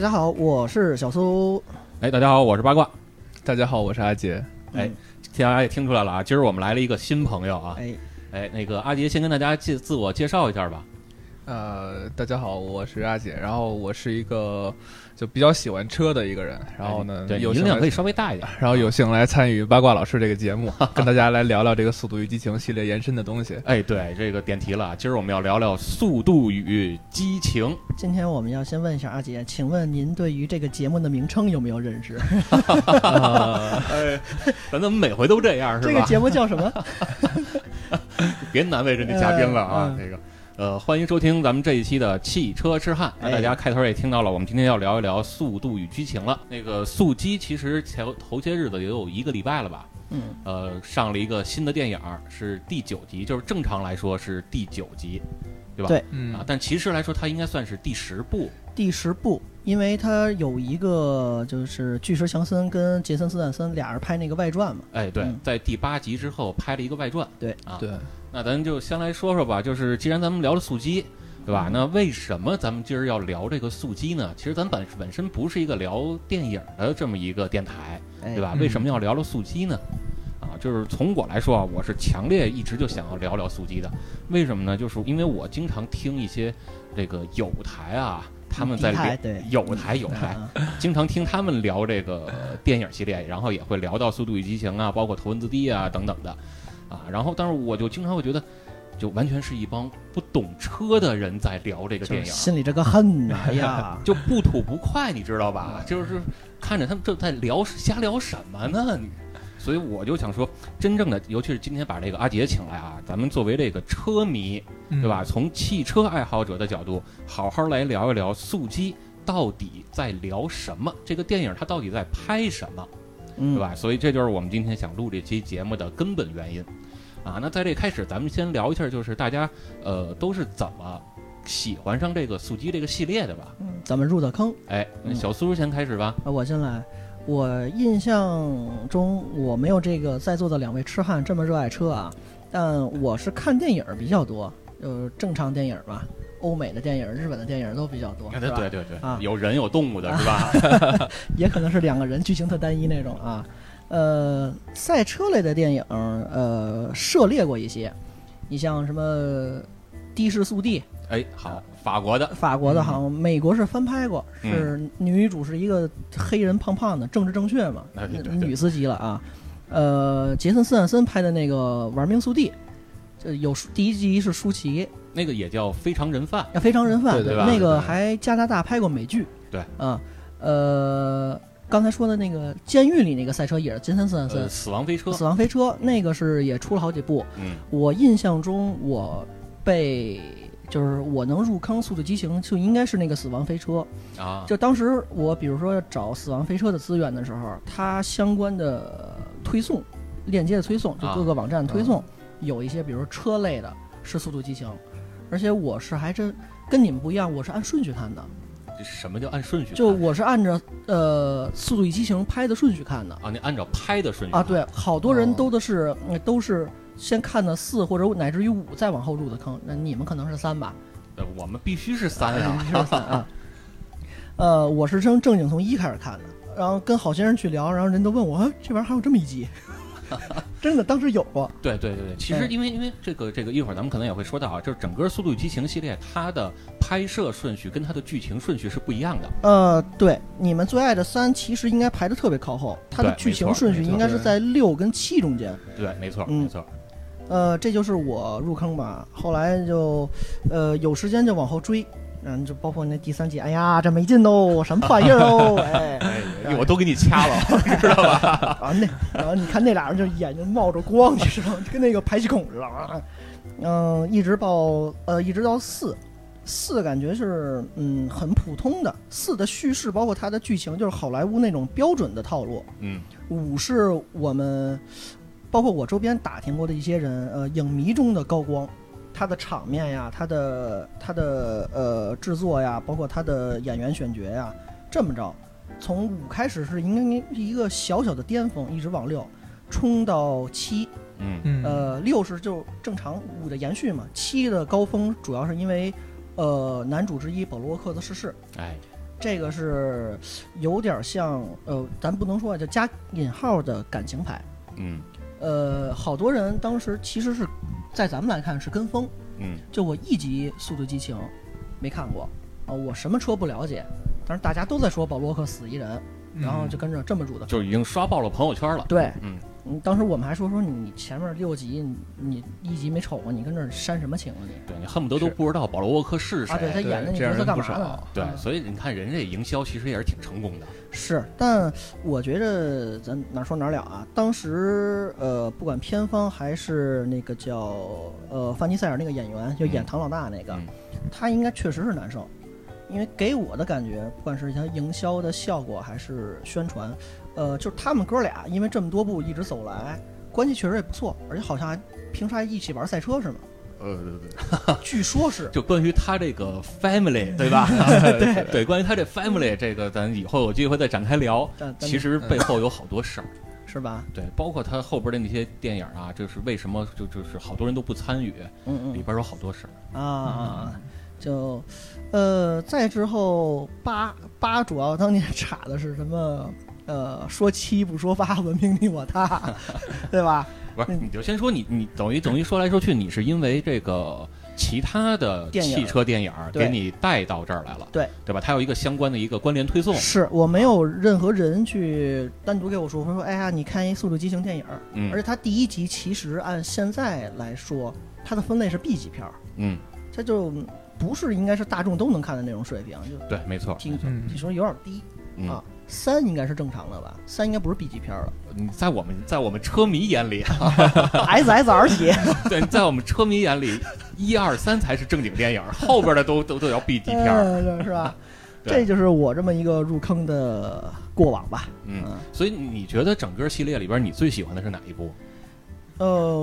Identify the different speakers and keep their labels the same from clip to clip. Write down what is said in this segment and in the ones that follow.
Speaker 1: 家好，我是小苏。
Speaker 2: 哎，大家好，我是八卦。
Speaker 3: 大家好，我是阿杰。
Speaker 2: 哎，大家也听出来了啊，今儿我们来了一个新朋友啊。
Speaker 1: 哎，
Speaker 2: 哎，那个阿杰先跟大家介自我介绍一下吧。
Speaker 3: 呃，大家好，我是阿杰。然后我是一个就比较喜欢车的一个人。然后呢，
Speaker 2: 哎对，
Speaker 3: 有
Speaker 2: 音
Speaker 3: 幸
Speaker 2: 量可
Speaker 3: 来
Speaker 2: 以稍微大一点。
Speaker 3: 然后有幸来参与八卦老师这个节目，跟大家来聊聊这个《速度与激情》系列延伸的东西。
Speaker 2: 哎，对，这个点题了啊，今儿我们要聊聊《速度与激情》。
Speaker 1: 今天我们要先问一下阿杰，请问您对于这个节目的名称有没有认识？
Speaker 2: 哎，咱怎么每回都这样是
Speaker 1: 这个
Speaker 2: 吧？
Speaker 1: 节目叫什 么？
Speaker 2: 别难为人家嘉宾了啊
Speaker 1: 嗯，
Speaker 2: 这个。呃，欢迎收听咱们这一期的汽车痴汉。那
Speaker 1: 哎
Speaker 2: 大家开头也听到了，我们今天要聊一聊《速度与激情》了。那个《速激》其实前头些日子也有一个礼拜了吧，
Speaker 1: 嗯，
Speaker 2: 呃，上了一个新的电影儿，是第九集，就是正常来说是第九集，对吧？
Speaker 1: 对
Speaker 3: 嗯
Speaker 2: 啊，但其实来说它应该算是第十部。
Speaker 1: 第十部，因为它有一个就是巨石强森跟杰森斯坦森俩人拍那个外传嘛。
Speaker 2: 哎，对，
Speaker 1: 嗯
Speaker 2: 在第八集之后拍了一个外传。
Speaker 1: 对
Speaker 2: 啊，
Speaker 3: 对，
Speaker 2: 那咱就先来说说吧，就是既然咱们聊了速激，对吧？那为什么咱们今儿要聊这个速激呢？其实咱本本身不是一个聊电影的这么一个电台，
Speaker 1: 哎，
Speaker 2: 对吧？
Speaker 3: 嗯
Speaker 2: 为什么要聊聊速激呢？啊，就是从我来说啊，我是强烈一直就想要聊聊速激的。为什么呢？就是因为我经常听一些这个友台啊，
Speaker 1: 哎
Speaker 2: 他们在哎
Speaker 1: 敌台
Speaker 2: 聊
Speaker 1: 对
Speaker 2: 友台友台，
Speaker 1: 啊？
Speaker 2: 经常听他们聊这个呃电影系列，然后也会聊到《速度与激情》啊，包括《头文字 D》啊等等的，啊，然后但是我就经常会觉得，就完全是一帮不懂车的人在聊这个
Speaker 1: 就是
Speaker 2: 电影，，
Speaker 1: 心里这个恨呐、哎呀
Speaker 2: 就不吐不快，你知道吧？就是看着他们这在聊瞎聊什么呢？你所以我就想说，真正的，尤其是今天把这个阿杰请来啊，咱们作为这个车迷，
Speaker 3: 嗯
Speaker 2: 对吧？？从汽车爱好者的角度，好好来聊一聊速激到底在聊什么，这个电影它到底在拍什么，
Speaker 1: 嗯
Speaker 2: 对？吧？所以这就是我们今天想录这期节目的根本原因啊。那在这开始，咱们先聊一下，就是大家呃都是怎么喜欢上这个速激这个系列的吧？
Speaker 1: 嗯，咱们入的坑。
Speaker 2: 哎，那
Speaker 1: 嗯
Speaker 2: 小苏先开始吧。
Speaker 1: 啊，我先来。我印象中我没有这个在座的两位痴汉这么热爱车啊，但我是看电影儿比较多，呃，正常电影儿吧，欧美的电影儿、日本的电影儿都比较多，是吧？
Speaker 2: 对对
Speaker 1: 啊
Speaker 2: 有人有动物的是 吧？
Speaker 1: 也可能是两个人剧情特单一那种啊。呃，赛车类的电影，呃，涉猎过一些，你像什么《的士速递》，
Speaker 2: 哎，好，法国的，
Speaker 1: 法国的好像，美国是翻拍过，
Speaker 2: 嗯
Speaker 1: 是女主是一个黑人胖胖的，政治正确嘛，
Speaker 2: 哎对对
Speaker 1: 女司机了啊。呃，杰森斯坦森拍的那个《玩命速递》，这有舒第一集是舒淇，
Speaker 2: 那个也叫《非常人贩》，
Speaker 1: 啊，非常人贩，
Speaker 3: 对
Speaker 2: 对吧
Speaker 1: 那个
Speaker 3: 对
Speaker 1: 还加拿大拍过美剧，
Speaker 2: 对
Speaker 1: 啊，呃，刚才说的那个监狱里那个赛车也是杰森斯坦
Speaker 2: 呃，
Speaker 1: 森，
Speaker 2: 死亡飞车，
Speaker 1: 死亡飞车那个是也出了好几部，
Speaker 2: 嗯，
Speaker 1: 我印象中，我被就是我能入坑《速度与激情》，就应该是那个《死亡飞车》。
Speaker 2: 啊，
Speaker 1: 就当时我比如说找《死亡飞车》的资源的时候，它相关的推送链接的推送，就
Speaker 2: 啊
Speaker 1: 各个网站推送，有一些比如说车类的是《速度与激情》，而且我是还真跟你们不一样，我是按顺序看的，
Speaker 2: 这什么叫按顺序看？
Speaker 1: 就我是按照呃《速度与激情》拍的顺序看的。
Speaker 2: 啊，你按照拍的顺序
Speaker 1: 啊，
Speaker 2: 看
Speaker 1: 对，好多人
Speaker 3: 哦
Speaker 1: 都的是、嗯都是先看的四或者乃至于五，再往后入的坑。那你们可能是三吧？
Speaker 2: 呃，我们必须是三
Speaker 1: 啊，
Speaker 2: 呀、
Speaker 1: 必须 是三啊。 呃，我是正正经从一开始看的，然后跟好先生去聊，然后人都问我，啊、这玩意儿还有这么一集， 真的当时有过。
Speaker 2: 对对对对，其实因为因为这个这个一会儿咱们可能也会说到啊，就是整个《速度与激情》系列它的拍摄顺序跟它的剧情顺序是不一样的。
Speaker 1: 呃，对，你们最爱的三其实应该排的特别靠后，它的
Speaker 2: 对
Speaker 1: 剧
Speaker 2: 没
Speaker 1: 情
Speaker 2: 错
Speaker 1: 顺序
Speaker 2: 没
Speaker 3: 错
Speaker 1: 应该是在六跟七中间。
Speaker 2: 对，没错，
Speaker 1: 嗯
Speaker 2: 没错。
Speaker 1: 呃，这就是我入坑吧。后来就，呃，有时间就往后追，嗯，就包括那第三集，哎呀，这没劲哦，什么破玩意儿哦，哎，
Speaker 3: 嗯
Speaker 2: 哎，我都给你掐了，知道吧？
Speaker 1: 啊那，然后你看那俩人就眼睛冒着光，你知道吗？就跟那个排气孔似的啊。嗯、一直到呃，一直到四，四感觉是嗯很普通的。四的叙事包括它的剧情，就是好莱坞那种标准的套路。
Speaker 2: 嗯，
Speaker 1: 五是我们包括我周边打听过的一些人，呃，影迷中的高光，他的场面呀，他的他的呃制作呀，包括他的演员选角呀，这么着，从五开始是应该一个小小的巅峰，一直往六冲到七，
Speaker 2: 嗯，
Speaker 3: 嗯，
Speaker 1: 呃，六是就正常五的延续嘛，七的高峰主要是因为呃男主之一保罗沃克的逝世，
Speaker 2: 哎，
Speaker 1: 这个是有点像呃，咱不能说啊，就加引号的感情牌。
Speaker 2: 嗯
Speaker 1: 呃，好多人当时其实是在咱们来看是跟风，
Speaker 2: 嗯
Speaker 1: 就我一集《速度与激情》没看过啊、我什么车不了解，但是大家都在说保罗克死一人，
Speaker 3: 嗯
Speaker 1: 然后就跟着这么入的。
Speaker 2: 就已经刷爆了朋友圈了。
Speaker 1: 对，
Speaker 2: 嗯
Speaker 1: 嗯，当时我们还说说你你前面六集你你一集没瞅过，你跟这儿煽什么情啊你？
Speaker 2: 对你恨不得都不知道保罗沃克是谁。
Speaker 1: 啊，对他
Speaker 3: 对
Speaker 1: 演的那
Speaker 3: 这
Speaker 1: 角
Speaker 3: 样
Speaker 1: 色
Speaker 3: 人
Speaker 1: 干
Speaker 3: 不
Speaker 1: 嘛呢
Speaker 3: 少？
Speaker 2: 对
Speaker 1: 啊
Speaker 2: 所以你看人家营销其实也是挺成功的。
Speaker 1: 是，但我觉着咱哪说哪了啊。当时呃，不管片方还是那个叫呃范尼塞尔那个演员，就演
Speaker 2: 嗯
Speaker 1: 唐老大那个，
Speaker 2: 嗯
Speaker 1: 他应该确实是难受，因为给我的感觉，不管是他营销的效果还是宣传，呃，就是他们哥俩因为这么多部一直走来，关系确实也不错，而且好像还平时还一起玩赛车是吗？
Speaker 2: 呃，对对对，
Speaker 1: 据说是。
Speaker 2: 就关于他这
Speaker 1: 嗯
Speaker 2: 个 family 对吧？ 对对，关于他这 family 这个，咱以后有机会再展开聊。
Speaker 1: 但但
Speaker 2: 其实背后有好多事儿，
Speaker 1: 是吧？
Speaker 2: 对，包括他后边的那些电影啊，就是为什么就就是好多人都不参与，
Speaker 1: 嗯
Speaker 2: 里边有好多事儿。
Speaker 1: 嗯啊啊，啊就呃，再之后八八主要当年插的是什么？呃，说七不说八，文明你我他， 对吧？
Speaker 2: 不是，
Speaker 1: 嗯
Speaker 2: 你就先说你你等于等于说来说去，你是因为这个其他的
Speaker 1: 电影
Speaker 2: 汽车电影儿
Speaker 1: 对
Speaker 2: 给你带到这儿来了，
Speaker 1: 对
Speaker 2: 对吧？它有一个相关的一个关联推送，
Speaker 1: 是我没有任何人去单独给我说，说哎呀，你看一《速度与激情》电影儿，而且
Speaker 2: 嗯
Speaker 1: 它第一集其实按现在来说，它的分类是 B 级片儿，
Speaker 2: 嗯，
Speaker 1: 这就不是应该是大众都能看的那种水平，就
Speaker 2: 对，没错，
Speaker 1: 挺
Speaker 3: 嗯
Speaker 1: 你说有点低。
Speaker 2: 嗯，
Speaker 1: 啊三应该是正常的吧？三应该不是 B 级片儿了
Speaker 2: 你在我们在我们车迷眼 里，
Speaker 1: ，S S R 级。
Speaker 2: 对，在我们车迷眼里，一二三才是正经电影儿，后边的都都 都要 B 级片儿，
Speaker 1: 嗯，是吧？
Speaker 2: 对
Speaker 1: 这就是我这么一个入坑的过往吧。
Speaker 2: 嗯，所以你觉得整个系列里边你最喜欢的是哪一部？
Speaker 1: 呃，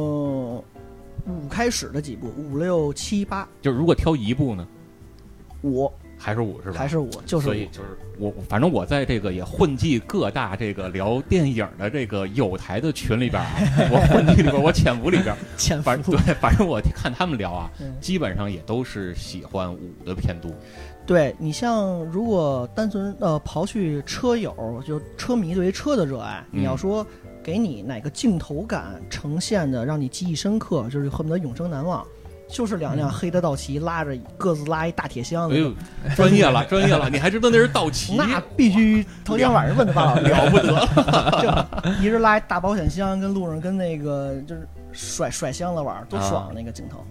Speaker 1: 五开始的几部，五六七八
Speaker 2: 就是如果挑一部呢，
Speaker 1: 五
Speaker 2: 还是五是吧？
Speaker 1: 还是五，就是
Speaker 2: 所以
Speaker 1: 五。
Speaker 2: 就是我，我反正我在这个也混迹各大这个聊电影的这个有台的群里边儿， 我混迹里边儿，我潜伏里边儿，
Speaker 1: 潜伏
Speaker 2: 反正对，反正我看他们聊啊，
Speaker 1: 嗯
Speaker 2: 基本上也都是喜欢五的偏多。
Speaker 1: 对你像，如果单纯呃刨去车友，就车迷对于车的热爱，
Speaker 2: 嗯
Speaker 1: 你要说给你哪个镜头感呈现的让你记忆深刻，就是恨不得永生难忘，就是两辆黑的道奇拉着各自拉一大铁箱
Speaker 2: 嗯
Speaker 1: 子，
Speaker 2: 哎呦，专业了，专业了，你还知道那是道奇？
Speaker 1: 那必须头天晚上问的范老师，
Speaker 2: 了不 得！
Speaker 1: 就一人拉一大保险箱，跟路上跟那个就是甩甩箱子玩儿，多爽
Speaker 2: 啊
Speaker 1: 啊那个镜头。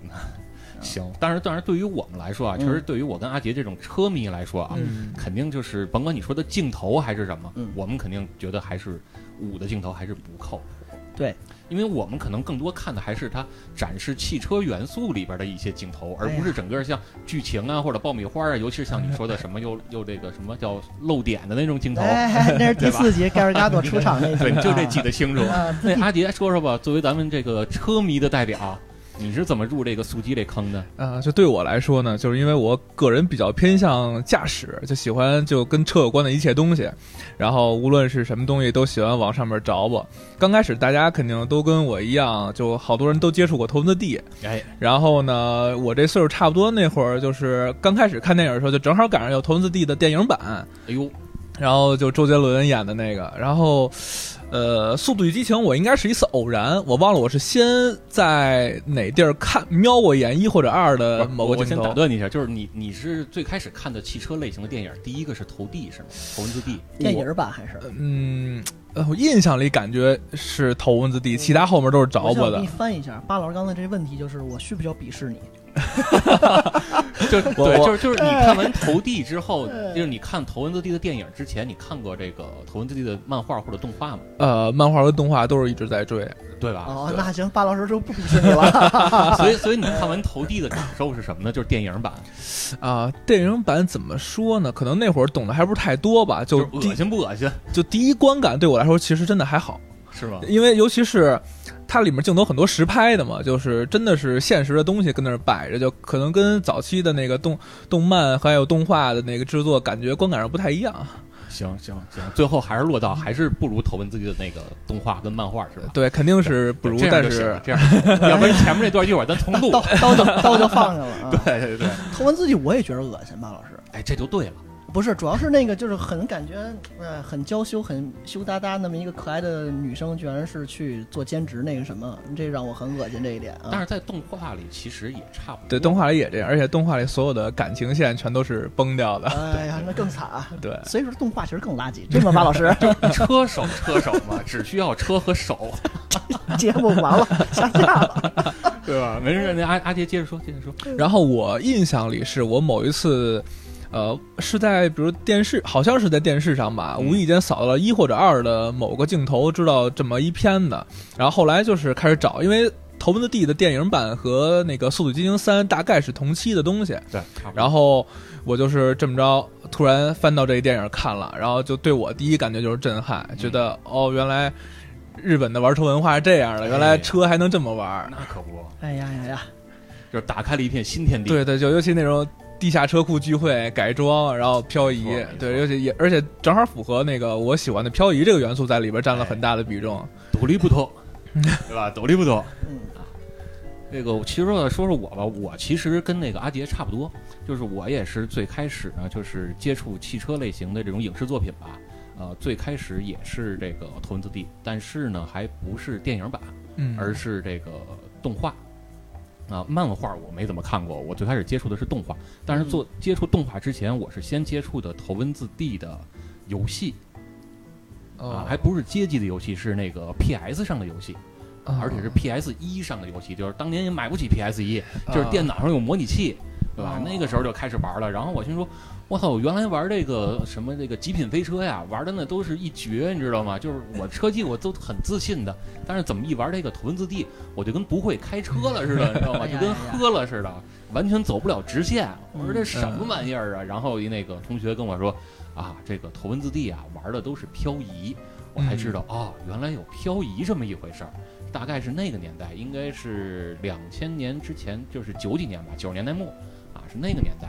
Speaker 2: 行，但是当然，对于我们来说啊，其
Speaker 1: 嗯
Speaker 2: 实对于我跟阿杰这种车迷来说啊，
Speaker 3: 嗯
Speaker 2: 肯定就是甭管你说的镜头还是什么，
Speaker 1: 嗯
Speaker 2: 我们肯定觉得还是五的镜头还是不靠谱。
Speaker 1: 对，
Speaker 2: 因为我们可能更多看的还是它展示汽车元素里边的一些镜头，而
Speaker 1: 哎呀
Speaker 2: 不是整个像剧情啊或者爆米花啊，尤其是像你说的什么又又这个什么叫漏点的那种镜头，
Speaker 1: 哎，那是第
Speaker 2: 对吧
Speaker 1: 四集盖尔加朵出 场那集，
Speaker 2: 对，你就这记得清楚。
Speaker 1: 啊，
Speaker 2: 那哎阿杰说说吧，作为咱们这个车迷的代表，你是怎么入这个速激这坑的？
Speaker 3: 呃，就对我来说呢，就是因为我个人比较偏向驾驶，就喜欢就跟车有关的一切东西，然后无论是什么东西都喜欢往上面着吧。刚开始大家肯定都跟我一样，就好多人都接触过头文字 D，
Speaker 2: 哎，
Speaker 3: 然后呢，我这岁数差不多那会儿，就是刚开始看电影的时候，就正好赶上有头文字 D 的电影版，
Speaker 2: 哎呦，
Speaker 3: 然后就周杰伦演的那个，然后，呃，《速度与激情》我应该是一次偶然，我忘了我是先在哪地儿看瞄过一眼一或者二的
Speaker 2: 不是
Speaker 3: 某
Speaker 2: 呃我
Speaker 3: 个
Speaker 2: 我
Speaker 3: 镜
Speaker 2: 先
Speaker 3: 头
Speaker 2: 打，断你一下，就是你你是最开始看的汽车类型的电影，第一个是投递是吗？头文字 D，
Speaker 1: 电影版还是
Speaker 3: 嗯，呃，我印象里感觉是头文字 D，其他后面都是着
Speaker 1: 我
Speaker 3: 吧
Speaker 1: 想给
Speaker 3: 的
Speaker 1: 你。翻译一下，巴老师刚才这问题就是我需不需要鄙视你？
Speaker 2: 就
Speaker 3: 我
Speaker 2: 对，
Speaker 3: 我
Speaker 2: 就是就是你看完投递之 后，
Speaker 1: 哎
Speaker 2: 就是你看头文字 D 的电影之前，你看过这个头文字 D 的漫画或者动画吗？
Speaker 3: 呃，漫画和动画都是一直在追。
Speaker 2: 对吧？
Speaker 1: 哦，
Speaker 2: 啊对
Speaker 1: 那行，巴老师就不鄙视你 了。
Speaker 2: 所以所以你看完投递的感受是什么呢？就是电影版，
Speaker 3: 啊、电影版怎么说呢？可能那会儿懂得还不是太多吧，就
Speaker 2: 就是
Speaker 3: 第
Speaker 2: 恶心不恶心，
Speaker 3: 就第一观感对我来说其实真的还好。
Speaker 2: 是吗？
Speaker 3: 因为尤其是它里面镜头很多实拍的嘛，就是真的是现实的东西跟那儿摆着，就可能跟早期的那个动动漫还有动画的那个制作感觉观感上不太一样。啊
Speaker 2: 行行行，最后还是落到还是不如头文字 D 的那个动画跟漫画是吧？
Speaker 3: 对，肯定是不如
Speaker 2: 这，样
Speaker 3: 但
Speaker 2: 就行了
Speaker 3: 是
Speaker 2: 这样就行了，要不然前面那段一会儿咱重录
Speaker 1: 刀。刀就刀就放下了啊！
Speaker 2: 对对对，
Speaker 1: 头文字 D 我也觉得恶心，巴老师
Speaker 2: 哎，这就对了。
Speaker 1: 不不是，主要是那个就是很感觉，呃，很娇羞、很羞答答那么一个可爱的女生，居然是去做兼职那个什么，这让我很恶心这一点啊。
Speaker 2: 但是在动画里其实也差不多。
Speaker 3: 嗯对，动画里也这样，而且动画里所有的感情线全都是崩掉的。
Speaker 1: 哎 呀，那更惨。
Speaker 3: 对，
Speaker 1: 所以说动画其实更垃圾，对吗，马老师？
Speaker 2: 车手车手嘛，只需要车和 手，
Speaker 1: 节目完了，下架了。
Speaker 2: 对吧？ 没事，那阿阿杰接着说，接着说。
Speaker 3: 然后我印象里是我某一次，呃，是在比如电视，好像是在电视上吧，
Speaker 2: 嗯
Speaker 3: 无意间扫到了一或者二的某个镜头，知道这么一片的。然后后来就是开始找，因为头文字 D 的电影版和那个《速度与激情三》大概是同期的东西。
Speaker 2: 对，
Speaker 3: 然后我就是这么着，突然翻到这个电影看了，然后就对我第一感觉就是震撼，觉得哦，原来日本的玩车文化是这样的，原来车还能这么玩儿。
Speaker 2: 那可不，
Speaker 1: 哎呀呀呀！
Speaker 2: 就是打开了一片新天地。
Speaker 3: 对对，就尤其那种地下车库聚会、改装，然后漂移
Speaker 2: 没错没，错
Speaker 3: 对，尤其也而且正好符合那个我喜欢的漂移这个元素在里边占了很大的比重。
Speaker 2: 斗笠不 脱，对吧？斗笠不脱。
Speaker 1: 嗯
Speaker 2: 这个其实说说我吧，我其实跟那个阿杰差不多，就是我也是最开始呢，就是接触汽车类型的这种影视作品吧。呃，最开始也是这个头文字 D，但是呢，还不是电影版，
Speaker 3: 嗯，
Speaker 2: 而是这个动画。啊，漫画我没怎么看过，我最开始接触的是动画，但是做
Speaker 3: 嗯
Speaker 2: 接触动画之前，我是先接触的头文字 D 的游戏啊
Speaker 3: 哦，，
Speaker 2: 还不是街机的游戏，是那个 PS 上的游戏。
Speaker 3: 啊
Speaker 2: 而且是 PS 一上的游戏，就是当年也买不起 PS 一，
Speaker 3: 啊
Speaker 2: 就是电脑上有模拟器，对吧
Speaker 3: 哦？
Speaker 2: 那个时候就开始玩了。然后我心说，我操，我原来玩这个什么这个极品飞车呀，玩的那都是一绝，你知道吗？就是我车技我都很自信的，但是怎么一玩这个头文字 D，我就跟不会开车了似的，你知道吗？
Speaker 1: 哎呀
Speaker 2: 就跟喝了似的，完全走不了直线。
Speaker 1: 嗯
Speaker 2: 我说这什么玩意儿啊？然后一那个同学跟我说，啊，这个头文字 D 啊，玩的都是漂移。我才知道哦，原来有漂移这么一回事儿。大概是那个年代，应该是两千年之前，就是九几年吧，九十年代末啊，是那个年代。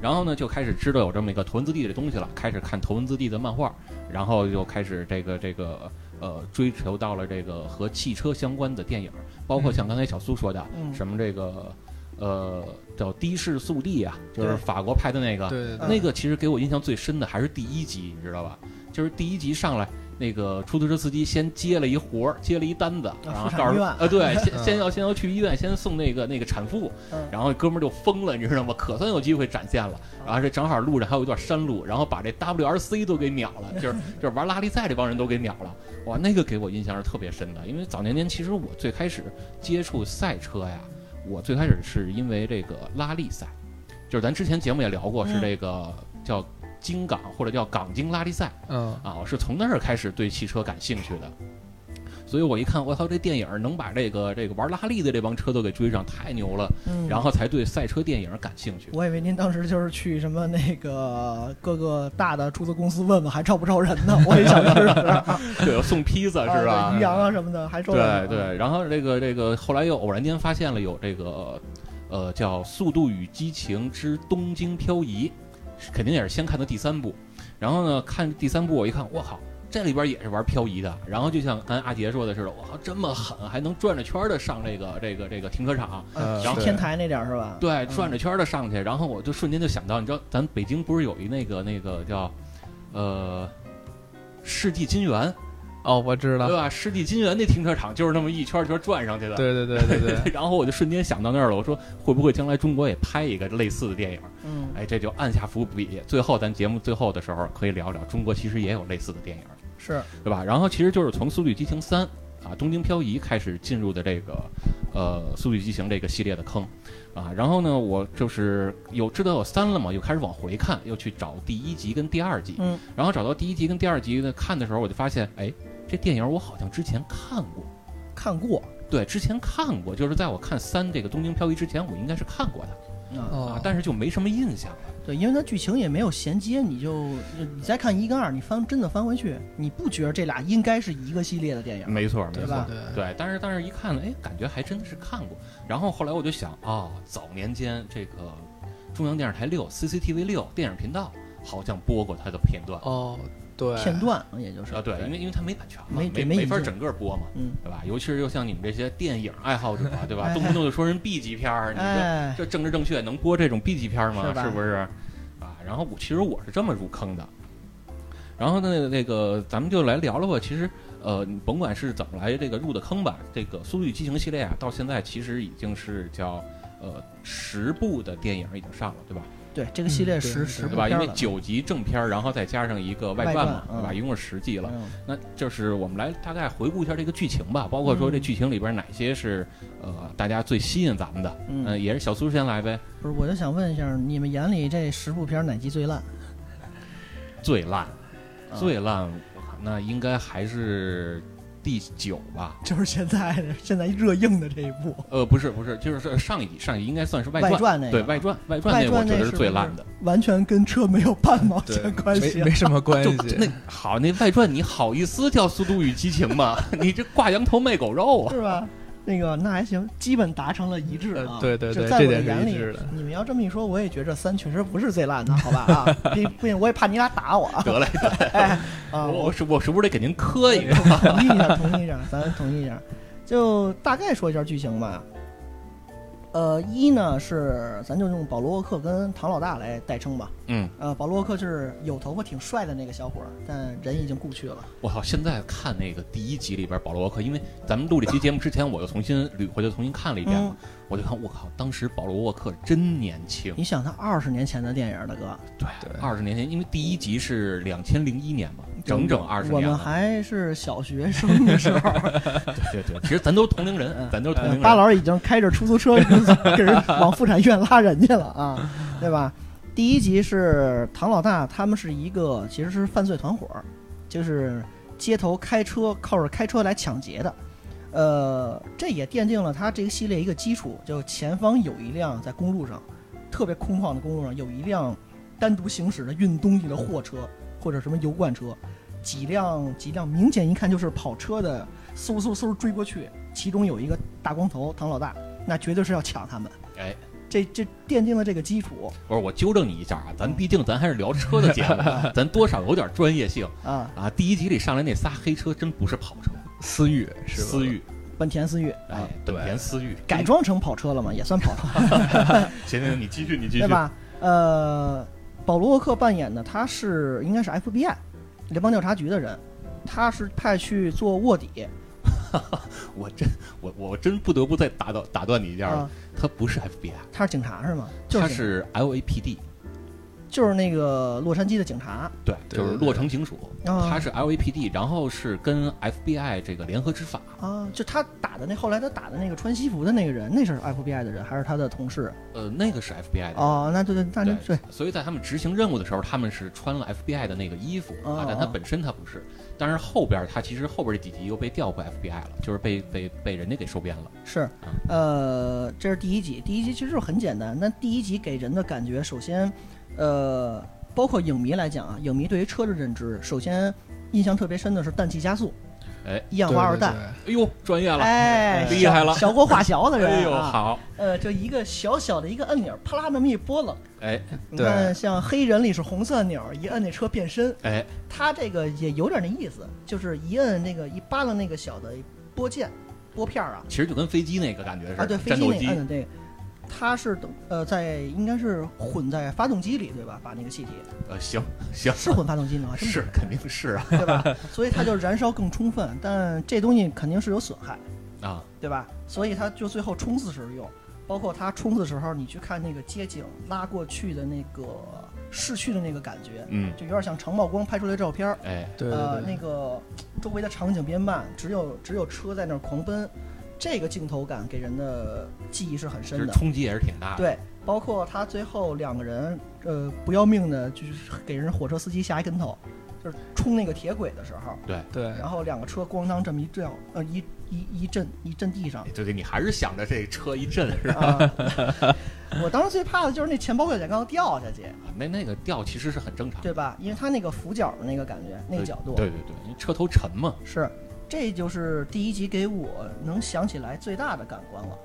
Speaker 2: 然后呢，就开始知道有这么一个头文字 D 的东西了，开始看头文字 D 的漫画，然后就开始这个这个呃追求到了这个和汽车相关的电影，包括像刚才小苏说的，
Speaker 1: 嗯
Speaker 2: 什么这个呃叫的士速递啊，就是
Speaker 1: 对
Speaker 2: 法国拍的那个，
Speaker 3: 啊对对
Speaker 1: 嗯
Speaker 3: 对
Speaker 2: 那个其实给我印象最深的还是第一集，你知道吧？就是第一集上来，那个出租车司机先接了一活儿，接了一单子，然后
Speaker 1: 啊妇产
Speaker 2: 告诉
Speaker 1: 医院
Speaker 2: 呃，对，先
Speaker 3: 嗯
Speaker 2: 先要先要去医院，先送那个那个产妇，
Speaker 1: 嗯
Speaker 2: 然后哥们儿就疯了，你知道吗？可算有机会展现了。然后这正好路上还有一段山路，然后把这 WRC 都给秒了， 就是就是玩拉力赛这帮人都给秒了。哇，那个给我印象是特别深的，因为早年间其实我最开始接触赛车呀，我最开始是因为这个拉力赛，就是咱之前节目也聊过，是
Speaker 1: 嗯
Speaker 2: 这个叫京港或者叫港京拉力赛。
Speaker 3: 嗯
Speaker 2: 啊，我是从那儿开始对汽车感兴趣的。所以我一看，我操，这电影能把这个这个玩拉力的这帮车都给追上，太牛了！
Speaker 1: 嗯，
Speaker 2: 然后才对赛车电影感兴趣。
Speaker 1: 我以为您当时就是去什么那个各个大的出租公司问问还招不招人 呢，我也想试试，
Speaker 2: 对，送披萨
Speaker 1: 啊
Speaker 2: 是吧
Speaker 1: 对于？洋啊什么的还招
Speaker 2: 对
Speaker 1: 人。，
Speaker 2: 对。然后这个这个后来又偶然间发现了有这个呃叫《速度与激情之东京漂移》，肯定也是先看的第三部。然后呢，看第三部我一看，我靠，这里边也是玩漂移的。然后就像刚才阿杰说的似的，我靠，这么狠，还能转着圈的上这个这个这个停车场。
Speaker 1: 嗯，
Speaker 2: 然
Speaker 1: 去
Speaker 2: 后
Speaker 1: 天台那点儿是吧？
Speaker 2: 对，
Speaker 1: 嗯
Speaker 2: 转着圈儿的上去，然后我就瞬间就想到，你知道咱北京不是有一那个那个叫，呃，世纪金源
Speaker 3: 哦，我 知道
Speaker 2: 对，吧？世纪金源那停车场就是那么一圈儿一圈儿转上去的。
Speaker 3: 对对对对 对，
Speaker 2: 然后我就瞬间想到那儿了，我说会不会将来中国也拍一个类似的电影？
Speaker 1: 嗯，
Speaker 2: 哎，这就按下伏笔。最后咱节目最后的时候可以聊聊，中国其实也有类似的电影，
Speaker 1: 是，
Speaker 2: 对吧？然后其实就是从《速度与激情三》啊，《东京漂移》开始进入的这个呃《速度与激情》这个系列的坑啊。然后呢，我就是有知道有三了嘛，又开始往回看，又去找第一集跟第二集。
Speaker 1: 嗯，
Speaker 2: 然后找到第一集跟第二集呢，看的时候，我就发现，哎，这电影我好像之前看过。
Speaker 1: 看过
Speaker 2: 对，之前看过，就是在我看三这个《东京漂移》之前，我应该是看过的
Speaker 1: 啊，
Speaker 3: 哦
Speaker 2: 啊，，但是就没什么印象了。
Speaker 1: 对，因为它剧情也没有衔接，你就呃你再看一跟二，你翻真的翻回去，你不觉得这俩应该是一个系列的电影？
Speaker 2: 没错，
Speaker 1: 对吧
Speaker 3: 对
Speaker 2: 对，但是但是一看，哎，感觉还真的是看过。然后后来我就想，哦，早年间这个中央电视台六 CCTV 六电影频道好像播过它的片段
Speaker 3: 哦对，
Speaker 1: 片段也就是
Speaker 2: 嗯啊，对，因为因为它没版权嘛，
Speaker 1: 没
Speaker 2: 没
Speaker 1: 没
Speaker 2: 没
Speaker 1: 引
Speaker 2: 法
Speaker 1: 进
Speaker 2: 整个播嘛，
Speaker 1: 嗯，
Speaker 2: 对吧？尤其是又像你们这些电影爱好者，啊对吧？
Speaker 1: 哎
Speaker 2: 动不动就说人 B 级片儿，你这
Speaker 1: 哎，
Speaker 2: 这政治正确能播这种 B 级片儿吗？
Speaker 1: 是吧
Speaker 2: 是不是？啊，然后我其实我是这么入坑的。然后呢，那个咱们就来聊聊吧。其实，呃，你甭管是怎么来这个入的坑吧，这个《速度与激情》系列啊，到现在其实已经是叫呃十部的电影已经上了，对吧？
Speaker 1: 对这个系列
Speaker 3: 嗯
Speaker 1: 十
Speaker 3: 对
Speaker 1: 十
Speaker 3: 对
Speaker 1: 部
Speaker 2: 对吧？因
Speaker 1: 片
Speaker 2: 为
Speaker 1: 了
Speaker 2: 九集正片儿，然后再加上一个外传
Speaker 1: 外，
Speaker 2: 嘛
Speaker 1: 传
Speaker 2: 对吧？
Speaker 1: 嗯
Speaker 2: 一共是十集了。
Speaker 1: 嗯
Speaker 2: 那就是我们来大概回顾一下这个剧情吧，包括说
Speaker 1: 嗯
Speaker 2: 这剧情里边哪些是呃大家最吸引咱们的，
Speaker 1: 嗯
Speaker 2: 呃，也是小苏先来呗。
Speaker 1: 不是，我就想问一下，你们眼里这十部片儿哪集最烂？
Speaker 2: 最烂，
Speaker 1: 啊
Speaker 2: 最烂，我靠，那应该还是第九吧？
Speaker 1: 就是现在 的现在热映的这一部
Speaker 2: 呃，不是不是，就是上一集上一集应该算是外
Speaker 1: 外
Speaker 2: 传，
Speaker 1: 传那个，
Speaker 2: 对外传外传
Speaker 1: 外
Speaker 2: 那个我
Speaker 1: 传
Speaker 2: 觉
Speaker 1: 那
Speaker 2: 得
Speaker 1: 是
Speaker 2: 最
Speaker 1: 不
Speaker 2: 烂
Speaker 1: 是
Speaker 2: 的。
Speaker 1: 完全跟车没有半毛
Speaker 3: 对
Speaker 1: 钱关系啊
Speaker 3: 没。没什么关
Speaker 2: 就
Speaker 3: 系。
Speaker 2: 那好，那外传你好意思叫《速度与激情》吗？ 你这挂羊头卖狗肉啊！
Speaker 1: 是吧？那个那还行，基本达成了一致
Speaker 3: 呃
Speaker 1: 啊。
Speaker 3: 对对
Speaker 1: 就
Speaker 3: 对
Speaker 1: 在
Speaker 3: 这
Speaker 1: 我的
Speaker 3: 点是
Speaker 1: 眼
Speaker 3: 一
Speaker 1: 里
Speaker 3: 致的，
Speaker 1: 你们要这么一说，我也觉着三确实不是最烂的，好吧啊？不不行，我也怕你俩打我啊！
Speaker 2: 得嘞，
Speaker 1: 哎啊，
Speaker 2: 我
Speaker 1: 我
Speaker 2: 我是我是不是得给您磕一个？啊
Speaker 1: 同意一下，同意一下，咱同意一下。就大概说一下剧情吧。呃，一呢是咱就用保罗沃克跟唐老大来代称吧。
Speaker 2: 嗯，
Speaker 1: 呃，保罗沃克就是有头发挺帅的那个小伙儿，但人已经故去了。
Speaker 2: 我靠！现在看那个第一集里边保罗沃克，因为咱们录这期节目之前，我又重新捋回去重新看了一遍嘛，
Speaker 1: 嗯
Speaker 2: 我就看我靠，当时保罗沃克真年轻，
Speaker 1: 你想，他二十年前的电影了，哥，
Speaker 2: 对
Speaker 3: 对
Speaker 2: 二十年前，因为第一集是两千零一年嘛，整整二十
Speaker 1: 我
Speaker 2: 年
Speaker 1: 们
Speaker 2: 了。
Speaker 1: 还是小学生的时候，
Speaker 2: 对对对，其实咱都是同龄人
Speaker 1: 嗯，
Speaker 2: 咱都是同龄
Speaker 1: 巴
Speaker 2: 人。
Speaker 1: 老师已经开着出租车给人往妇产院拉人去了啊，对吧？第一集是唐老大，他们是一个其实是犯罪团伙，就是街头开车靠着开车来抢劫的。呃，这也奠定了他这个系列一个基础，就前方有一辆在公路上特别空旷的公路上有一辆单独行驶的运东西的货车或者什么油罐车，几辆几辆明显一看就是跑车的，嗖嗖嗖追过去，其中有一个大光头唐老大，那绝对是要抢他们。
Speaker 2: 哎，
Speaker 1: 这这奠定了这个基础
Speaker 2: 不是，我纠正你一下啊，咱毕竟咱还是聊车的节目， 咱多少有点专业性
Speaker 1: 啊，
Speaker 2: 啊。第一集里上来那仨黑车真不是跑车，
Speaker 3: 思域是吧？
Speaker 2: 思，域，
Speaker 1: 本田思域
Speaker 2: 哎
Speaker 1: 啊，，
Speaker 2: 本田思 域
Speaker 1: 改。装成跑车了嘛，也算跑车。
Speaker 2: 行行，你继续，你继
Speaker 1: 对
Speaker 2: 续。
Speaker 1: 吧？呃，保罗沃克扮演的他是应该是 FBI 联邦调查局的人，他是派去做卧底
Speaker 2: 我真我我真不得不再打断打断你一下了
Speaker 1: 啊，，
Speaker 2: 他不是 FBI，
Speaker 1: 他是警察是吗？就
Speaker 2: 他
Speaker 1: 是警
Speaker 2: 嗯是 LAPD，
Speaker 1: 就是那个洛杉矶的警察，
Speaker 2: 对，嗯
Speaker 3: 对
Speaker 2: 就是
Speaker 3: 对
Speaker 2: 洛城警署，
Speaker 1: 啊
Speaker 2: 他是 LAPD，然后是跟 FBI 这个联合执法，
Speaker 1: 啊，就他打的那后来他打的那个穿西服的那个人，那是 FBI 的人还是他的同事？
Speaker 2: 呃，那个是 FBI 的。
Speaker 1: 哦，那对对，那就对，
Speaker 2: 所以在他们执行任务的时候，他们是穿了 FBI 的那个衣服
Speaker 1: 哦
Speaker 2: 啊，但他本身他不是。但是后边他其实后边这几集又被调回 FBI 了，就是被被被人家给收编了。
Speaker 1: 是，呃，这是第一集，第一集其实很简单，但第一集给人的感觉，首先，呃，包括影迷来讲啊，影迷对于车的认知，首先印象特别深的是氮气加速，
Speaker 2: 哎
Speaker 1: 一氧化二氮，
Speaker 2: 哎呦，专业了，
Speaker 1: 哎，
Speaker 2: 厉害了
Speaker 1: 小小 国化小的人、啊，
Speaker 2: 哎呦，好，
Speaker 1: 呃，就一个小小的一个按钮，啪啦那么一拨楞，
Speaker 2: 哎
Speaker 1: 你
Speaker 3: 对
Speaker 1: 看像黑人里是红色按钮，一摁那车变身，
Speaker 2: 哎，
Speaker 1: 它这个也有点那意思，就是一摁那个一扒拉那个小的拨键拨片儿啊，
Speaker 2: 其实就跟飞机那个感觉似的，
Speaker 1: 啊，对，飞
Speaker 2: 战
Speaker 1: 机
Speaker 2: 斗
Speaker 1: 那
Speaker 2: 机
Speaker 1: 个，嗯，对，它是等呃，在应该是混在发动机里，对吧？把那个气体
Speaker 2: 呃，行行，
Speaker 1: 是混发动机吗？还真不
Speaker 2: 是肯定是啊
Speaker 1: 对吧？ 所以它就燃烧更充分，但这东西肯定是有损害，
Speaker 2: 啊，
Speaker 1: 对吧？所以它就最后冲刺时候用，包括它冲刺时候，你去看那个街景拉过去的那个逝去的那个感觉，
Speaker 2: 嗯，
Speaker 1: 就有点像长曝光拍出来的照片儿，
Speaker 2: 哎，
Speaker 3: 对
Speaker 1: 呃，
Speaker 3: 对
Speaker 1: 那
Speaker 3: 对，
Speaker 1: 个周围的场景变慢，只有只有车在那儿狂奔，这个镜头感给人的记忆是很
Speaker 2: 就
Speaker 1: 深
Speaker 2: 是
Speaker 1: 的。
Speaker 2: 冲击也是挺大的，
Speaker 1: 对，包括他最后两个人，呃，不要命的，就是给人火车司机下一跟头，就是冲那个铁轨的时候，
Speaker 3: 对
Speaker 1: 然后两个车咣当这么一掉，呃，一一一震一震地上
Speaker 2: 哎对对，你还是想着这车一震是吧？
Speaker 1: 啊！ 我当时最怕的就是那钱包小姐刚掉下去，
Speaker 2: 那那个掉其实是很正常的，
Speaker 1: 对吧？因为他那个俯角的那个感觉，那个角度，
Speaker 2: 对对对，因为车头沉嘛，
Speaker 1: 是，这就是第一集给我能想起来最大的感官了。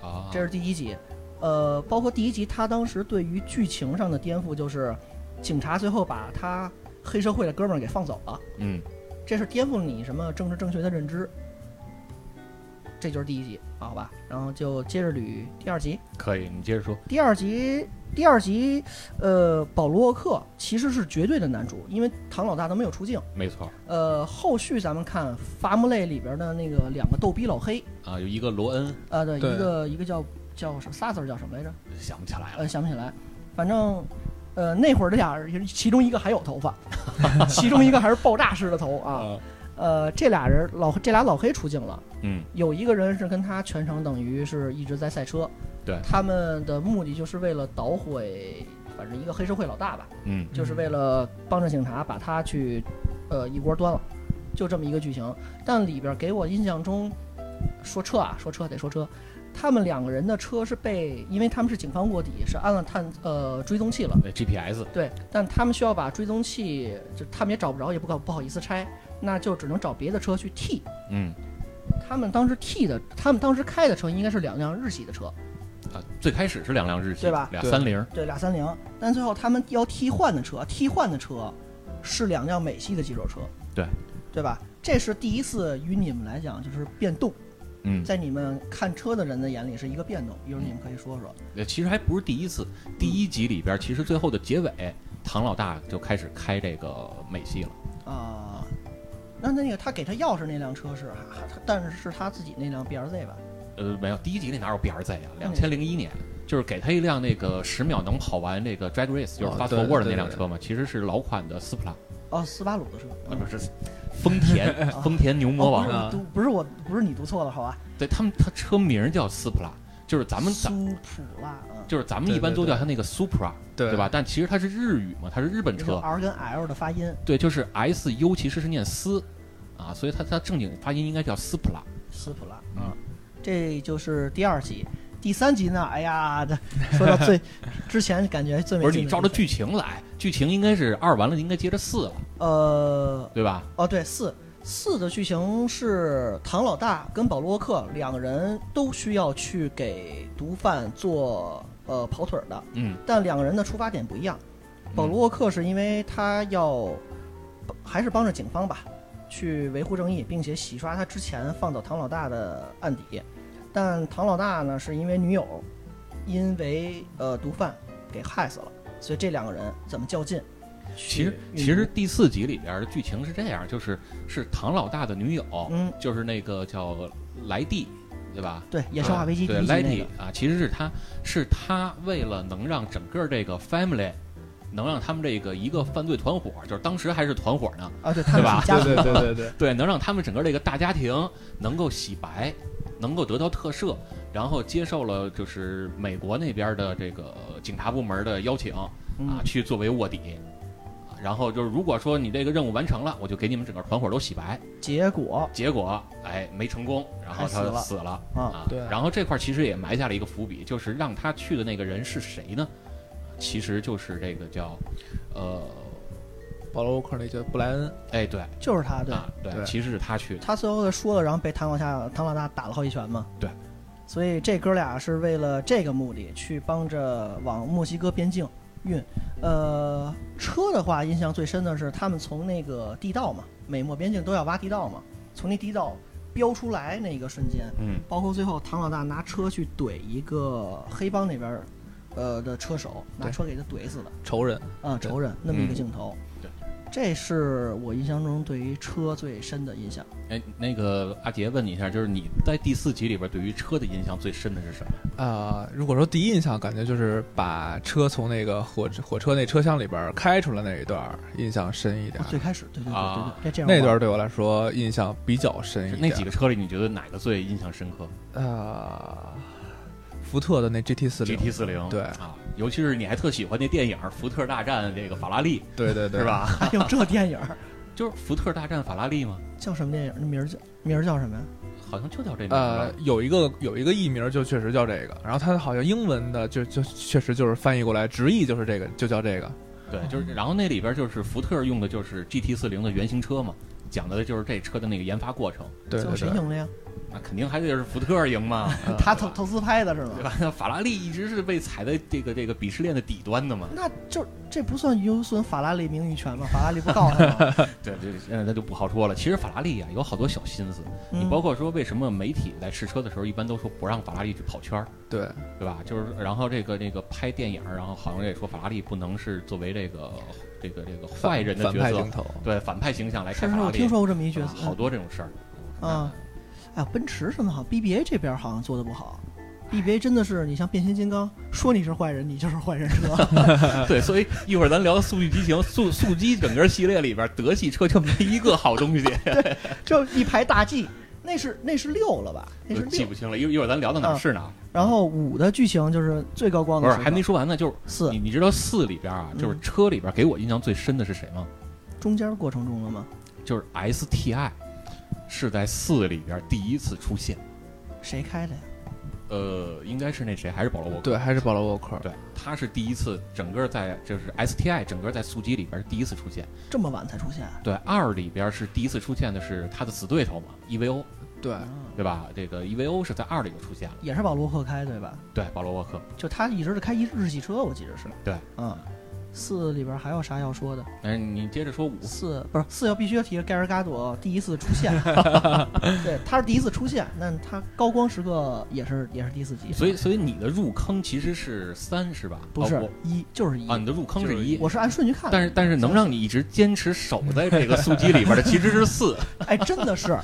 Speaker 2: 啊，
Speaker 1: 这是第一集，呃，包括第一集他当时对于剧情上的颠覆，就是警察最后把他黑社会的哥们儿给放走了，
Speaker 2: 嗯。
Speaker 1: 这是颠覆你什么政治正确的认知。这就是第一集，好吧？然后就接着捋第二集。
Speaker 2: 可以，你接着说。
Speaker 1: 第二集，第二集，呃，保罗沃克其实是绝对的男主，因为唐老大都没有出镜。
Speaker 2: 没错
Speaker 1: 呃，后续咱们看伐木类里边的那个两个逗逼老黑，
Speaker 2: 啊，有一个罗恩，
Speaker 1: 呃，对，
Speaker 3: 对
Speaker 1: 一个一个叫叫什么仨字儿叫什么来着？
Speaker 2: 想不起来了。
Speaker 1: 呃，
Speaker 3: 哎
Speaker 1: 想不起来，反正。呃，那会儿这俩人，其中一个还有头发，其中一个还是爆炸式的头啊。
Speaker 2: 啊，
Speaker 1: 呃，这俩人老这俩老黑出镜了，
Speaker 2: 嗯，
Speaker 1: 有一个人是跟他全程等于是一直在赛车，
Speaker 2: 对
Speaker 1: 他们的目的就是为了捣毁，反正一个黑社会老大吧，
Speaker 2: 嗯，
Speaker 1: 就是为了帮着警察把他去，呃，一锅端了，就这么一个剧情。但里边给我印象中，说车啊，说车得说车，他们两个人的车是被，因为他们是警方卧底，是安了探呃追踪器了。
Speaker 2: 那
Speaker 3: 哎
Speaker 2: GPS
Speaker 1: 对，但他们需要把追踪器，就他们也找不着，也不搞不好意思拆，那就只能找别的车去替。
Speaker 2: 嗯
Speaker 1: 他们当时替的，他们当时开的车应该是两辆日系的车，
Speaker 2: 啊，最开始是两辆日系，
Speaker 1: 对吧
Speaker 2: 俩
Speaker 3: 对
Speaker 2: 三菱，
Speaker 1: 对，俩三零。但最后他们要替换的车，替换的车是两辆美系的肌肉车，
Speaker 2: 对
Speaker 1: 对吧？这是第一次与你们来讲就是变动，
Speaker 2: 嗯，
Speaker 1: 在你们看车的人的眼里是一个变动。一会儿你们可以说说，
Speaker 2: 呃其实还不是第一次。第一集里边，其实最后的结尾，唐老大就开始开这个美系了。
Speaker 1: 啊、那那个他给他钥匙那辆车是，还还但是是他自己那辆 BRZ 吧？
Speaker 2: 呃，没有，第一集那哪有 BRZ 啊？
Speaker 3: 嗯
Speaker 2: 两千零一年，就是给他一辆那个十秒能跑完这个 Drag Race，就是
Speaker 3: 哦
Speaker 2: Fast
Speaker 3: 对
Speaker 2: Forward 的那
Speaker 3: 对对
Speaker 2: 辆
Speaker 3: 对嗯
Speaker 2: 车嘛，其实是老款的斯普拉，
Speaker 1: 哦，斯巴鲁的车，
Speaker 2: 呃，不是丰 田，丰田牛魔
Speaker 1: 哦
Speaker 2: 王。
Speaker 1: 不是我读，不是我，不是你读错了，好吧？
Speaker 2: 对他们，他车名叫斯普拉，就是咱们
Speaker 1: 苏
Speaker 2: 咱
Speaker 1: 普拉啊，
Speaker 2: 就是咱们一般都叫它那个 Supra，
Speaker 3: 嗯对
Speaker 2: 对吧？？但其实它是日语嘛，它是日本
Speaker 1: 这
Speaker 2: 车
Speaker 1: 是，R 跟 L 的发音，
Speaker 2: 对，就是 S U 其实是念斯啊，所以它它正经发音应该叫斯普拉。
Speaker 1: 斯普拉啊
Speaker 2: 嗯，
Speaker 1: 这就是第二集。第三集呢？哎呀，这说到最之前感觉最没
Speaker 2: 不是
Speaker 1: 劲
Speaker 2: 你
Speaker 1: 的
Speaker 2: 照
Speaker 1: 地
Speaker 2: 着
Speaker 1: 方
Speaker 2: 剧情来，剧情应该是二完了，应该接着四了，
Speaker 1: 呃
Speaker 2: 对吧？
Speaker 1: 哦对四四的剧情是唐老大跟保罗沃克两个人都需要去给毒贩做呃跑腿儿的，
Speaker 2: 嗯，
Speaker 1: 但两个人的出发点不一样。保罗沃克是因为他要还是帮着警方吧，去维护正义，并且洗刷他之前放走唐老大的案底。但唐老大呢，是因为女友因为呃毒贩给害死了，所以这两个人怎么较劲？
Speaker 2: 其实
Speaker 1: 去
Speaker 2: 其实第四集里边的剧情是这样，就是是唐老大的女友，
Speaker 1: 嗯，
Speaker 2: 就是那个叫莱蒂，对吧？
Speaker 1: 对《野生化危机》第
Speaker 2: 对
Speaker 1: 一集
Speaker 2: 莱
Speaker 1: 那
Speaker 2: 蒂
Speaker 1: 个，
Speaker 2: 啊，其实是他是他为了能让整个这个 family。能让他们这个一个犯罪团伙，就是当时还是团伙呢，
Speaker 1: 啊，对，他们
Speaker 2: 对
Speaker 1: 是
Speaker 2: 吧
Speaker 1: 一家
Speaker 3: 对
Speaker 1: 族
Speaker 3: 对对对 对，
Speaker 2: 对，能让他们整个这个大家庭能够洗白，能够得到特赦，然后接受了就是美国那边的这个警察部门的邀请啊，
Speaker 1: 嗯
Speaker 2: 去作为卧底。啊然后就是，如果说你这个任务完成了，我就给你们整个团伙都洗白。
Speaker 1: 结果
Speaker 2: 结果，哎，没成功，然后
Speaker 1: 还死
Speaker 2: 他
Speaker 1: 了
Speaker 2: 死了
Speaker 1: 啊，
Speaker 2: 啊。
Speaker 3: 对
Speaker 2: 然后这块儿其实也埋下了一个伏笔，就是让他去的那个人是谁呢？其实就是这个叫，呃，
Speaker 3: 保罗沃克那叫布莱恩，
Speaker 2: 哎，对，
Speaker 1: 就是他对。
Speaker 2: 啊，对，
Speaker 3: 对
Speaker 2: 其实是他去的。
Speaker 1: 他最后的说了，然后被唐老大唐老大打了好几拳嘛。
Speaker 2: 对，
Speaker 1: 所以这哥俩是为了这个目的去帮着往墨西哥边境运。呃，车的话，印象最深的是他们从那个地道嘛，美墨边境都要挖地道嘛，从那地道飙出来那个瞬间，
Speaker 2: 嗯，
Speaker 1: 包括最后唐老大拿车去怼一个黑帮那边儿，呃的车手，拿
Speaker 3: 对
Speaker 1: 车给他怼死了。
Speaker 3: 仇人，
Speaker 1: 啊，
Speaker 3: 对
Speaker 1: 仇人那么一个
Speaker 2: 嗯
Speaker 1: 镜头。
Speaker 2: 对，
Speaker 1: 这是我印象中对于车最深的印象。
Speaker 2: 哎，那个阿杰问你一下，就是你在第四集里边对于车的印象最深的是什么？
Speaker 3: 啊，如果说第一印象，感觉就是把车从那个火火车那车厢里边儿开出来那一段儿，印象深一点
Speaker 1: 啊
Speaker 3: 儿。
Speaker 1: 最开始，对对对对对
Speaker 2: 啊，
Speaker 1: 这这样
Speaker 3: 那
Speaker 1: 吧
Speaker 3: 段儿对我来说印象比较深一点。
Speaker 2: 那几个车里，你觉得哪个最印象深刻
Speaker 3: 啊，福特的那 GT 四零
Speaker 2: ？GT 四零，
Speaker 3: 对
Speaker 2: 啊，尤其是你还特喜欢那电影《福特大战这个法拉利
Speaker 3: 对对》，对，
Speaker 2: 是？吧？
Speaker 1: 还有这电影儿
Speaker 2: 就是福特大战法拉利吗？
Speaker 1: 叫什么电影儿？名儿叫名儿叫什么呀？
Speaker 2: 好像就叫这名字吧
Speaker 3: 呃，有一个有一个译名就确实叫这个，然后它好像英文的就就确实就是翻译过来直译就是这个，就叫这个。
Speaker 2: 对，就是然后那里边就是福特用的就是 GT 四零的原型车嘛，讲的就是这车的那个研发过程。
Speaker 3: 对
Speaker 1: 最后
Speaker 3: 对
Speaker 1: 谁
Speaker 3: 对，
Speaker 1: 赢了呀？
Speaker 2: 那肯定还得是福特赢嘛。
Speaker 1: 他投投资拍的是吗
Speaker 2: 对？吧？法拉利一直是被踩在这个这个鄙视链的底端的嘛。
Speaker 1: 那就这不算有损法拉利名誉权吗？法拉利不告 他吗？嗯
Speaker 2: 对，这现在呃那就不好说了。其实法拉利啊，有好多小心思。你
Speaker 1: 嗯
Speaker 2: 包括说，为什么媒体在试车的时候一般都说不让法拉利去跑圈儿，
Speaker 3: 对，
Speaker 2: 对吧？就是然后这个这个拍电影儿，然后好像也说法拉利不能是作为这个这个这个坏人的
Speaker 3: 反
Speaker 2: 角
Speaker 3: 派
Speaker 2: 色
Speaker 3: 镜，头，
Speaker 2: 对反派形象来
Speaker 1: 是
Speaker 2: 开
Speaker 1: 不
Speaker 2: 法
Speaker 1: 是？
Speaker 2: 拉
Speaker 1: 我
Speaker 2: 利，
Speaker 1: 听说过这么一角
Speaker 2: 啊
Speaker 1: 色，
Speaker 2: 好多这种事儿。
Speaker 1: 啊，哎呀，奔驰什么好，BBA 这边好像做的不好。BBA 真的是，你像变形金刚，说你是坏人，你就是坏人车。
Speaker 2: 对，所以一会儿咱聊《速度与激情》，速速激整个系列里边，德系车就没一个好东西，
Speaker 1: 就一排大 G，那是那是六了吧？那
Speaker 2: 我
Speaker 1: 是
Speaker 2: 记
Speaker 1: 六。
Speaker 2: 不清了。一会儿一会儿咱聊到哪儿是哪儿。
Speaker 1: 然后五的剧情就是最高光
Speaker 2: 不
Speaker 1: 的
Speaker 2: 是
Speaker 1: 时刻，
Speaker 2: 还没说完呢，就是
Speaker 1: 四
Speaker 2: 你你知道四里边啊，就是
Speaker 1: 嗯
Speaker 2: 车里边给我印象最深的是谁吗？
Speaker 1: 中间过程中了吗？
Speaker 2: 就是 STI 是在四里边第一次出现，
Speaker 1: 谁开的呀？
Speaker 2: 呃，应该是那谁还是保罗沃克？
Speaker 3: 对，还是保罗沃克，
Speaker 2: 对，他是第一次整个在就是 STI 整个在速激里边第一次出现。
Speaker 1: 这么晚才出现？
Speaker 2: 对，二里边是第一次出现的是他的死对头嘛，EVO
Speaker 3: 对，
Speaker 1: 啊
Speaker 2: 对吧？这个 EVO 是在二里边出现了，
Speaker 1: 也是保罗沃克开对吧？
Speaker 2: 对，保罗沃克。
Speaker 1: 就他一直是开一日系车，我记得是。
Speaker 2: 对，
Speaker 1: 嗯，四里边还有啥要说的？
Speaker 2: 但是哎你接着说五，
Speaker 1: 四不是四要必须要提盖尔嘎朵第一次出 现，对，他是第一次出现，那他高光时刻也是也是第四集，
Speaker 2: 所以所以你的入坑其实是三是吧？
Speaker 1: 不是、
Speaker 2: 啊
Speaker 1: 一就是一、
Speaker 2: 我啊，你的入坑
Speaker 3: 就是是
Speaker 2: 一，
Speaker 1: 我是按顺序看的，
Speaker 2: 但是但是能让你一直坚持守在这个速激里边的，其实是四。
Speaker 1: 哎，真的是，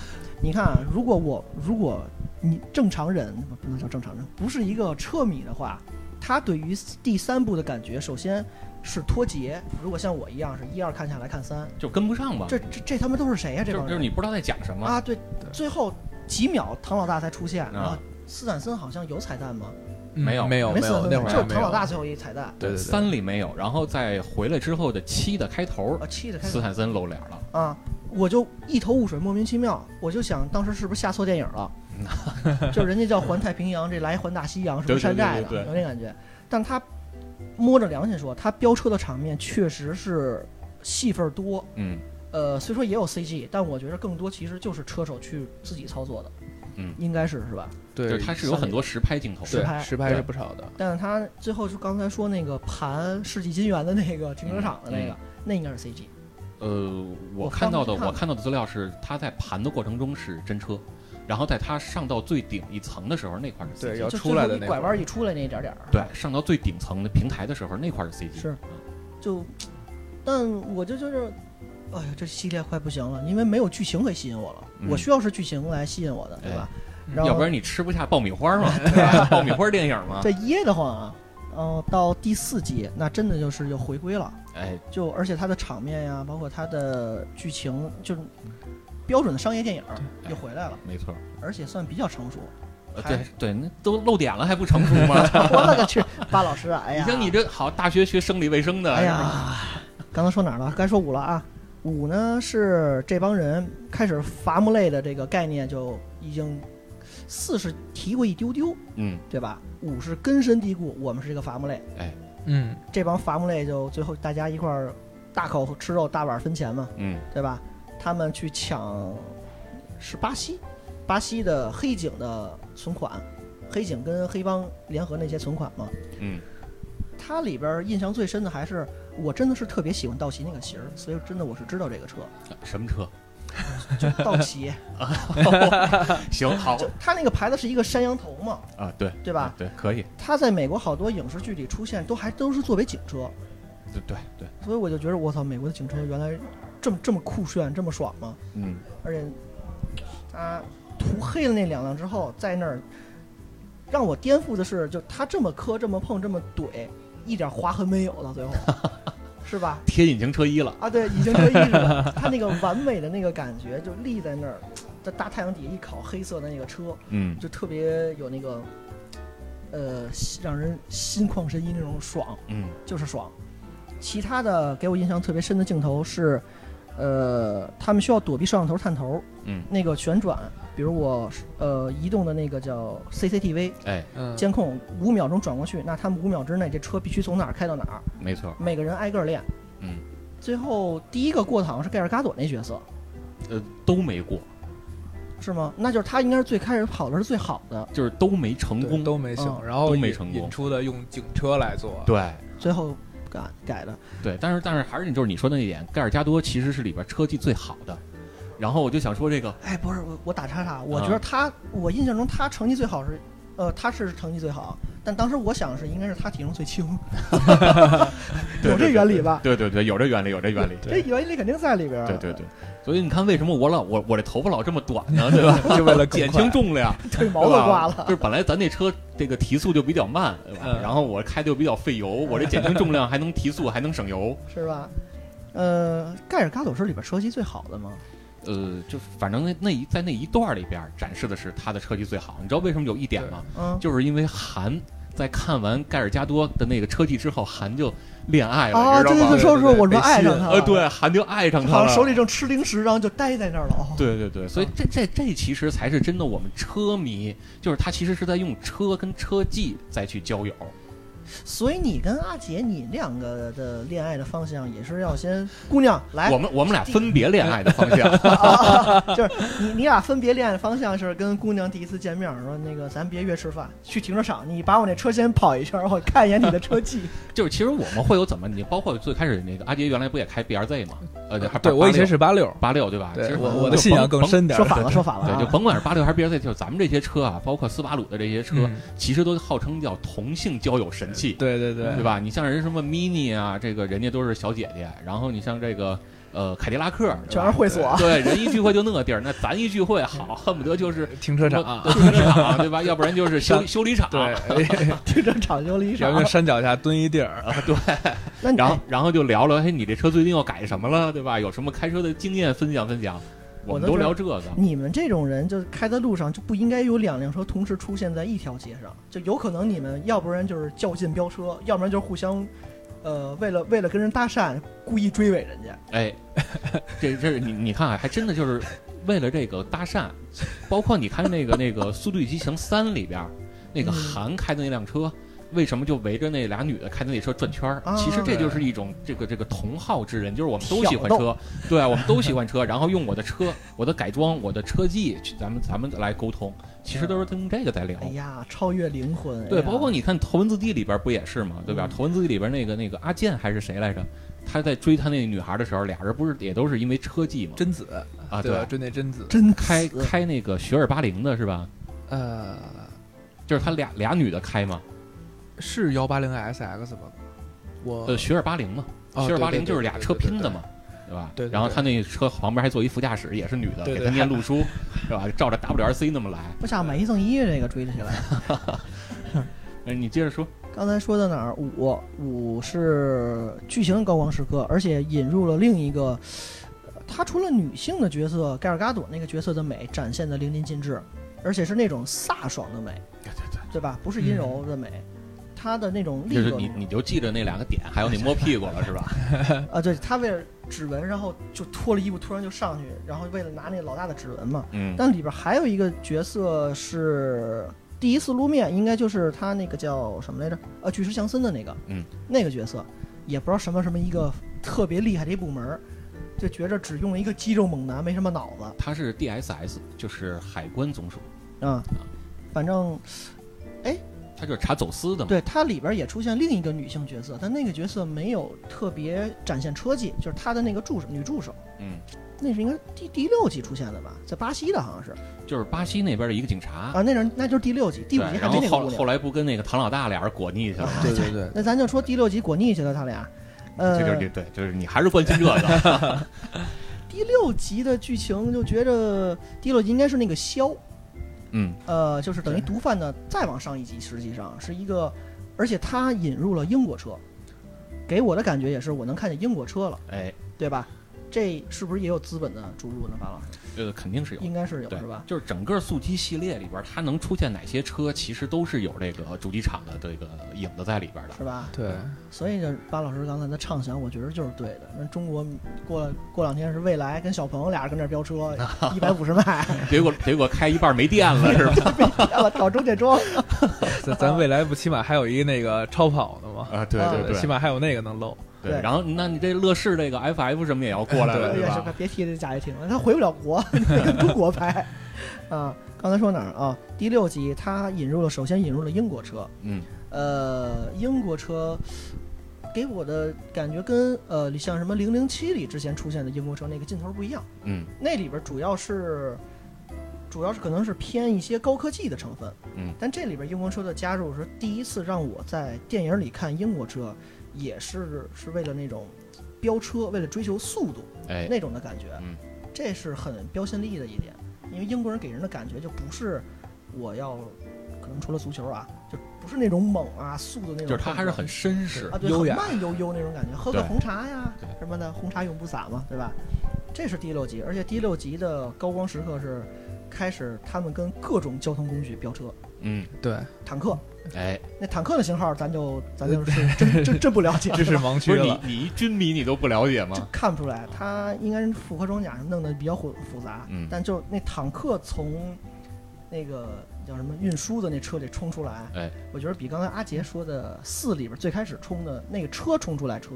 Speaker 1: 你看啊，如果我如果你正常人不不能叫正常人，不是一个车迷的话，他对于第三部的感觉，首先是脱节。如果像我一样是一二看下来看三，
Speaker 3: 啊
Speaker 2: 就跟不上吧。
Speaker 1: 这这这他妈都是谁呀、这
Speaker 2: 就
Speaker 1: 帮
Speaker 2: 就是
Speaker 1: 人
Speaker 2: 你不知道在讲什么，
Speaker 1: 啊，对，最后几秒唐老大才出现，
Speaker 2: 啊
Speaker 1: 然后斯坦森好像有彩蛋吗？
Speaker 3: 嗯
Speaker 2: 没有
Speaker 3: 没有
Speaker 1: 没
Speaker 3: 没
Speaker 1: 斯坦森，
Speaker 3: 有，那会儿
Speaker 1: 就是
Speaker 3: 还没
Speaker 1: 唐老
Speaker 3: 有，
Speaker 1: 大最后一彩蛋。
Speaker 3: 对对对
Speaker 2: 三里没有，然后再回来之后的七的开头，
Speaker 1: 啊，气的开
Speaker 2: 斯
Speaker 1: 始
Speaker 2: 坦森露脸了，嗯
Speaker 1: 啊，我就一头雾水，莫名其妙，我就想当时是不是下错电影 了？就人家叫环太平洋，这来环大西洋，什
Speaker 2: 对
Speaker 1: 么
Speaker 2: 对
Speaker 1: 山寨的，
Speaker 2: 对对对
Speaker 1: 有那感觉。但他摸着良心说，他飙车的场面确实是戏份多，
Speaker 2: 嗯，
Speaker 1: 呃，虽说也有 CG，但我觉得更多其实就是车手去自己操作的，
Speaker 2: 嗯
Speaker 1: 应该是是吧？
Speaker 2: 就是
Speaker 3: 对，
Speaker 2: 它是有很多实拍镜头
Speaker 1: 是实啊
Speaker 2: 的，
Speaker 1: 拍
Speaker 3: 对实拍
Speaker 2: 对
Speaker 3: 是不少的，
Speaker 1: 但是他最后就刚才说那个盘世纪金源的那个停车场的那个，
Speaker 2: 嗯
Speaker 1: 那应该是 CG。
Speaker 2: 呃，我
Speaker 1: 我
Speaker 2: 看到的
Speaker 1: 刚才看了
Speaker 2: 我看到的资料是，他在盘的过程中是真车，然后在他上到最顶一层的时候，那块是 CG，
Speaker 3: 对要
Speaker 1: 就
Speaker 3: 出
Speaker 1: 最
Speaker 3: 来
Speaker 1: 后
Speaker 3: 的
Speaker 1: 一
Speaker 3: 那
Speaker 1: 拐
Speaker 3: 会儿
Speaker 1: 弯一出来那一点点儿，
Speaker 2: 对，上到最顶层的平台的时候，那块是嗯 CG，
Speaker 1: 是就，但我就就是，哎呀，这系列快不行了，因为没有剧情可以吸引我了，
Speaker 2: 嗯哎
Speaker 1: 我需要是剧情来吸引我的，对吧？
Speaker 3: 嗯
Speaker 1: 然后
Speaker 2: 要不然你吃不下爆米 花嘛，对吧爆米花电影嘛，
Speaker 1: 这噎得慌啊。嗯、到第四集，那真的就是又回归了，
Speaker 2: 哎，
Speaker 1: 就而且它的场面呀，包括它的剧情，就是标准的商业电影儿
Speaker 2: 对
Speaker 1: 又回来了，
Speaker 2: 没错，
Speaker 1: 而且算比较成 熟。
Speaker 2: 呃
Speaker 1: 还
Speaker 2: 对对，那都露点了还不成熟 吗？
Speaker 1: 我勒个去，巴老师啊，哎
Speaker 2: 你
Speaker 1: 呀，
Speaker 2: 像你这好大学学生理卫生 的，
Speaker 1: 哎呀，刚才说哪儿了？该说五了啊。五呢是这帮人开始伐木类的这个概念就已经四是提过一丢丢，
Speaker 2: 嗯，
Speaker 1: 对吧？五是根深蒂固，我们是一个伐木类，
Speaker 3: 嗯，
Speaker 1: 这帮伐木类就最后大家一块儿大口吃肉，大碗分钱嘛，
Speaker 2: 嗯
Speaker 1: 对吧？他们去抢是巴西，巴西的黑警的存款，黑警跟黑帮联合那些存款嘛。
Speaker 2: 嗯，
Speaker 1: 它里边儿印象最深的还是我真的是特别喜欢道奇那个型儿，所以真的我是知道这个车，
Speaker 2: 什么车？
Speaker 1: 就道奇，
Speaker 2: 行，好
Speaker 1: 就它那个牌子是一个山羊头嘛，
Speaker 2: 啊，对
Speaker 1: 对吧？
Speaker 2: 对，可以，
Speaker 1: 它在美国好多影视剧里出现，都还都是作为警车，
Speaker 2: 对对对，
Speaker 1: 所以我就觉得我操，美国的警车原来这么这么酷炫，这么爽吗？
Speaker 2: 嗯，
Speaker 1: 而且它涂黑了那两辆之后，在那儿让我颠覆的是，就它这么磕、这么碰、这么怼，一点划痕没有，到最后，是吧？
Speaker 2: 贴引擎车衣了，
Speaker 1: 啊，对，已经脱衣服了。他那个完美的那个感觉就立在那儿，在大太阳底下一烤黑色的那个车，
Speaker 2: 嗯，
Speaker 1: 就特别有那个，呃，让人心旷神怡那种爽，
Speaker 2: 嗯
Speaker 1: 就是爽。其他的给我印象特别深的镜头是，呃，他们需要躲避摄像头探头，
Speaker 2: 嗯，
Speaker 1: 那个旋转，比如我呃移动的那个叫 CCTV
Speaker 2: 哎，
Speaker 3: 嗯，
Speaker 1: 监控，五秒钟转过去，那他们五秒之内这车必须从哪儿开到哪儿，
Speaker 2: 没错，
Speaker 1: 每个人挨个儿练。
Speaker 2: 嗯，
Speaker 1: 最后第一个过的好像是盖尔加朵那角色，
Speaker 2: 呃，都没过，
Speaker 1: 是吗？那就是他应该是最开始跑的是最好的，
Speaker 2: 就是都没成
Speaker 3: 对
Speaker 2: 功，
Speaker 3: 都没行，
Speaker 1: 嗯
Speaker 3: 然后
Speaker 2: 都没
Speaker 3: 引
Speaker 2: 成功
Speaker 3: 引出的用警车来做，
Speaker 2: 对
Speaker 1: 最后改改的。
Speaker 2: 对，但是但是还是就是你说那一点，盖尔加多其实是里边车技最好的。然后我就想说这个，
Speaker 1: 哎，不是我我打岔
Speaker 2: 啊
Speaker 1: 岔，我觉得他、我印象中他成绩最好是，呃，他是成绩最好，但当时我想是应该是他体重最 轻，有这原理吧？
Speaker 2: 对对对，有这原理，有这原理，
Speaker 1: 这原理肯定在里边儿。啊
Speaker 2: 对对对。所以你看，为什么我老我我这头发老这么短 呢？对吧？
Speaker 3: 就为了更
Speaker 2: 减
Speaker 3: 快
Speaker 2: 轻重量，
Speaker 1: 腿毛都刮
Speaker 2: 对吧
Speaker 1: 了。
Speaker 2: 就是本来咱那车这个提速就比较慢，对吧
Speaker 3: 嗯
Speaker 2: 然后我开的又比较费油，我这减轻重量还能提速，还能省油。
Speaker 1: 是吧？呃，盖尔嘎佐是里边车技最好的吗？
Speaker 2: 呃，就反正那那一在那一段里边展示的是他的车技最好。你知道为什么有一点吗？
Speaker 1: 嗯，
Speaker 2: 就是因为韩在看完盖尔加多的那个车技之后，韩就恋爱了，
Speaker 1: 啊，
Speaker 2: 你
Speaker 1: 对
Speaker 2: 知道
Speaker 1: 对
Speaker 2: 吗
Speaker 1: 对，？说
Speaker 3: 哦对
Speaker 1: 说
Speaker 3: 对
Speaker 1: 我说
Speaker 3: 被
Speaker 1: 爱
Speaker 3: 吸
Speaker 1: 上
Speaker 3: 引
Speaker 1: 他
Speaker 2: 呃，
Speaker 1: 了，
Speaker 2: 对，韩就爱上他
Speaker 1: 好像手
Speaker 2: 了。
Speaker 1: 里正吃零食，然后就待在那儿了。哦，
Speaker 2: 对对对，所以这这这其实才是真的我们车迷，就是他其实是在用车跟车技再去交友。
Speaker 1: 所以你跟阿杰，你两个的恋爱的方向也是要先，姑娘
Speaker 3: 哎
Speaker 1: 来
Speaker 2: 我，们我们俩分别恋爱的方向，
Speaker 1: 就是你你俩分别恋爱的方向是跟姑娘第一次见面说那个咱别约吃饭，去停车场，你把我那车先跑一圈，我看一眼你的车 技。
Speaker 2: 就是其实我们会有怎么，你包括最开始那个阿杰原来不也开 BRZ 嘛？呃，还
Speaker 3: 对我以前是八六，
Speaker 2: 八六对吧？其
Speaker 3: 对
Speaker 2: 实
Speaker 3: 我
Speaker 2: 就
Speaker 3: 我的信仰
Speaker 2: 甭
Speaker 3: 更。深点儿，
Speaker 1: 说反了，说反了
Speaker 2: 对，就
Speaker 1: 啊！
Speaker 2: 甭管是八六还是 BRZ，就是咱们这些车啊，包括斯巴鲁的这些车，啊
Speaker 3: 嗯
Speaker 2: 其实都号称叫同性交友神器，
Speaker 3: 对对对
Speaker 2: 对？吧？你像人什么 Mini 啊，这个人家都是小姐姐，然后你像这个呃凯迪拉克，对
Speaker 1: 全
Speaker 2: 吧
Speaker 1: 是会 所，啊
Speaker 2: 对，人一聚会就那地儿，那咱一聚会好，恨不得就是
Speaker 3: 停车
Speaker 2: 什
Speaker 3: 场
Speaker 2: 么
Speaker 3: 啊，
Speaker 2: 停车场，对吧？要不然就是修修理厂，
Speaker 3: 对，啊
Speaker 1: 停车场就离
Speaker 3: 然
Speaker 1: 场
Speaker 3: 后。山脚下蹲一地儿，
Speaker 1: 那你
Speaker 2: 然后然后就聊聊，嘿，你这车最近又改什么了，对吧？有什么开车的经验分享分享？我们
Speaker 1: 我都
Speaker 2: 都
Speaker 1: 知道
Speaker 2: 聊这个，
Speaker 1: 你们这种人，就是开在路上就不应该有两辆车同时出现在一条街上，就有可能你们要不然就是较劲飙车，要不然就是互相，呃，为了为了跟人搭讪，故意追尾人家。
Speaker 2: 哎， 这这你你看啊，还真的就是为了这个搭讪，包括你看那个那个《速度与激情三》里边儿那个
Speaker 1: 嗯
Speaker 2: 韩开的那辆车。为什么就围着那俩女的开的那车转圈儿？
Speaker 1: 啊
Speaker 2: 其实这
Speaker 3: 对
Speaker 2: 就是一种这个这个同好之人，就是我们都喜欢
Speaker 1: 挑
Speaker 2: 车，对啊，我们都喜欢车，然后用我的车、我的改装、我的车技，去咱们咱们来沟通，其实都是用这个在聊。
Speaker 1: 哎呀，超越灵魂。
Speaker 2: 对，
Speaker 1: 哎呀
Speaker 2: 包括你看《头文字 D》里边不也是嘛，对吧？
Speaker 1: 嗯
Speaker 2: 头文字 D》里边那个那个阿健还是谁来着？他在追他那女孩的时候，俩人不是也都是因为车技嘛？
Speaker 3: 贞子
Speaker 2: 啊，
Speaker 3: 对吧？
Speaker 2: 对，
Speaker 3: 追那贞子，
Speaker 1: 真
Speaker 2: 开
Speaker 1: 死
Speaker 2: 开那个雪尔八零的是吧？
Speaker 3: 呃，
Speaker 2: 就是他俩俩女的开嘛，
Speaker 3: 是幺八零 SX 吧？我
Speaker 2: 呃，雪尔八零嘛，
Speaker 3: 哦
Speaker 2: 雪尔八零
Speaker 3: 对对
Speaker 2: 就是俩
Speaker 3: 对对
Speaker 2: 车
Speaker 3: 对对
Speaker 2: 拼的
Speaker 3: 对
Speaker 2: 嘛，对吧？
Speaker 3: 对对对
Speaker 2: 然后他那车旁边还坐一副驾驶，也是女的，
Speaker 3: 对对
Speaker 2: 给他念路书，是吧？照着 WRC 那么来。
Speaker 1: 不下买一赠一，这个追了起来。
Speaker 2: 哎，你接着说，
Speaker 1: 刚才说到哪儿？五五是剧情的高光时刻，而且引入了另一个，呃他除了女性的角色，盖尔嘎朵那个角色的美展现的淋漓尽致，而且是那种飒爽的美，
Speaker 2: 对对对，
Speaker 1: 对吧？不是阴柔的美，他的那种利
Speaker 2: 就是
Speaker 1: 落
Speaker 2: 你哎
Speaker 1: 美
Speaker 2: 你就记着那两个 点，还有你摸屁股了是吧？
Speaker 1: 啊，对他为了指纹，然后就脱了衣服，突然就上去，然后为了拿那老大的指纹嘛。
Speaker 2: 嗯，
Speaker 1: 但里边还有一个角色是第一次露面，应该就是他那个叫什么来着？呃，巨石强森的那个，
Speaker 2: 嗯，
Speaker 1: 那个角色也不知道什么什么一个特别厉害的一部门儿，就觉着只用了一个肌肉猛男，没什么脑子
Speaker 2: 他是 DSS，就是海关总署，
Speaker 1: 啊。反正
Speaker 2: 他就是查走私的嘛。
Speaker 1: 对它里边也出现另一个女性角色，但那个角色没有特别展现车技，就是他的那个助手女助手，
Speaker 2: 嗯，
Speaker 1: 那是应该第第六集出现的吧，在巴西的好像是
Speaker 2: 就是巴西那边的一个警察，
Speaker 1: 啊，那人那就是第六集，第五
Speaker 2: 对
Speaker 1: 集还
Speaker 2: 然
Speaker 1: 没那
Speaker 2: 后
Speaker 1: 个姑
Speaker 2: 后
Speaker 1: 娘
Speaker 2: 后。来不跟那个唐老大俩人裹腻去了吗？
Speaker 3: 对对对，
Speaker 1: 那咱就说第六集果腻去了，他俩。呃，
Speaker 2: 嗯这就是你对，就是你还是关心 这个，
Speaker 1: 第六集的剧情就觉着第六集应该是那个枭，
Speaker 2: 嗯，
Speaker 1: 呃，就是等于
Speaker 3: 对
Speaker 1: 毒贩的再往上一集，实际上是一个，而且他引入了英国车，给我的感觉也是我能看见英国车了，
Speaker 2: 哎，
Speaker 1: 对吧？这是不是也有资本的注入呢？樊老师，
Speaker 2: 呃，肯定是有，
Speaker 1: 应该是有
Speaker 2: 对
Speaker 1: 是吧？？
Speaker 2: 就是整个速激系列里边，它能出现哪些车，其实都是有这个主机厂的这个影子在里边的。
Speaker 1: 是吧？
Speaker 3: 对，
Speaker 1: 所以就是巴老师刚才的畅想，我觉得就是对的。那中国过过两天是未来跟小朋友俩人跟那儿飙 车，一百五十迈，
Speaker 2: 结果结果开一半没电 了，是吧？
Speaker 1: 我找中介装。
Speaker 3: 咱咱未来不起码还有一个那个超跑的吗？
Speaker 2: 啊，对
Speaker 1: 对
Speaker 2: 对
Speaker 3: 起
Speaker 2: 对
Speaker 3: 码还有那个能露。
Speaker 1: 嗯对
Speaker 2: 然后那你这乐视这个 FF 什么也要过来了，
Speaker 3: 对
Speaker 1: 哎
Speaker 2: 对
Speaker 1: 呀，
Speaker 2: 吧
Speaker 1: 是？别提这贾跃亭了，他回不了国，得跟中国拍。啊，刚才说哪儿啊？第六集它引入了，首先引入了英国车，
Speaker 2: 嗯，
Speaker 1: 呃，英国车给我的感觉跟呃像什么零零七里之前出现的英国车那个劲头不一样，
Speaker 2: 嗯
Speaker 1: 那里边主要是主要是可能是偏一些高科技的成分，
Speaker 2: 嗯，
Speaker 1: 但这里边英国车的加入是第一次让我在电影里看英国车，也是是为了那种飙车，为了追求速度。
Speaker 2: 哎，
Speaker 1: 那种的感觉，
Speaker 2: 嗯
Speaker 1: 这是很标新立异的一点，因为英国人给人的感觉就不是我要，可能除了足球啊，就不是那种猛啊速度那种，
Speaker 2: 就是他还是很绅士
Speaker 1: 啊，对，
Speaker 3: 优
Speaker 1: 很
Speaker 3: 雅
Speaker 1: 慢悠悠那种感觉，喝个
Speaker 2: 对
Speaker 1: 红茶呀
Speaker 2: 对
Speaker 1: 什么的，红茶永不洒嘛，对吧？这是第六集，而且第六集的高光时刻是开始他们跟各种交通工具飙车，
Speaker 2: 嗯，
Speaker 3: 对，
Speaker 1: 坦克，
Speaker 2: 哎，
Speaker 1: 那坦克的型号咱就咱就是真真真不了解，
Speaker 3: 知识盲
Speaker 2: 不
Speaker 3: 区
Speaker 2: 呃是
Speaker 3: 了
Speaker 2: 你。你一军迷你都不了解
Speaker 1: 这
Speaker 2: 吗？
Speaker 1: 看不出来，它应该是复合装甲什么弄得比较复复杂，
Speaker 2: 嗯
Speaker 1: 但就那坦克从那个叫什么运输的那车里冲出来，
Speaker 2: 哎，
Speaker 1: 我觉得比刚才阿杰说的四里边最开始冲的那个车冲出来车，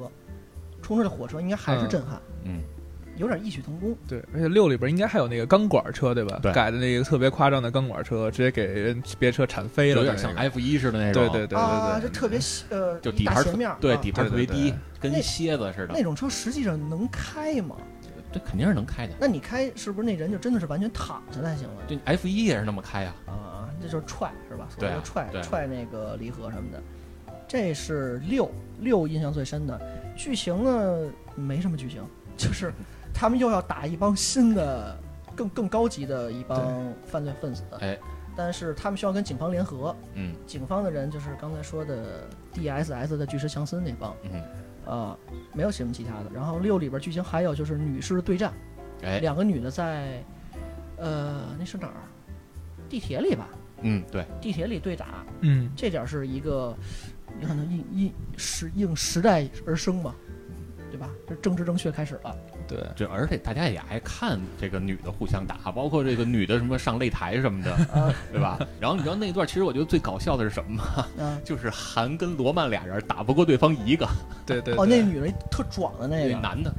Speaker 1: 冲出来火车应该还是震撼，
Speaker 2: 嗯，
Speaker 1: 有点异曲同工。
Speaker 3: 对，而且六里边应该还有那个钢管车，对吧？
Speaker 2: 对
Speaker 3: 改的那个特别夸张的钢管车，直接给人别车铲飞了，
Speaker 2: 有点像 F 一似的那
Speaker 3: 那
Speaker 2: 种，
Speaker 3: 个。对对对
Speaker 1: 啊，这
Speaker 3: 对
Speaker 1: 特别细呃，
Speaker 2: 就
Speaker 1: 一
Speaker 2: 底
Speaker 1: 大
Speaker 2: 盘
Speaker 1: 斜面儿，
Speaker 2: 对
Speaker 1: 啊
Speaker 2: 底盘特别低，
Speaker 1: 对
Speaker 2: 跟蝎子似
Speaker 1: 那
Speaker 2: 的，
Speaker 1: 种车实际上能开吗？
Speaker 2: 这肯定是能开的。
Speaker 1: 那你开是不是那人就真的是完全躺下才行了？
Speaker 2: 对 F 一也是那么开啊，
Speaker 1: 啊，这就是踹是吧？所
Speaker 2: 对
Speaker 1: 谓
Speaker 2: 啊
Speaker 1: 的踹
Speaker 2: 对啊
Speaker 1: 踹那个离合什么的，这是六六印象最深的。剧情呢没什么剧情，就是他们又要打一帮新的、更更高级的一帮犯罪分子。
Speaker 2: 哎，
Speaker 1: 但是他们需要跟警方联合，
Speaker 2: 嗯
Speaker 1: 警方的人就是刚才说的 DSS 的巨石强森那帮，
Speaker 2: 嗯，
Speaker 1: 啊，没有什么其他的。然后六里边剧情还有就是女士对战，
Speaker 2: 哎，
Speaker 1: 两个女的在，呃，那是哪儿？地铁里吧。
Speaker 2: 嗯，对，
Speaker 1: 地铁里对打，
Speaker 3: 嗯，
Speaker 1: 这点儿是一个，你可能应应时应时代而生嘛，对吧？这政治正确开始了，
Speaker 3: 对，
Speaker 2: 这而且大家也爱看这个女的互相打，包括这个女的什么上擂台什么
Speaker 1: 啊
Speaker 2: 的， 对吧？然后你知道那一段，其实我觉得最搞笑的是什么吗？
Speaker 1: 嗯、
Speaker 2: 就是韩跟罗曼俩人打不过对方一个，
Speaker 3: 对对。
Speaker 1: 哦，那
Speaker 3: 对
Speaker 1: 女的特壮的那
Speaker 2: 那
Speaker 1: 个
Speaker 2: 男的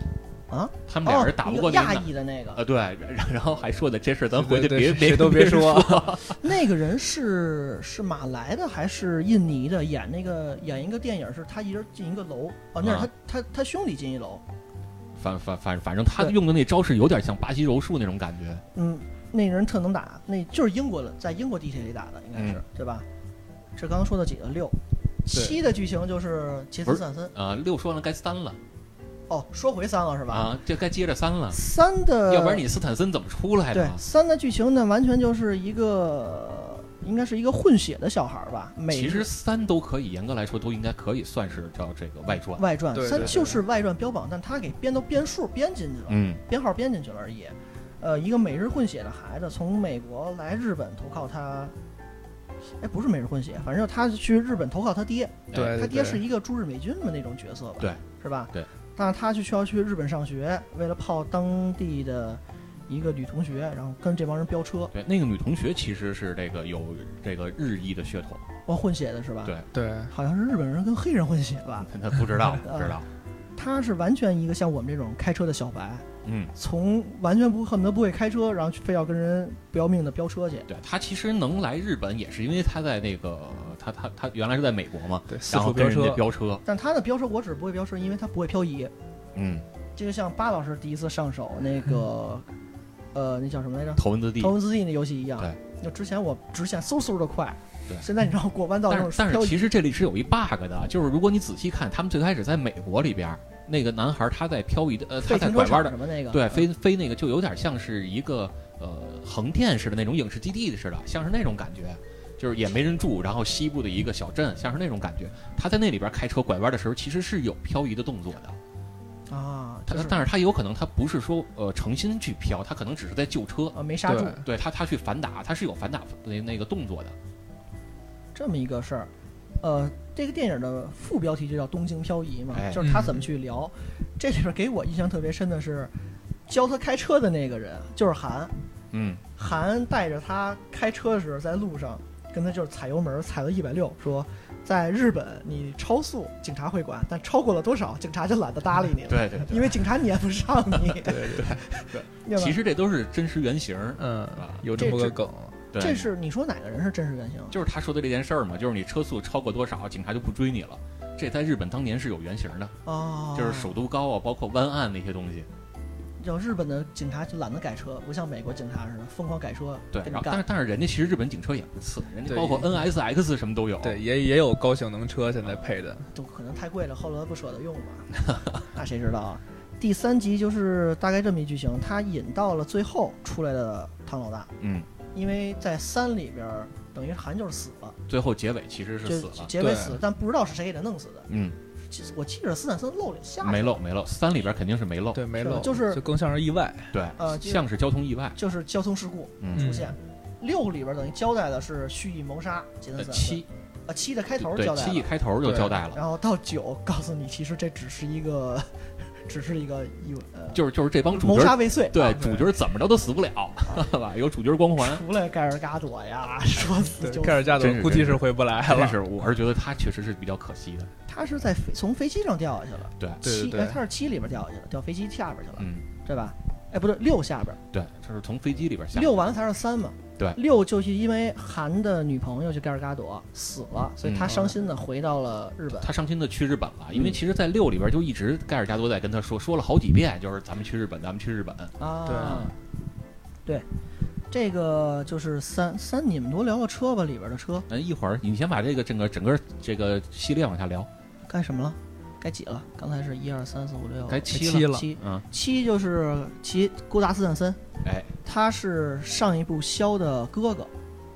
Speaker 1: 啊，
Speaker 2: 他们俩
Speaker 1: 哦
Speaker 2: 人，打
Speaker 1: 一
Speaker 2: 不
Speaker 1: 个
Speaker 2: 过那
Speaker 1: 亚
Speaker 2: 个男
Speaker 1: 裔的那个，
Speaker 2: 啊，对，然然后还说的这事儿咱回去
Speaker 3: 对
Speaker 2: 别
Speaker 3: 对谁
Speaker 2: 别
Speaker 3: 都
Speaker 2: 别
Speaker 3: 别说
Speaker 1: 那个人是是马来的还是印尼的？演那个演一个电影，是他一人进一个楼，哦，那是他、
Speaker 2: 啊
Speaker 1: 他他兄弟进一楼，
Speaker 2: 反反反反正他
Speaker 1: 对
Speaker 2: 用的那招式有点像巴西柔术那种感觉，
Speaker 1: 嗯，那个人特能打，那就是英国的，在英国地铁里打的，应该是、
Speaker 2: 嗯
Speaker 1: 对吧？这刚刚说的几个六。七的剧情就是杰
Speaker 2: 不
Speaker 1: 斯·
Speaker 2: 是
Speaker 1: 赞森
Speaker 2: 啊，六说完了该三了
Speaker 1: 哦，说回三了是吧？
Speaker 2: 啊，这该接着三了，
Speaker 1: 三的，
Speaker 2: 要不然你斯坦森怎么出来的
Speaker 1: 对？三的剧情呢，完全就是一个，应该是一个混血的小孩儿吧。每
Speaker 2: 其实三都可以，严格来说都应该可以算是叫这个外传。
Speaker 1: 外传
Speaker 3: 对对
Speaker 1: 三
Speaker 3: 对
Speaker 1: 就是外传标榜，但他给编都编数编进去了，
Speaker 2: 嗯，
Speaker 1: 编号编进去了而已。呃，一个美日混血的孩子从美国来日本投靠他，哎，不是美日混血，反正他去日本投靠他爹，
Speaker 3: 对
Speaker 2: 哎
Speaker 1: 他爹是一个驻日美军的那种角色吧？
Speaker 2: 对，
Speaker 1: 是吧？
Speaker 2: 对。
Speaker 1: 但是他就需要去日本上学，为了泡当地的一个女同学，然后跟这帮人飙车，
Speaker 2: 对，那个女同学其实是这个有这个日裔的血统，
Speaker 1: 我混血的是吧？
Speaker 2: 对
Speaker 3: 对
Speaker 1: 好像是日本人跟黑人混血吧？
Speaker 2: 她不 知道，
Speaker 1: 嗯
Speaker 2: 不知道。
Speaker 1: 他是完全一个像我们这种开车的小白，
Speaker 2: 嗯，
Speaker 1: 从完全不恨不得不会开车，然后非要跟人不要命的飙车去。
Speaker 2: 对，她其实能来日本也是因为她在那个她她她原来是在美国嘛，
Speaker 3: 对，四
Speaker 2: 然后
Speaker 3: 处
Speaker 2: 跟
Speaker 3: 飙
Speaker 2: 人家
Speaker 3: 车，
Speaker 2: 飙车，
Speaker 1: 但他的飙车我只是不会飙车，因为他不会漂移。
Speaker 2: 嗯，
Speaker 1: 这就像巴老师第一次上手那个，呃，那叫什么来着？
Speaker 2: 头文字 D
Speaker 1: 头。文字 D 那游戏一样
Speaker 2: 对。
Speaker 1: 就之前我直线嗖嗖的快，
Speaker 2: 对
Speaker 1: 现在你让我过弯道
Speaker 2: 但
Speaker 1: 那
Speaker 2: 是
Speaker 1: 种
Speaker 2: 但
Speaker 1: 漂
Speaker 2: 是
Speaker 1: 移，
Speaker 2: 其实这里是有一 bug 的，就是如果你仔细看，他们最开始在美国里边儿，那个男孩儿他在漂移的，呃，他
Speaker 1: 废
Speaker 2: 在
Speaker 1: 停
Speaker 2: 拐
Speaker 1: 车
Speaker 2: 弯
Speaker 1: 场
Speaker 2: 的
Speaker 1: 什么那个。
Speaker 2: 对，飞飞那个就有点像是一个呃横店似的那种影视基地似的，像是那种感觉，就是也没人住，然后西部的一个小镇，像是那种感觉。他在那里边开车拐弯的时候，其实是有漂移的动作的，
Speaker 1: 啊，
Speaker 2: 他
Speaker 1: 就是
Speaker 2: 但是他有可能他不是说呃诚心去飘，他可能只是在救车，
Speaker 1: 啊没刹住
Speaker 3: 对，
Speaker 2: 对他他去反打，他是有反打那那个动作的，
Speaker 1: 这么一个事儿。呃，这个电影的副标题就叫《东京漂移》嘛，
Speaker 2: 哎
Speaker 1: 就是他怎么去聊。这里边给我印象特别深的是，教他开车的那个人就是韩，
Speaker 2: 嗯，
Speaker 1: 韩带着他开车的时候，在路上跟他就是踩油门踩到一百六，说在日本你超速警察会管，但超过了多少警察就懒得搭理你了，
Speaker 2: 对对
Speaker 1: 因为警察撵不上 你。
Speaker 3: 对对，
Speaker 1: 对吧
Speaker 2: 其实这都是真实原型儿，
Speaker 3: 嗯
Speaker 2: 啊，
Speaker 3: 有这么个梗，
Speaker 2: 对，
Speaker 1: 这是你说哪个人是真实原型？
Speaker 2: 就是他说的这件事儿嘛，就是你车速超过多少，警察就不追你了。这在日本当年是有原型的，
Speaker 1: 哦，
Speaker 2: 就是首都高啊，包括湾岸那些东西。
Speaker 1: 就日本的警察就懒得改车，不像美国警察似的疯狂改车
Speaker 2: 对，
Speaker 1: 跟
Speaker 2: 然
Speaker 1: 你
Speaker 2: 后但
Speaker 1: 干
Speaker 2: 是。但是人家其实日本警车也不次，人家
Speaker 3: 对
Speaker 2: 包括 NSX 什么都有。
Speaker 3: 对，也也有高性能车现在配的，
Speaker 1: 都可能太贵了，后来不舍得用吧， 那谁知道啊？第三集就是大概这么一剧情，它引到了最后出来的唐老大，
Speaker 2: 嗯，
Speaker 1: 因为在三里边儿等于韩就是死了，
Speaker 2: 最后结尾其实是
Speaker 1: 就
Speaker 2: 死了。
Speaker 1: 结尾
Speaker 3: 对
Speaker 1: 死了，但不知道是谁给他弄死的。
Speaker 2: 嗯，
Speaker 1: 其实我记着斯坦森漏了下去
Speaker 2: 没
Speaker 1: 了，
Speaker 2: 漏没漏，三里边肯定是没漏。
Speaker 3: 对，没
Speaker 1: 是的
Speaker 3: 漏，
Speaker 1: 就是
Speaker 3: 就更像是意外，
Speaker 2: 对，
Speaker 1: 呃就是
Speaker 2: 像是交通意外。
Speaker 1: 就是交通事故
Speaker 2: 嗯
Speaker 1: 出现。六里边儿等于交代的是蓄意谋杀，杰森
Speaker 2: 呃
Speaker 1: 斯坦森
Speaker 2: 七
Speaker 1: 呃七嗯的开头
Speaker 2: 对
Speaker 1: 交代
Speaker 2: 七一
Speaker 1: 了，
Speaker 2: 开头就
Speaker 3: 对
Speaker 2: 交代了，
Speaker 1: 然后到九告诉你，其实这只是一个， 只是一个意外呃
Speaker 2: 就是就是这帮主
Speaker 1: 谋
Speaker 2: 角
Speaker 1: 杀未遂，
Speaker 2: 对
Speaker 1: 啊
Speaker 2: 主角怎么着都死不了， 吧？有主角光环。
Speaker 1: 除了盖尔嘎朵呀， 说死
Speaker 3: 对，
Speaker 1: 就
Speaker 3: 盖尔加朵
Speaker 2: 真是
Speaker 3: 估计是回不来
Speaker 2: 但
Speaker 3: 了，
Speaker 2: 是我是觉得他确实是比较可惜的。
Speaker 1: 他是在飞从飞机上掉下去了，
Speaker 2: 对，
Speaker 3: 对
Speaker 1: 七
Speaker 3: 对对
Speaker 1: 哎他是七里边掉下去了，掉飞机下边去了，
Speaker 2: 嗯，
Speaker 1: 对吧？哎，不对，六下边，
Speaker 2: 对，就是从飞机里边下来。
Speaker 1: 六完了才是三嘛。
Speaker 2: 对
Speaker 1: 六就是因为韩的女朋友就盖尔嘎朵死了，所以他
Speaker 2: 嗯
Speaker 1: 伤心的回到了日本。
Speaker 2: 他伤心的去日本了，因为
Speaker 1: 嗯
Speaker 2: 其实，在六里边就一直盖尔加多在跟他说，说了好几遍，就是咱们去日本，咱们去日本。
Speaker 1: 啊，这个就是三三，你们多聊聊车吧，里边的车
Speaker 2: 那一会儿你先把这个整个整个这个系列往下聊，
Speaker 1: 该什么了？该几了？刚才是一二三四五六，
Speaker 2: 该七
Speaker 3: 七
Speaker 2: 了。
Speaker 3: 了
Speaker 1: 七
Speaker 2: 嗯，
Speaker 1: 七就是骑郭达斯坦森，
Speaker 2: 哎，
Speaker 1: 他是上一部肖的哥哥，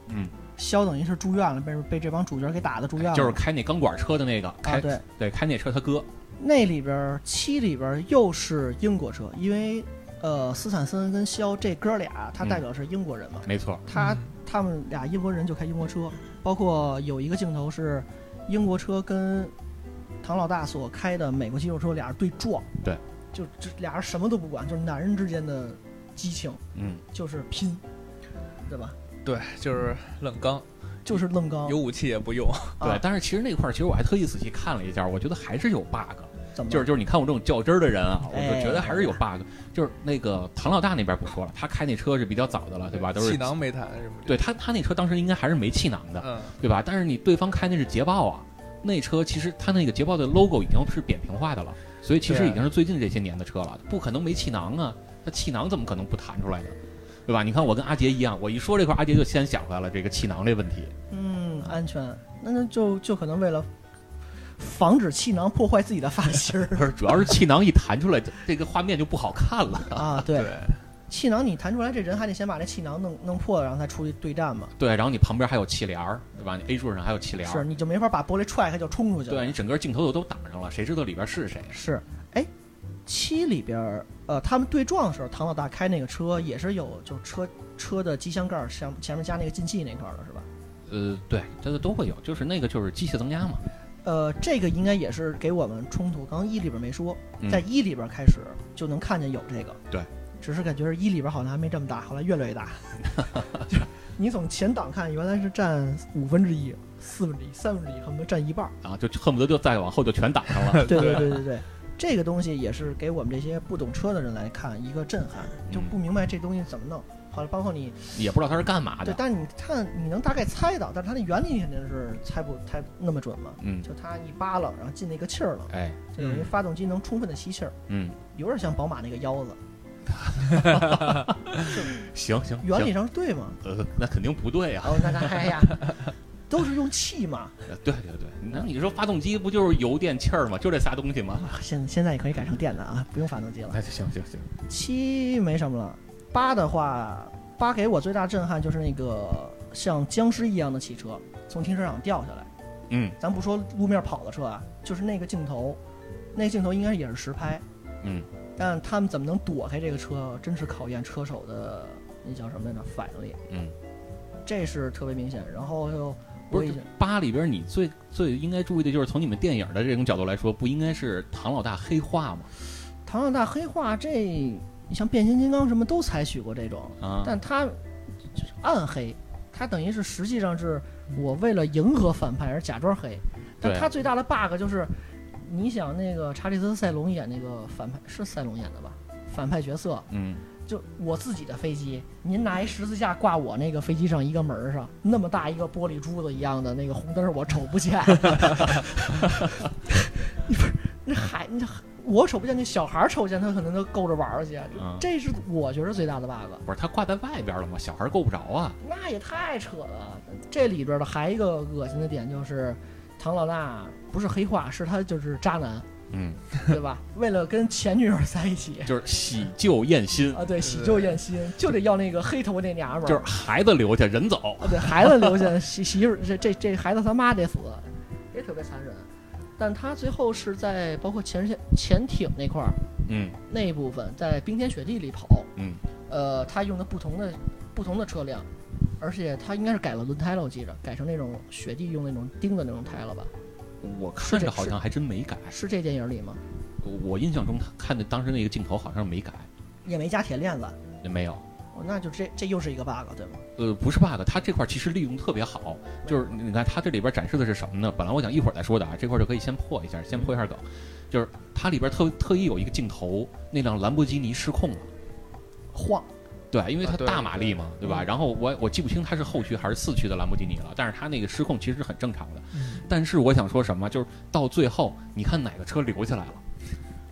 Speaker 2: 嗯，
Speaker 1: 肖等于是住院了，被被这帮主角给打的住院了，
Speaker 2: 哎就是开那钢管车的那个，
Speaker 1: 啊，
Speaker 2: 开
Speaker 1: 对，
Speaker 2: 对开那车他哥，
Speaker 1: 那里边儿七里边儿又是英国车，因为呃斯坦森跟肖这哥俩，他
Speaker 2: 嗯
Speaker 1: 代表是英国人嘛，
Speaker 2: 没错，
Speaker 1: 他
Speaker 3: 嗯
Speaker 1: 他们俩英国人就开英国车，包括有一个镜头是英国车跟唐老大所开的美国肌肉车俩人对撞，
Speaker 2: 对，
Speaker 1: 就这俩人什么都不管，就是男人之间的激情，
Speaker 2: 嗯，
Speaker 1: 就是拼，对吧？
Speaker 3: 对，就是冷刚，
Speaker 1: 就是愣刚
Speaker 3: 有，武器也不用，
Speaker 2: 对
Speaker 1: 啊。
Speaker 2: 但是其实那块儿，其实我还特意仔细看了一下，我觉得还是有 bug，
Speaker 1: 怎么
Speaker 2: 就是就是你看我这种较真儿的人啊，我
Speaker 1: 嗯哎
Speaker 2: 就觉得还是有 bug。就是那个唐老大那边不说了，他开那车是比较早的了，对吧？都
Speaker 3: 气
Speaker 2: 是
Speaker 3: 囊、煤炭什么的，
Speaker 2: 对，他他那车当时应该还是没气囊的，
Speaker 3: 嗯，
Speaker 2: 对吧？但是你对方开那是捷豹啊，那车其实它那个捷豹的 logo 已经是扁平化的了，所以其实
Speaker 3: 对
Speaker 2: 已经是最近这些年的车了，不可能没气囊啊，它气囊怎么可能不弹出来呢？对吧？你看我跟阿杰一样，我一说这块儿，阿杰就先想出来了这个气囊这问题。
Speaker 1: 嗯，安全，那那就就可能为了防止气囊破坏自己的发芯 儿
Speaker 2: 不是，主要是气囊一弹 出来，这个画面就不好看了。
Speaker 1: 啊。对，
Speaker 3: 对，
Speaker 1: 气囊你弹出来，这人还得先把这气囊弄弄破了，然后才出去对战嘛。
Speaker 2: 对，然后你旁边还有气帘儿，对吧？你 A 柱上还有气帘
Speaker 1: 是，
Speaker 2: 儿，
Speaker 1: 你就没法把玻璃踹开就冲出去了。
Speaker 2: 对你整个镜头都都挡上了，谁知道里边是谁？
Speaker 1: 是，哎，七里边儿，呃，他们对撞的时候，唐老大开那个车也是有，就是车车的机箱盖儿上前面加那个进气那块儿的是吧？
Speaker 2: 呃，对，这个都会有，就是那个就是机械增压嘛。
Speaker 1: 呃，这个应该也是给我们冲突。刚刚一里边没说，
Speaker 2: 嗯
Speaker 1: 在一里边开始就能看见有这个。
Speaker 2: 对，
Speaker 1: 只是感觉是一里边好像还没这么大，后来越来越 大。就是你从前档看，原来是占五分之一、四分之一、三分之一，恨不得占一半儿。
Speaker 2: 啊，就恨不得就再往后就全挡上 了。
Speaker 1: 对对对对对，这个东西也是给我们这些不懂车的人来看一个震撼，就不明白这东西怎么弄。好了，包括你
Speaker 2: 也不知道他是干嘛
Speaker 1: 对
Speaker 2: 的，。
Speaker 1: 但是你看你能大概猜到，但是它的原理肯定是猜不猜不那么准嘛。
Speaker 2: 嗯，
Speaker 1: 就它一扒拉，然后进那个气儿了，
Speaker 2: 哎，
Speaker 1: 就等于
Speaker 3: 嗯
Speaker 1: 发动机能充分的吸气儿。
Speaker 2: 嗯，
Speaker 1: 有点像宝马那个腰子，
Speaker 2: 行行，
Speaker 1: 原理
Speaker 2: 嗯行
Speaker 1: 上是对吗？
Speaker 2: 呃，那肯定不对啊。
Speaker 1: 哦，那那哎呀，都是用气嘛。
Speaker 2: 呃对对对，那你说发动机不就是油电气儿吗？就这仨东西吗？
Speaker 1: 啊现现在也可以改成电的啊，不用发动机了。
Speaker 2: 哎，行行行，
Speaker 1: 七没什么了，八的话，八给我最大震撼就是那个像僵尸一样的汽车从停车场掉下来，
Speaker 2: 嗯
Speaker 1: 咱不说路面跑的车啊，就是那个镜头，那个镜头应该也是实拍，
Speaker 2: 嗯，
Speaker 1: 但他们怎么能躲开这个车，真是考验车手的那叫什么来着反应力，
Speaker 2: 嗯，
Speaker 1: 这是特别明显。然后又
Speaker 2: 不
Speaker 1: 我
Speaker 2: 是
Speaker 1: 已
Speaker 2: 这
Speaker 1: 经。
Speaker 2: 八里边你最最应该注意的就是从你们电影的这种角度来说，不应该是唐老大黑化吗？
Speaker 1: 唐老大黑化这，你像变形金刚什么都采取过这种，
Speaker 2: 啊，
Speaker 1: 但他就是暗黑，他等于是实际上是我为了迎合反派而假装黑，但
Speaker 2: 对
Speaker 1: 他最大的 bug 就是，你想那个查理斯·塞隆演那个反派是塞隆演的吧？反派角色
Speaker 2: 嗯，
Speaker 1: 就我自己的飞机，您拿一十字架挂我那个飞机上一个门儿上，那么大一个玻璃珠子一样的那个红灯儿我瞅不见， 你不是那孩那我瞅不见，那小孩儿瞅不见，他可能都够着玩儿去，啊
Speaker 2: 嗯
Speaker 1: 这是我觉得最大的 bug。
Speaker 2: 不是他挂在外边了吗？小孩够不着啊。
Speaker 1: 那也太扯了。这里边的还一个恶心的点就是，唐老大不是黑化，是他就是渣男，
Speaker 2: 嗯，
Speaker 1: 对吧？为了跟前女友在一起
Speaker 2: 就是喜旧厌新，
Speaker 1: 啊，对，喜旧厌新，就得要那个黑头那娘们儿，
Speaker 2: 就是孩子留下人走。
Speaker 1: 啊，对孩子留下，媳媳妇儿这这这孩子他妈得死，也特别残忍。但他最后是在包括潜水潜艇那块儿
Speaker 2: 嗯
Speaker 1: 那一部分，在冰天雪地里跑，
Speaker 2: 嗯，
Speaker 1: 呃，他用的不同的不同的车辆，而且他应该是改了轮胎了，我记着，改成那种雪地用那种钉的那种胎了吧？
Speaker 2: 我
Speaker 1: 是
Speaker 2: 看
Speaker 1: 这
Speaker 2: 着好像还真没改。
Speaker 1: 是这电影里吗？
Speaker 2: 我印象中他看的当时那个镜头好像没改，
Speaker 1: 也没加铁链子，
Speaker 2: 没有。
Speaker 1: 哦那就这这又是一个 bug 对吗？
Speaker 2: 呃，不是 bug，它这块其实利用得特别好，就是你看它这里边展示的是什么呢？本来我想一会儿再说的啊，这块就可以先破一下，先破一下梗，就是它里边特特意有一个镜头，那辆兰博基尼失控了，
Speaker 1: 晃，
Speaker 2: 对，因为它
Speaker 3: 啊对
Speaker 2: 大马力嘛，对吧？
Speaker 1: 嗯
Speaker 2: 然后我我记不清它是后驱还是四驱的兰博基尼了，但是它那个失控其实是很正常的。
Speaker 3: 嗯
Speaker 2: 但是我想说什么，就是到最后你看哪个车留下来了。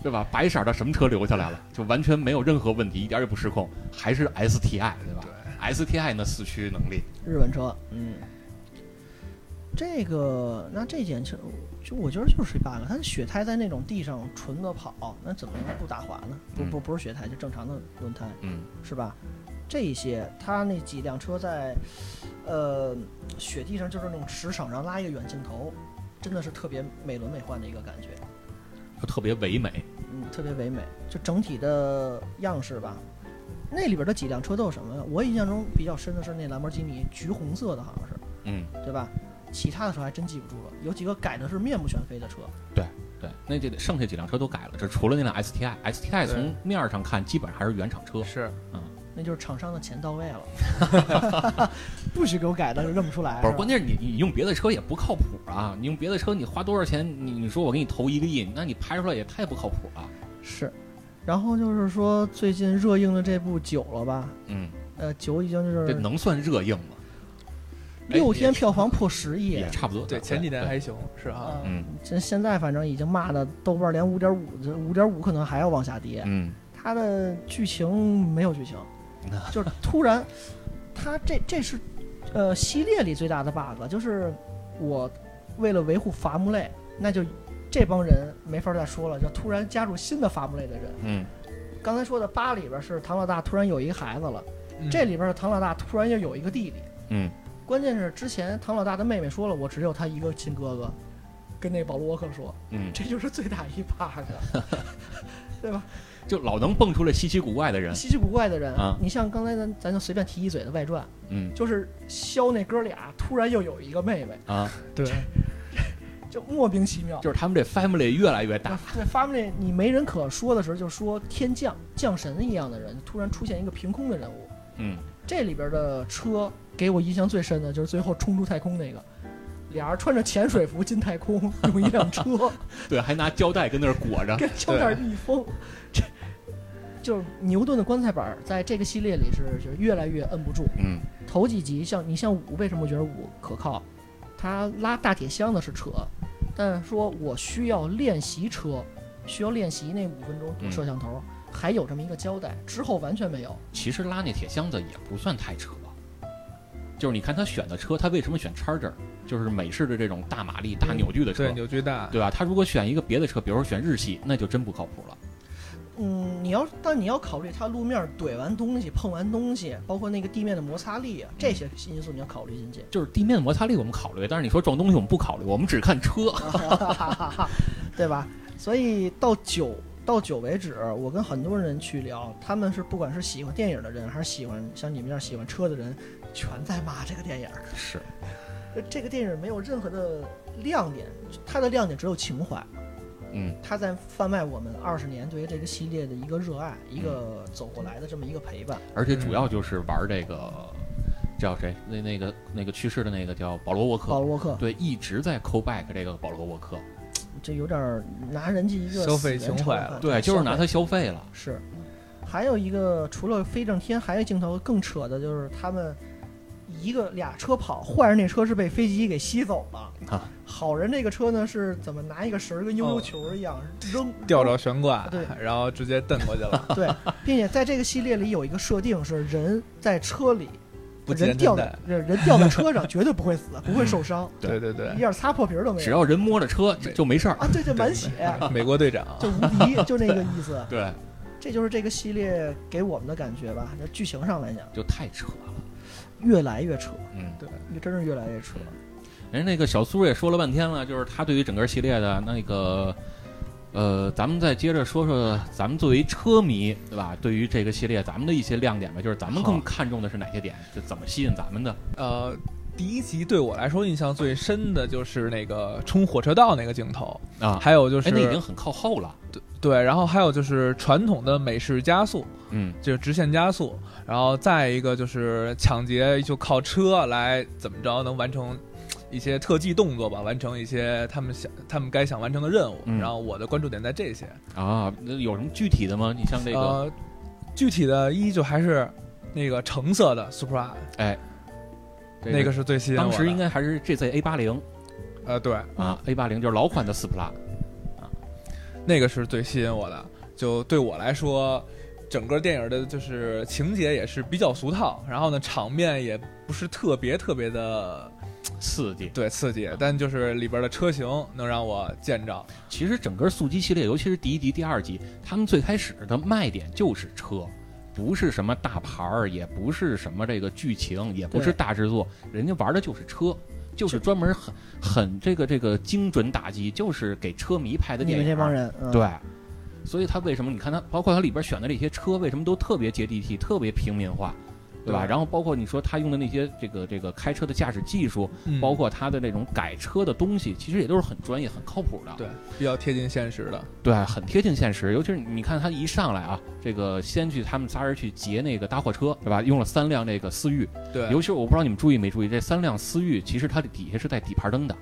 Speaker 2: 对吧？白色儿的什么车留下来了？就完全没有任何问题，一点儿也不失控，还是 STI 对吧？STI 那四驱能力，
Speaker 1: 日本车，
Speaker 2: 嗯，
Speaker 1: 这个那这件车就我觉得就是一 bug，它的雪胎在那种地上纯的跑，那怎么能不打滑呢？不不不是雪胎，就正常的轮胎。
Speaker 2: 嗯，
Speaker 1: 是吧？这一些，他那几辆车在，呃，雪地上就是那种驰骋，然后拉一个远镜头，真的是特别美轮美奂的一个感觉，
Speaker 2: 就特别唯美。
Speaker 1: 嗯，特别唯美。就整体的样式吧，那里边的几辆车都有什么呀？我印象中比较深的是那兰博基尼，橘红色的，好像是，
Speaker 2: 嗯，
Speaker 1: 对吧？其他的车还真记不住了，有几个改的是面目全非的车，
Speaker 2: 对，那这剩下几辆车都改了，这除了那辆 STI，STI
Speaker 3: 对
Speaker 2: 从面儿上看基本上还是原厂车。
Speaker 3: 是
Speaker 1: 那就是厂商的钱到位了， 不许给我改的，认不出来。
Speaker 2: 不是，
Speaker 1: 吧
Speaker 2: 关键是你你用别的车也不靠谱啊！你用别的车，你花多少钱？你你说我给你投一个亿，那你拍出来也太不靠谱了。
Speaker 1: 是，然后就是说最近热映的这部九了吧？
Speaker 2: 嗯，
Speaker 1: 呃，九已经就
Speaker 2: 这
Speaker 1: 是
Speaker 2: 能算热映吗？哎
Speaker 1: 六天票房破十亿
Speaker 2: 也，差不多。
Speaker 3: 对，前几年
Speaker 2: 对
Speaker 3: 还行，是哈，
Speaker 1: 啊，
Speaker 2: 嗯
Speaker 1: 这现在反正已经骂的豆瓣连五点五，五点五可能还要往下跌。
Speaker 2: 嗯，
Speaker 1: 它的剧情没有剧情，就是突然，它这这是呃系列里最大的 bug，就是我为了维护伐木类，那就这帮人没法再说了，就突然加入新的伐木类的人。
Speaker 2: 嗯
Speaker 1: 刚才说的八里边是唐老大突然有一个孩子了，
Speaker 3: 嗯
Speaker 1: 这里边的唐老大突然又有一个弟弟。
Speaker 2: 嗯
Speaker 1: 关键是之前唐老大的妹妹说了，我只有他一个亲哥哥，跟那保罗沃克说，
Speaker 2: 嗯，
Speaker 1: 这就是最大一 bug，对吧？
Speaker 2: 就老能蹦出来稀奇古怪的人。
Speaker 1: 稀奇古怪的人，
Speaker 2: 啊
Speaker 1: 你像刚才咱咱就随便提一嘴的外传，
Speaker 2: 嗯
Speaker 1: 就是肖那哥俩突然又有一个妹妹，
Speaker 2: 啊，
Speaker 3: 对，
Speaker 1: 就莫名其妙。
Speaker 2: 就是他们这 family 越来越大。
Speaker 1: 对 family，你没人可说的时候，就说天降降神一样的人，突然出现一个凭空的人物。
Speaker 2: 嗯，
Speaker 1: 这里边的车给我印象最深的就是最后冲出太空那个，俩人穿着潜水服进太空，用一辆车。
Speaker 2: 对，还拿胶带跟那儿裹着。
Speaker 1: 跟胶带密封。这就是牛顿的棺材板儿，在这个系列里是就是越来越摁不住。
Speaker 2: 嗯
Speaker 1: 头几集像你像五，为什么我觉得五可靠？他拉大铁箱子是扯，但说我需要练习车，需要练习那五分钟
Speaker 2: 嗯
Speaker 1: 躲摄像头，还有这么一个胶带，之后完全没有。
Speaker 2: 其实拉那铁箱子也不算太扯，就是你看他选的车，他为什么选 Charger，就是美式的这种大马力、大扭矩的车，
Speaker 3: 对，扭矩大，
Speaker 2: 对吧？他如果选一个别的车，比如说选日系，那就真不靠谱了。
Speaker 1: 嗯，你要但你要考虑它路面儿怼完东西、碰完东西，包括那个地面的摩擦力啊，这些因素你要考虑进去。
Speaker 2: 就是地面摩擦力我们考虑，但是你说撞东西我们不考虑，我们只看车。
Speaker 1: 对吧？所以到九到九为止，我跟很多人去聊，他们是不管是喜欢电影的人，还是喜欢像你们这样喜欢车的人，全在骂这个电影儿。
Speaker 2: 是，
Speaker 1: 呃这个电影没有任何的亮点，它的亮点只有情怀，
Speaker 2: 嗯
Speaker 1: 它在贩卖我们二十年对于这个系列的一个热爱，一个走过来的这么一个陪伴。
Speaker 2: 而且主要就是玩这个。叫谁？那那个那个去世的那个叫保罗沃
Speaker 1: 保
Speaker 2: 克，
Speaker 1: 罗沃克，
Speaker 2: 对，一直在 call back 这个保罗沃克，
Speaker 1: 这有点儿拿人家一个
Speaker 3: 消费
Speaker 1: 死人
Speaker 3: 情
Speaker 1: 炒
Speaker 3: 怀
Speaker 1: 饭
Speaker 3: 了
Speaker 2: 对，就是
Speaker 1: 消
Speaker 2: 拿
Speaker 1: 费
Speaker 2: 他消费了。
Speaker 1: 是，还有一个除了飞正天，还有一镜头更扯的就是他们一个俩车跑，坏人那车是被飞机给吸走了，
Speaker 2: 啊
Speaker 1: 好人这个车呢是怎么拿一个绳儿跟悠悠球一样、扔
Speaker 3: 哦吊着悬挂
Speaker 1: 对，
Speaker 3: 然后直接蹬过去 了，
Speaker 1: 对，并且在这个系列里有一个设定是人在车里，
Speaker 3: 不系
Speaker 1: 人
Speaker 3: 安
Speaker 1: 掉
Speaker 3: 全
Speaker 1: 在
Speaker 3: 带。
Speaker 1: 人人 掉在车上绝对不会死，不会受伤，
Speaker 2: 对
Speaker 3: 对对对
Speaker 1: 一，点擦破皮儿都没
Speaker 2: 只
Speaker 1: 有
Speaker 2: 要人摸着车就
Speaker 3: 对
Speaker 2: 就没事儿。
Speaker 1: 啊！对对，满血
Speaker 3: 美国队长 啊
Speaker 1: 就无敌，就那个意思。
Speaker 2: 对，
Speaker 1: 这就是这个系列给我们的感觉吧。那剧情上来讲，
Speaker 2: 就太扯了。
Speaker 1: 越来越扯，
Speaker 2: 嗯，
Speaker 1: 越真是越来越扯。
Speaker 2: 人家那个小苏也说了半天了，就是他对于整个系列的那个，呃，咱们再接着说说咱们作为车迷，对吧？对于这个系列咱们的一些亮点吧，就是咱们
Speaker 3: 好
Speaker 2: 更看重的是哪些点，就怎么吸引咱们的。
Speaker 3: 呃，第一集对我来说印象最深的就是那个冲火车道那个镜头，
Speaker 2: 啊，
Speaker 3: 还有就是
Speaker 2: 哎，那已经很靠后了。
Speaker 3: 对，然后还有就是传统的美式加速，
Speaker 2: 嗯，
Speaker 3: 就是直线加速，然后再一个就是抢劫，就靠车来怎么着能完成一些特技动作吧，完成一些他们想他们该想完成的任务。
Speaker 2: 嗯
Speaker 3: 然后我的关注点在这些。
Speaker 2: 啊，那有什么具体的吗？你像这个，
Speaker 3: 呃，具体的依旧还是那个橙色的 Supra，
Speaker 2: 这
Speaker 3: 那个是最吸引我的。
Speaker 2: 当时应该还是 GZ A 八零
Speaker 3: 呃对，
Speaker 2: 啊，A 八零就是老款的斯普拉。
Speaker 3: 那个是最吸引我的。就对我来说，整个电影的就是情节也是比较俗套，然后呢场面也不是特别特别的
Speaker 2: 刺激，
Speaker 3: 对刺激，但就是里边的车型能让我见着。
Speaker 2: 其实整个速激系列，尤其是第一集、第二集，他们最开始的卖点就是车，不是什么大牌儿，也不是什么这个剧情，也不是
Speaker 1: 对
Speaker 2: 大制作，人家玩的就是车，就是
Speaker 1: 是
Speaker 2: 专门很很这个这个精准打击，就是给车迷拍的
Speaker 1: 你
Speaker 2: 电
Speaker 1: 们
Speaker 2: 影。啊
Speaker 1: 这帮人，嗯、
Speaker 2: 对，所以他为什么你看他，包括他里边选的这些车，为什么都特别接地气，特别平民化，对吧？
Speaker 3: 对
Speaker 2: 然后包括你说他用的那些这个这个开车的驾驶技术，
Speaker 3: 嗯
Speaker 2: 包括他的那种改车的东西，其实也都是很专业、很靠谱的。
Speaker 3: 对比较贴近现实的，
Speaker 2: 对，很贴近现实。尤其是你看他一上来啊，这个先去他们仨人去劫那个大货车，对吧？用了三辆这个思域，
Speaker 3: 对，
Speaker 2: 尤其是我不知道你们注意没注意，这三辆思域其实它的底下是带底盘灯的，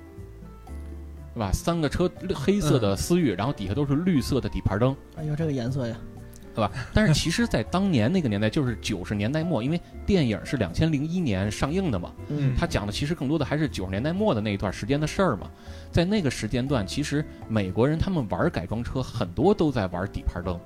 Speaker 2: 对吧？三个车黑色的思域，然后底下都是绿色的底盘灯。
Speaker 1: 哎呦，这个颜色呀，
Speaker 2: 但是其实，在当年那个年代，就是九十年代末，因为电影是两千零一年上映的嘛，
Speaker 3: 嗯
Speaker 2: 它讲的其实更多的还是九十年代末的那一段时间的事儿嘛。在那个时间段，其实美国人他们玩改装车，很多都在玩底盘灯。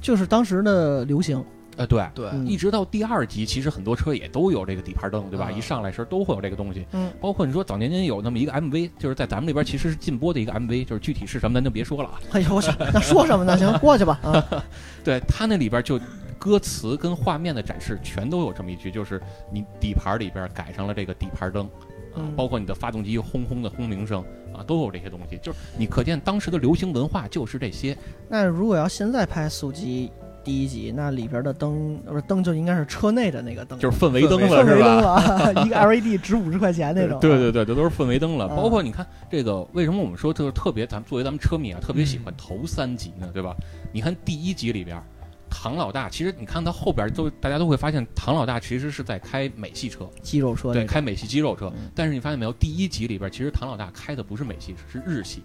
Speaker 1: 就是当时的流行，
Speaker 2: 呃，对，
Speaker 3: 对，
Speaker 1: 嗯
Speaker 2: 一直到第二集，其实很多车也都有这个底盘灯，对吧？
Speaker 3: 啊
Speaker 2: 一上来时候都会有这个东西。
Speaker 1: 嗯，
Speaker 2: 包括你说早年间有那么一个 MV，就是在咱们这边其实是禁播的一个 MV，就是具体是什么咱就别说了啊。
Speaker 1: 哎呦，我操，那说什么 呢？行，过去吧啊，
Speaker 2: 对它那里边就歌词跟画面的展示全都有这么一句，就是你底盘里边改上了这个底盘灯。啊
Speaker 1: 嗯，
Speaker 2: 包括你的发动机轰轰的轰鸣声啊，都有这些东西。就是你可见当时的流行文化就是这些。
Speaker 1: 那如果要现在拍《速激》第一集，那里边的灯不是灯就应该是车内的那个灯，
Speaker 2: 就是氛围
Speaker 3: 氛
Speaker 2: 灯
Speaker 3: 围
Speaker 2: 了，
Speaker 1: 氛
Speaker 2: 是
Speaker 1: 围
Speaker 2: 吧？
Speaker 1: 灯啊， 一个 LED 值五十块钱那种，
Speaker 2: 对对对，这都是氛围灯了。
Speaker 1: 啊
Speaker 2: 包括你看这个，为什么我们说就是特别，咱们作为咱们车迷啊，特别喜欢
Speaker 3: 嗯
Speaker 2: 头三集呢，对吧？你看第一集里边，唐老大其实你看他后边都大家都会发现，唐老大其实是在开美系车，
Speaker 1: 肌肉车
Speaker 2: 对，
Speaker 1: 那种
Speaker 2: 开美系肌肉车
Speaker 1: 嗯。
Speaker 2: 但是你发现没有，第一集里边其实唐老大开的不是美系，是日系。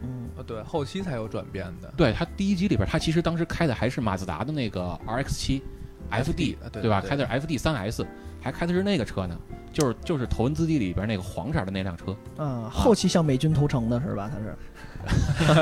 Speaker 1: 嗯，
Speaker 3: 呃对，后期才有转变的，
Speaker 2: 对他第一集里边，他其实当时开的还是马自达的那个 RX 七 FD，
Speaker 3: 啊对
Speaker 2: 对吧？
Speaker 3: 对
Speaker 2: 开的是 FD 三 S，还开的是那个车呢，就是就是《头文字 D》里边那个黄色的那辆车。
Speaker 1: 啊，后期向美军投诚的是吧？他是，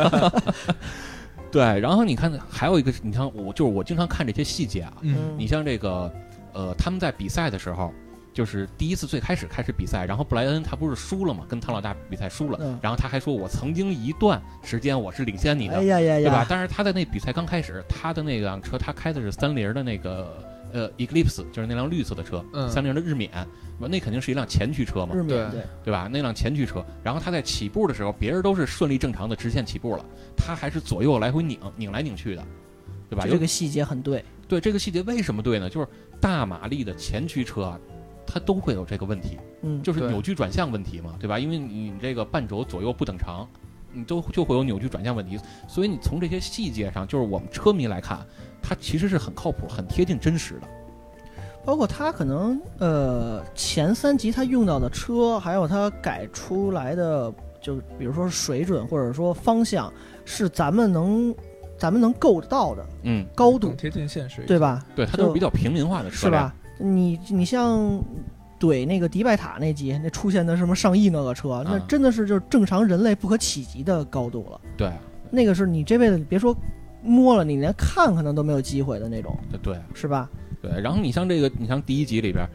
Speaker 2: 对，然后你看，还有一个，你像我，就是我经常看这些细节啊。
Speaker 3: 嗯，
Speaker 2: 你像这个，呃，他们在比赛的时候，就是第一次最开始开始比赛，然后布莱恩他不是输了嘛，跟唐老大比赛输了，
Speaker 1: 嗯
Speaker 2: 然后他还说，我曾经一段时间我是领先你的，
Speaker 1: 哎呀呀
Speaker 2: 对吧？
Speaker 1: 呀，
Speaker 2: 但是他在那比赛刚开始，他的那辆车，他开的是三菱的那个呃 Eclipse，就是那辆绿色的车，
Speaker 3: 嗯
Speaker 2: 三菱的日免，那肯定是一辆前驱车嘛，
Speaker 1: 日冕
Speaker 3: 对
Speaker 1: 对，
Speaker 2: 对吧？那辆前驱车，然后他在起步的时候，别人都是顺利正常的直线起步了，他还是左右来回拧，拧来拧去的，对吧？
Speaker 1: 就
Speaker 2: 有
Speaker 1: 这个细节很对，
Speaker 2: 对这个细节为什么对呢？就是大马力的前驱车啊，它都会有这个问题，
Speaker 1: 嗯，
Speaker 2: 就是
Speaker 3: 对
Speaker 2: 扭矩转向问题嘛，对吧？因为你你这个半轴左右不等长，你都就会有扭矩转向问题，所以你从这些细节上，就是我们车迷来看，它其实是很靠谱、很贴近真实的。
Speaker 1: 包括它可能呃前三集它用到的车，还有它改出来的，就比如说水准或者说方向，是咱们能咱们能够得到的
Speaker 2: 嗯，
Speaker 1: 高度
Speaker 3: 更，贴近现实一些。
Speaker 1: 对吧？
Speaker 2: 对，它都
Speaker 1: 就是
Speaker 2: 比较平民化的车
Speaker 1: 是
Speaker 2: 辆，
Speaker 1: 吧？你你像怼那个迪拜塔那集，那出现的什么上亿那个车，那
Speaker 2: 嗯
Speaker 1: 真的是就是正常人类不可企及的高度了。
Speaker 2: 对啊
Speaker 1: 那个是你这辈子别说摸了，你连看看它都没有机会的那种，
Speaker 2: 对对啊
Speaker 1: 是吧？
Speaker 2: 对。然后你像这个，你像第一集里边儿，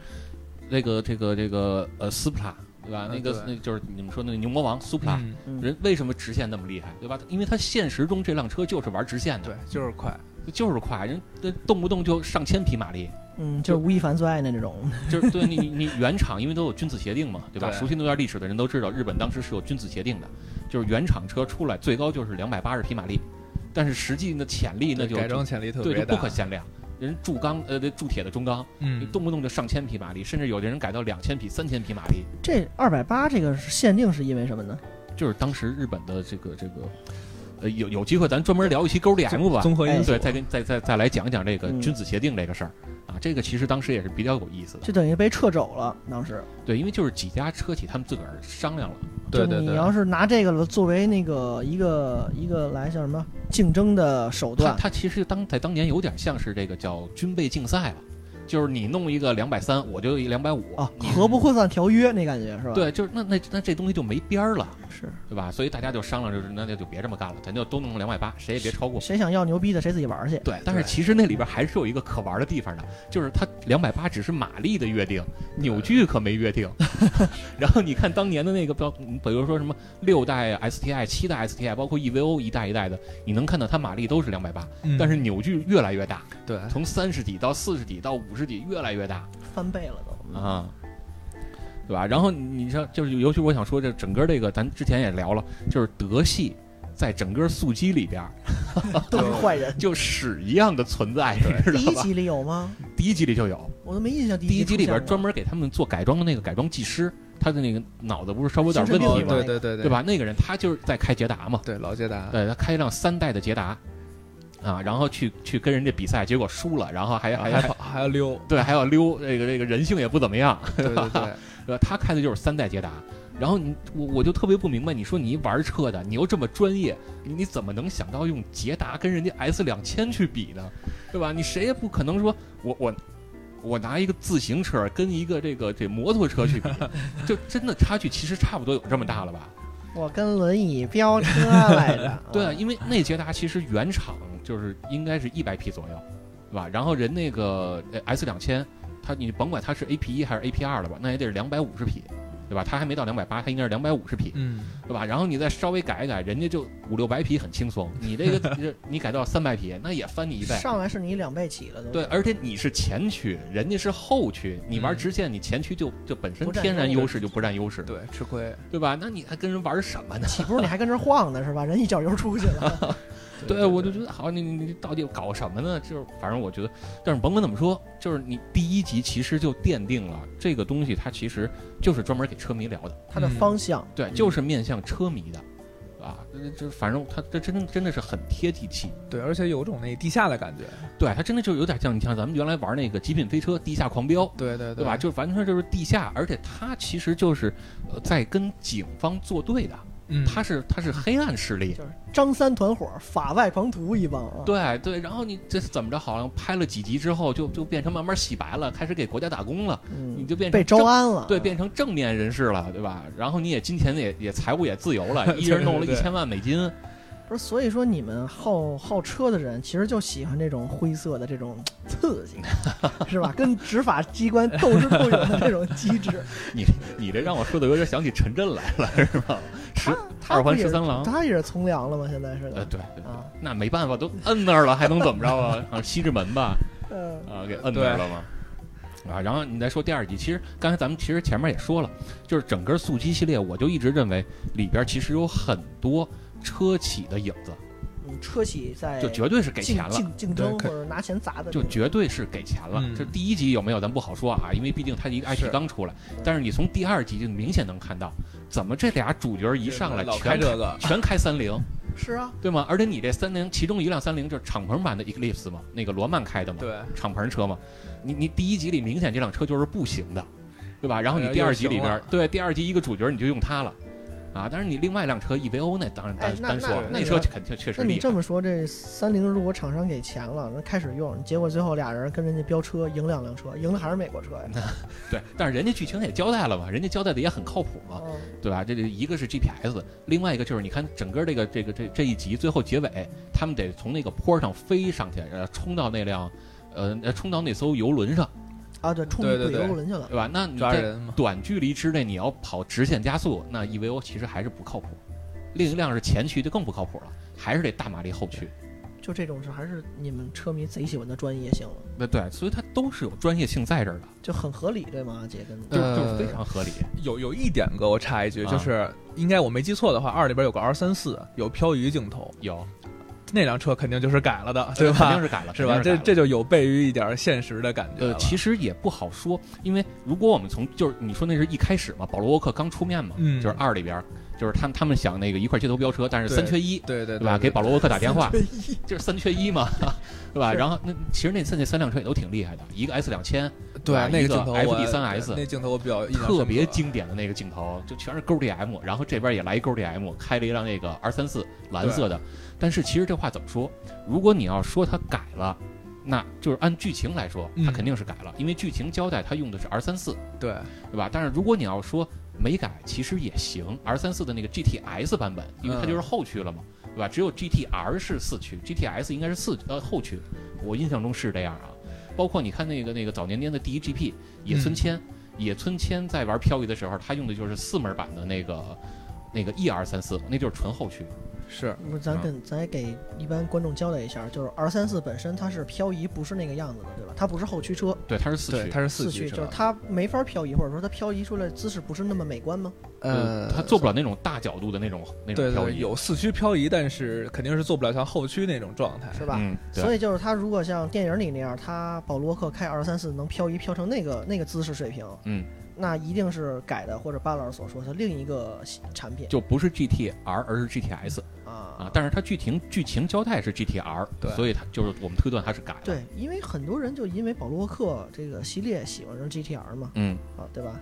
Speaker 2: 那个这个这个呃斯普拉，对吧？
Speaker 3: 嗯
Speaker 2: 那个
Speaker 3: 对
Speaker 2: 那就是你们说那个牛魔王苏普拉，
Speaker 3: 嗯，
Speaker 1: 嗯，
Speaker 2: 人为什么直线那么厉害，对吧？因为他现实中这辆车就是玩直线的，
Speaker 3: 对，就是快。
Speaker 2: 就是快，人这动不动就上千匹马力，
Speaker 1: 嗯，就是吴亦凡最爱的那种，
Speaker 2: 就是对你你你原厂因为都有君子协定嘛，对吧？
Speaker 3: 对
Speaker 2: 熟悉那段历史的人都知道，日本当时是有君子协定的，就是原厂车出来最高就是两百八十匹马力，但是实际的潜力那
Speaker 3: 对
Speaker 2: 就
Speaker 3: 改装潜力特
Speaker 2: 对
Speaker 3: 别
Speaker 2: 就不
Speaker 3: 大，
Speaker 2: 可限量。人铸钢呃对铸铁的中钢，
Speaker 3: 嗯，
Speaker 2: 动不动就上千匹马力，甚至有的人改到两千匹、三千匹马力，
Speaker 1: 这二百八这个是限定是因为什么呢？
Speaker 2: 就是当时日本的这个这个。呃，有有机会咱专门聊一期勾 DM 吧，
Speaker 3: 综合因素
Speaker 2: 对，再跟再再再来讲讲这个
Speaker 1: 嗯
Speaker 2: 君子协定这个事儿啊，这个其实当时也是比较有意思的，
Speaker 1: 就等于被撤走了。当时，
Speaker 2: 对，因为就是几家车企他们自个儿商量了，
Speaker 3: 对
Speaker 1: 就
Speaker 3: 对
Speaker 1: 你
Speaker 3: 对，
Speaker 1: 要是拿这个作为那个一个一个来叫什么竞争的手
Speaker 2: 它
Speaker 1: 段，
Speaker 2: 它其实当在当年有点像是这个叫军备竞赛了，就是你弄一个两百三，我就两百五
Speaker 1: 啊，核不扩散条约那感觉是吧？，
Speaker 2: 对，就是那那那这东西就没边儿了，
Speaker 1: 是
Speaker 2: 对吧？所以大家就商量，就是那就就别这么干了，咱就都弄两百八，谁也别超过。
Speaker 1: 谁想要牛逼的谁自己玩儿去。
Speaker 2: 对，但是其实那里边还是有一个可玩的地方的，就是它两百八只是马力的约定，扭矩可没 约定。然后你看当年的那个，包比如说什么六代 STI、七代 STI，包括 EVO 一代一代的，你能看到它马力都是两百八，
Speaker 3: 嗯
Speaker 2: 但是扭矩越来越大。
Speaker 3: 对，
Speaker 2: 从三十几到四十几到五十几越来越大
Speaker 1: 翻倍了
Speaker 3: 嗯
Speaker 1: 都。
Speaker 2: 啊，对吧？然后你像就是，尤其我想说，这整个这个咱之前也聊了，就是德系在整个速激里边儿
Speaker 1: 都是坏人。
Speaker 2: 就屎一样的存在，
Speaker 1: 第
Speaker 2: 你 知道
Speaker 1: 一
Speaker 2: 吧？
Speaker 1: 集里有吗？
Speaker 2: 第一集里就有，
Speaker 1: 我都没印象。第
Speaker 2: 第一集里
Speaker 1: 出现
Speaker 2: 边
Speaker 1: 过
Speaker 2: 专门给他们做改装的那个改装技师，他的那个脑子不是稍微有点
Speaker 1: 精
Speaker 2: 问
Speaker 1: 神病
Speaker 2: 题
Speaker 3: 哦
Speaker 1: 是
Speaker 2: 吗
Speaker 1: 吧？
Speaker 3: 对对对
Speaker 2: 对？吧？那个人他就是在开捷达嘛，
Speaker 3: 对老捷达，
Speaker 2: 对他开一辆三代的捷达。啊，然后去去跟人家比赛，结果输了，然后还还
Speaker 3: 啊还跑还 要溜，
Speaker 2: 对，还要溜，这个这个人性也不怎么样，
Speaker 3: 对对对，
Speaker 2: 呃，他开的就是三代捷达。然后你我我就特别不明白，你说你玩车的，你又这么专业，你你怎么能想到用捷达跟人家 S 两千去比呢？对吧？你谁也不可能说我我我拿一个自行车跟一个这个这摩托车去比， 就真的差距其实差不多有这么大了吧？。
Speaker 1: 我跟轮椅飙车来着 啊
Speaker 2: 对，因为那捷达其实原厂就是应该是一百匹左右，对吧？然后人那个呃 S 两千，它你甭管它是 AP 一还是 AP 二了吧，那也得是两百五十匹，对吧？它还没到两百八，它应该是两百五十匹，
Speaker 3: 嗯，
Speaker 2: 对吧？然后你再稍微改一改，人家就五六百匹很轻松，你这个 这你改到三百匹，那也翻你一倍。
Speaker 1: 上来是你两倍起了都。
Speaker 2: 对，，而且你是前驱，人家是后驱，你玩
Speaker 3: 嗯
Speaker 2: 直线，你前驱就就本身
Speaker 1: 不占
Speaker 2: 天然
Speaker 1: 优势
Speaker 2: 优势就不占优势，
Speaker 3: 对，吃亏，
Speaker 2: 对吧？那你还跟人玩什么呢？
Speaker 1: 起步你还跟这儿晃呢是吧？人一脚油出去 了。
Speaker 2: 对，我就觉得好，你你你到底搞什么呢？就是反正我觉得，但是甭管怎么说，就是你第一集其实就奠定了这个东西，它其实就是专门给车迷聊的，
Speaker 1: 它的方向，
Speaker 2: 对，
Speaker 3: 嗯
Speaker 2: 就是面向车迷的，啊，这这反正它这真真的是很贴地气，
Speaker 3: 对，而且有种那地下的感觉，
Speaker 2: 对，它真的就有点像你像咱们原来玩那个《极品飞车》《地下狂飙》。
Speaker 3: 对对
Speaker 2: 对吧？就完全就是地下，而且它其实就是，呃，在跟警方作对的，
Speaker 3: 嗯，
Speaker 2: 它是它是黑暗势力，
Speaker 1: 就是张三团伙、法外狂徒一帮啊。
Speaker 2: 对对，然后你这怎么着？好像拍了几集之后就，就变成慢慢洗白了，开始给国家打工了，你
Speaker 1: 嗯，
Speaker 2: 就变成
Speaker 1: 被招
Speaker 2: 正
Speaker 1: 安了。
Speaker 2: 对，变成正面人士了，对吧？然后你也金钱也也财务也自由 了，一人弄了
Speaker 3: 对对对
Speaker 2: 一千万美金，
Speaker 1: 不是，所以说你们好好车的人，其实就喜欢这种灰色的这种刺激，是 吧？跟执法机关斗智斗勇的这种机制。
Speaker 2: 你你这让我说的有点想起陈震来了，是吧？十
Speaker 1: 他他
Speaker 2: 二环
Speaker 1: 不也
Speaker 2: 十三郎
Speaker 1: 他也是从良了吗？现在是
Speaker 2: 呃，对对对
Speaker 1: 啊，
Speaker 2: 那没办法，都摁那儿了，还能怎么着啊？啊，西直门吧，
Speaker 1: 嗯，
Speaker 2: 啊，给摁那儿了吗？啊，然后你再说第二集，其实刚才咱们其实前面也说了，就是整个速激系列，我就一直认为里边其实有很多车企的影子，
Speaker 1: 嗯车企在
Speaker 2: 就绝对是给
Speaker 1: 竞
Speaker 2: 钱了，
Speaker 1: 竞竞争或
Speaker 3: 对
Speaker 1: 者拿钱砸的，
Speaker 2: 就绝对是给钱了。
Speaker 3: 嗯
Speaker 2: 这第一集有没有咱不好说啊，因为毕竟它一个
Speaker 3: 是
Speaker 2: IP 刚出来，但是你从第二集就明显能看到，怎么这俩主角一上来
Speaker 3: 老
Speaker 2: 全
Speaker 3: 开这个，
Speaker 2: 全开三菱，
Speaker 1: 是啊，
Speaker 2: 对吗？而且你这三菱，其中一辆三菱就是敞篷版的 Eclipse 嘛，那个罗曼开的嘛，
Speaker 3: 对，
Speaker 2: 敞篷车嘛。你你第一集里明显这辆车就是不行的，对吧？然后你第二集里边
Speaker 3: 哎
Speaker 2: 儿
Speaker 3: 又，
Speaker 2: 对第二集一个主角你就用它了，啊，但是你另外一辆车 EVO 那当然单
Speaker 1: 哎那
Speaker 2: 单说
Speaker 1: 那，那
Speaker 2: 车肯定确实
Speaker 1: 那你
Speaker 2: 厉害。
Speaker 1: 这么说，这三菱如果厂商给钱了，那开始用，结果最后俩人跟人家飙车，赢两辆车，赢的还是美国车呀。
Speaker 2: 对，但是人家剧情也交代了嘛，人家交代的也很靠谱嘛，
Speaker 1: 嗯
Speaker 2: 对吧？这这一个是 GPS，另外一个就是你看整个这个这个这这一集最后结尾，他们得从那个坡上飞上去，呃，冲到那辆，呃，呃冲到那艘游轮上，
Speaker 1: 啊，对，冲
Speaker 3: 对
Speaker 1: 鬼
Speaker 3: 对对
Speaker 1: 游轮去了。
Speaker 2: 对吧？那你
Speaker 3: 抓
Speaker 2: 在
Speaker 3: 人嘛，
Speaker 2: 短距离之内你要跑直线加速，那 EVO 其实还是不靠谱。另一辆是前驱，就更不靠谱了，还是得大马力后驱。
Speaker 1: 就这种事，还是你们车迷贼喜欢的专业性了，
Speaker 2: 那对，所以它都是有专业性在这儿的，
Speaker 1: 就很合理，对吗？杰跟
Speaker 2: 就是就是
Speaker 3: 呃
Speaker 2: 非常合理。
Speaker 3: 有有一点哥，我插一句，
Speaker 2: 啊
Speaker 3: 就是、应该我没记错的话，二里边有个 R 三四有漂移镜头，
Speaker 2: 有
Speaker 3: 那辆车肯定就是改了的，对
Speaker 2: 肯
Speaker 3: 吧
Speaker 2: 定？是改了，
Speaker 3: 是吧？
Speaker 2: 肯定
Speaker 3: 这
Speaker 2: 改了
Speaker 3: 这就有悖于一点现实的感觉
Speaker 2: 呃，
Speaker 3: 了
Speaker 2: 其实也不好说，因为如果我们从就是你说那是一开始嘛，保罗沃克刚出面嘛，
Speaker 3: 嗯
Speaker 2: 就是二里边儿，就是他们他们想那个一块街头飙车，但是
Speaker 3: 对
Speaker 2: 三缺一，
Speaker 3: 对对
Speaker 2: 对吧？给保罗沃克打电话，
Speaker 1: 对一
Speaker 2: 就是三缺一嘛， 对吧？
Speaker 1: 是
Speaker 2: 然后那其实那那三辆车也都挺厉害的，一个 S 两千，
Speaker 3: 对
Speaker 2: 啊
Speaker 3: 那
Speaker 2: 一
Speaker 3: 个
Speaker 2: 个
Speaker 3: 镜头我
Speaker 2: FD3S
Speaker 3: 那镜头我比较印象深刻
Speaker 2: 特别经典的那个镜头，就全是 GoDM，然后这边也来一 GoDM，开了一辆那个 R 三四蓝色的，但是其实这话怎么说？如果你要说它改了。那就是按剧情来说，它
Speaker 3: 嗯
Speaker 2: 肯定是改了，因为剧情交代它用的是 R 三四，
Speaker 3: 对
Speaker 2: 对吧？但是如果你要说没改，其实也行。R 三四的那个 GTS 版本，因为它
Speaker 3: 嗯
Speaker 2: 就是后驱了嘛，对吧？只有 GTR 是四驱，GTS 应该是四呃后驱，我印象中是这样啊。包括你看那个那个早年间的第一 GP
Speaker 3: 嗯
Speaker 2: 野村千，野村千在玩漂移的时候，他用的就是四门版的那个那个 ER 三四，那就是纯后驱。
Speaker 3: 是
Speaker 1: 呃不是，咱跟咱也给一般观众交代一下，就是 R 三四本身它是漂移，不是那个样子的，对吧？它不是后驱车，
Speaker 2: 对，它是四
Speaker 3: 对
Speaker 2: 驱。
Speaker 3: 它是
Speaker 1: 四
Speaker 3: 驱
Speaker 1: 驱就是
Speaker 3: 车，
Speaker 1: 它没法漂移，或者说它漂移出来姿势不是那么美观吗？
Speaker 2: 呃，它做不了那种大角度的那种那
Speaker 3: 对
Speaker 2: 种漂
Speaker 3: 对
Speaker 2: 移，
Speaker 3: 有四驱漂移，但是肯定是做不了像后驱那种状态，
Speaker 1: 是吧？
Speaker 2: 嗯，对。
Speaker 1: 所以就是它如果像电影里那样，它保罗克开 R 三四能漂移漂成那个那个姿势水平，
Speaker 2: 嗯，
Speaker 1: 那一定是改的或者巴老师所说的另一个产品
Speaker 2: 就不是 GTR，而是 GTS。啊
Speaker 1: 啊，。
Speaker 2: 但是它剧情剧情交代是 GTR，
Speaker 3: 对
Speaker 2: 所以它就是我们推断它是改了。，
Speaker 1: 对，因为很多人就因为保罗克这个系列喜欢上 GTR 嘛，
Speaker 2: 嗯，
Speaker 1: 啊，对吧？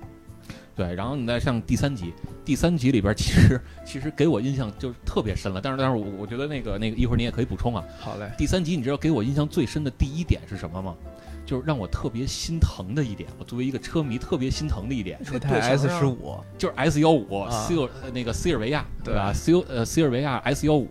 Speaker 2: 对。然后你再像第三集，第三集里边其实其实给我印象就是特别深了，但是但是我我觉得那个那个一会儿你也可以补充啊。
Speaker 3: 好嘞，
Speaker 2: 第三集你知道给我印象最深的第一点是什么吗？就是让我特别心疼的一点，我作为一个车迷特别心疼的一点，
Speaker 3: 那
Speaker 1: 说
Speaker 3: 台
Speaker 1: 对墙
Speaker 3: S
Speaker 1: 上
Speaker 3: 十五，
Speaker 2: 就是 S 幺五
Speaker 3: 啊
Speaker 2: 西尔那个西尔维亚
Speaker 3: 对
Speaker 2: 吧？西欧呃西尔维亚 S 幺五，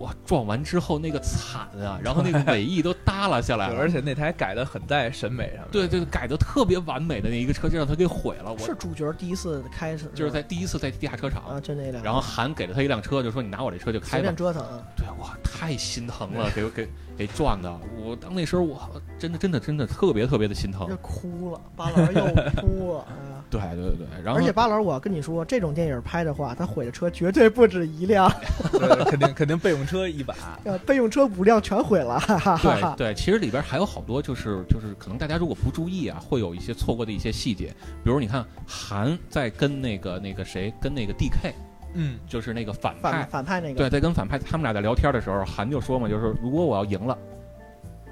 Speaker 2: 哇撞完之后那个惨啊，然后那个尾翼都耷拉下来了，
Speaker 3: 而且那台改的很在审美上面，
Speaker 2: 对对，改的特别完美的那一个车，就让他给毁了。
Speaker 1: 是
Speaker 2: 我
Speaker 1: 主角第一次开始
Speaker 2: 就是在第一次在地下车场，
Speaker 1: 啊，就那辆，
Speaker 2: 然后韩给了他一辆车，就说你拿我这车就
Speaker 1: 随
Speaker 2: 开吧
Speaker 1: 便。折腾啊，
Speaker 2: 对，哇，太心疼了，给给给撞的。我当那时候我真的真的真的特别特别的心
Speaker 1: 就
Speaker 2: 疼。
Speaker 1: 哭了，巴老师又哭了，哎呀。
Speaker 2: 对对对， 然后
Speaker 1: 而且巴老师，我跟你说，这种电影拍的话，他毁的车绝对不止一辆，
Speaker 3: 对，肯定肯定备用车一把，
Speaker 1: 呃备用车五辆全毁了，哈哈哈
Speaker 2: 对
Speaker 1: 哈。
Speaker 2: 对，其实里边还有好多，就是就是可能大家如果不注意啊，会有一些错过的一些细节。比如你看韩在跟那个那个谁跟那个 DK，
Speaker 3: 嗯，
Speaker 2: 就是那个反
Speaker 1: 反
Speaker 2: 派，
Speaker 1: 反派那个，
Speaker 2: 对，在跟反派他们俩在聊天的时候，韩就说嘛，就是如果我要赢了，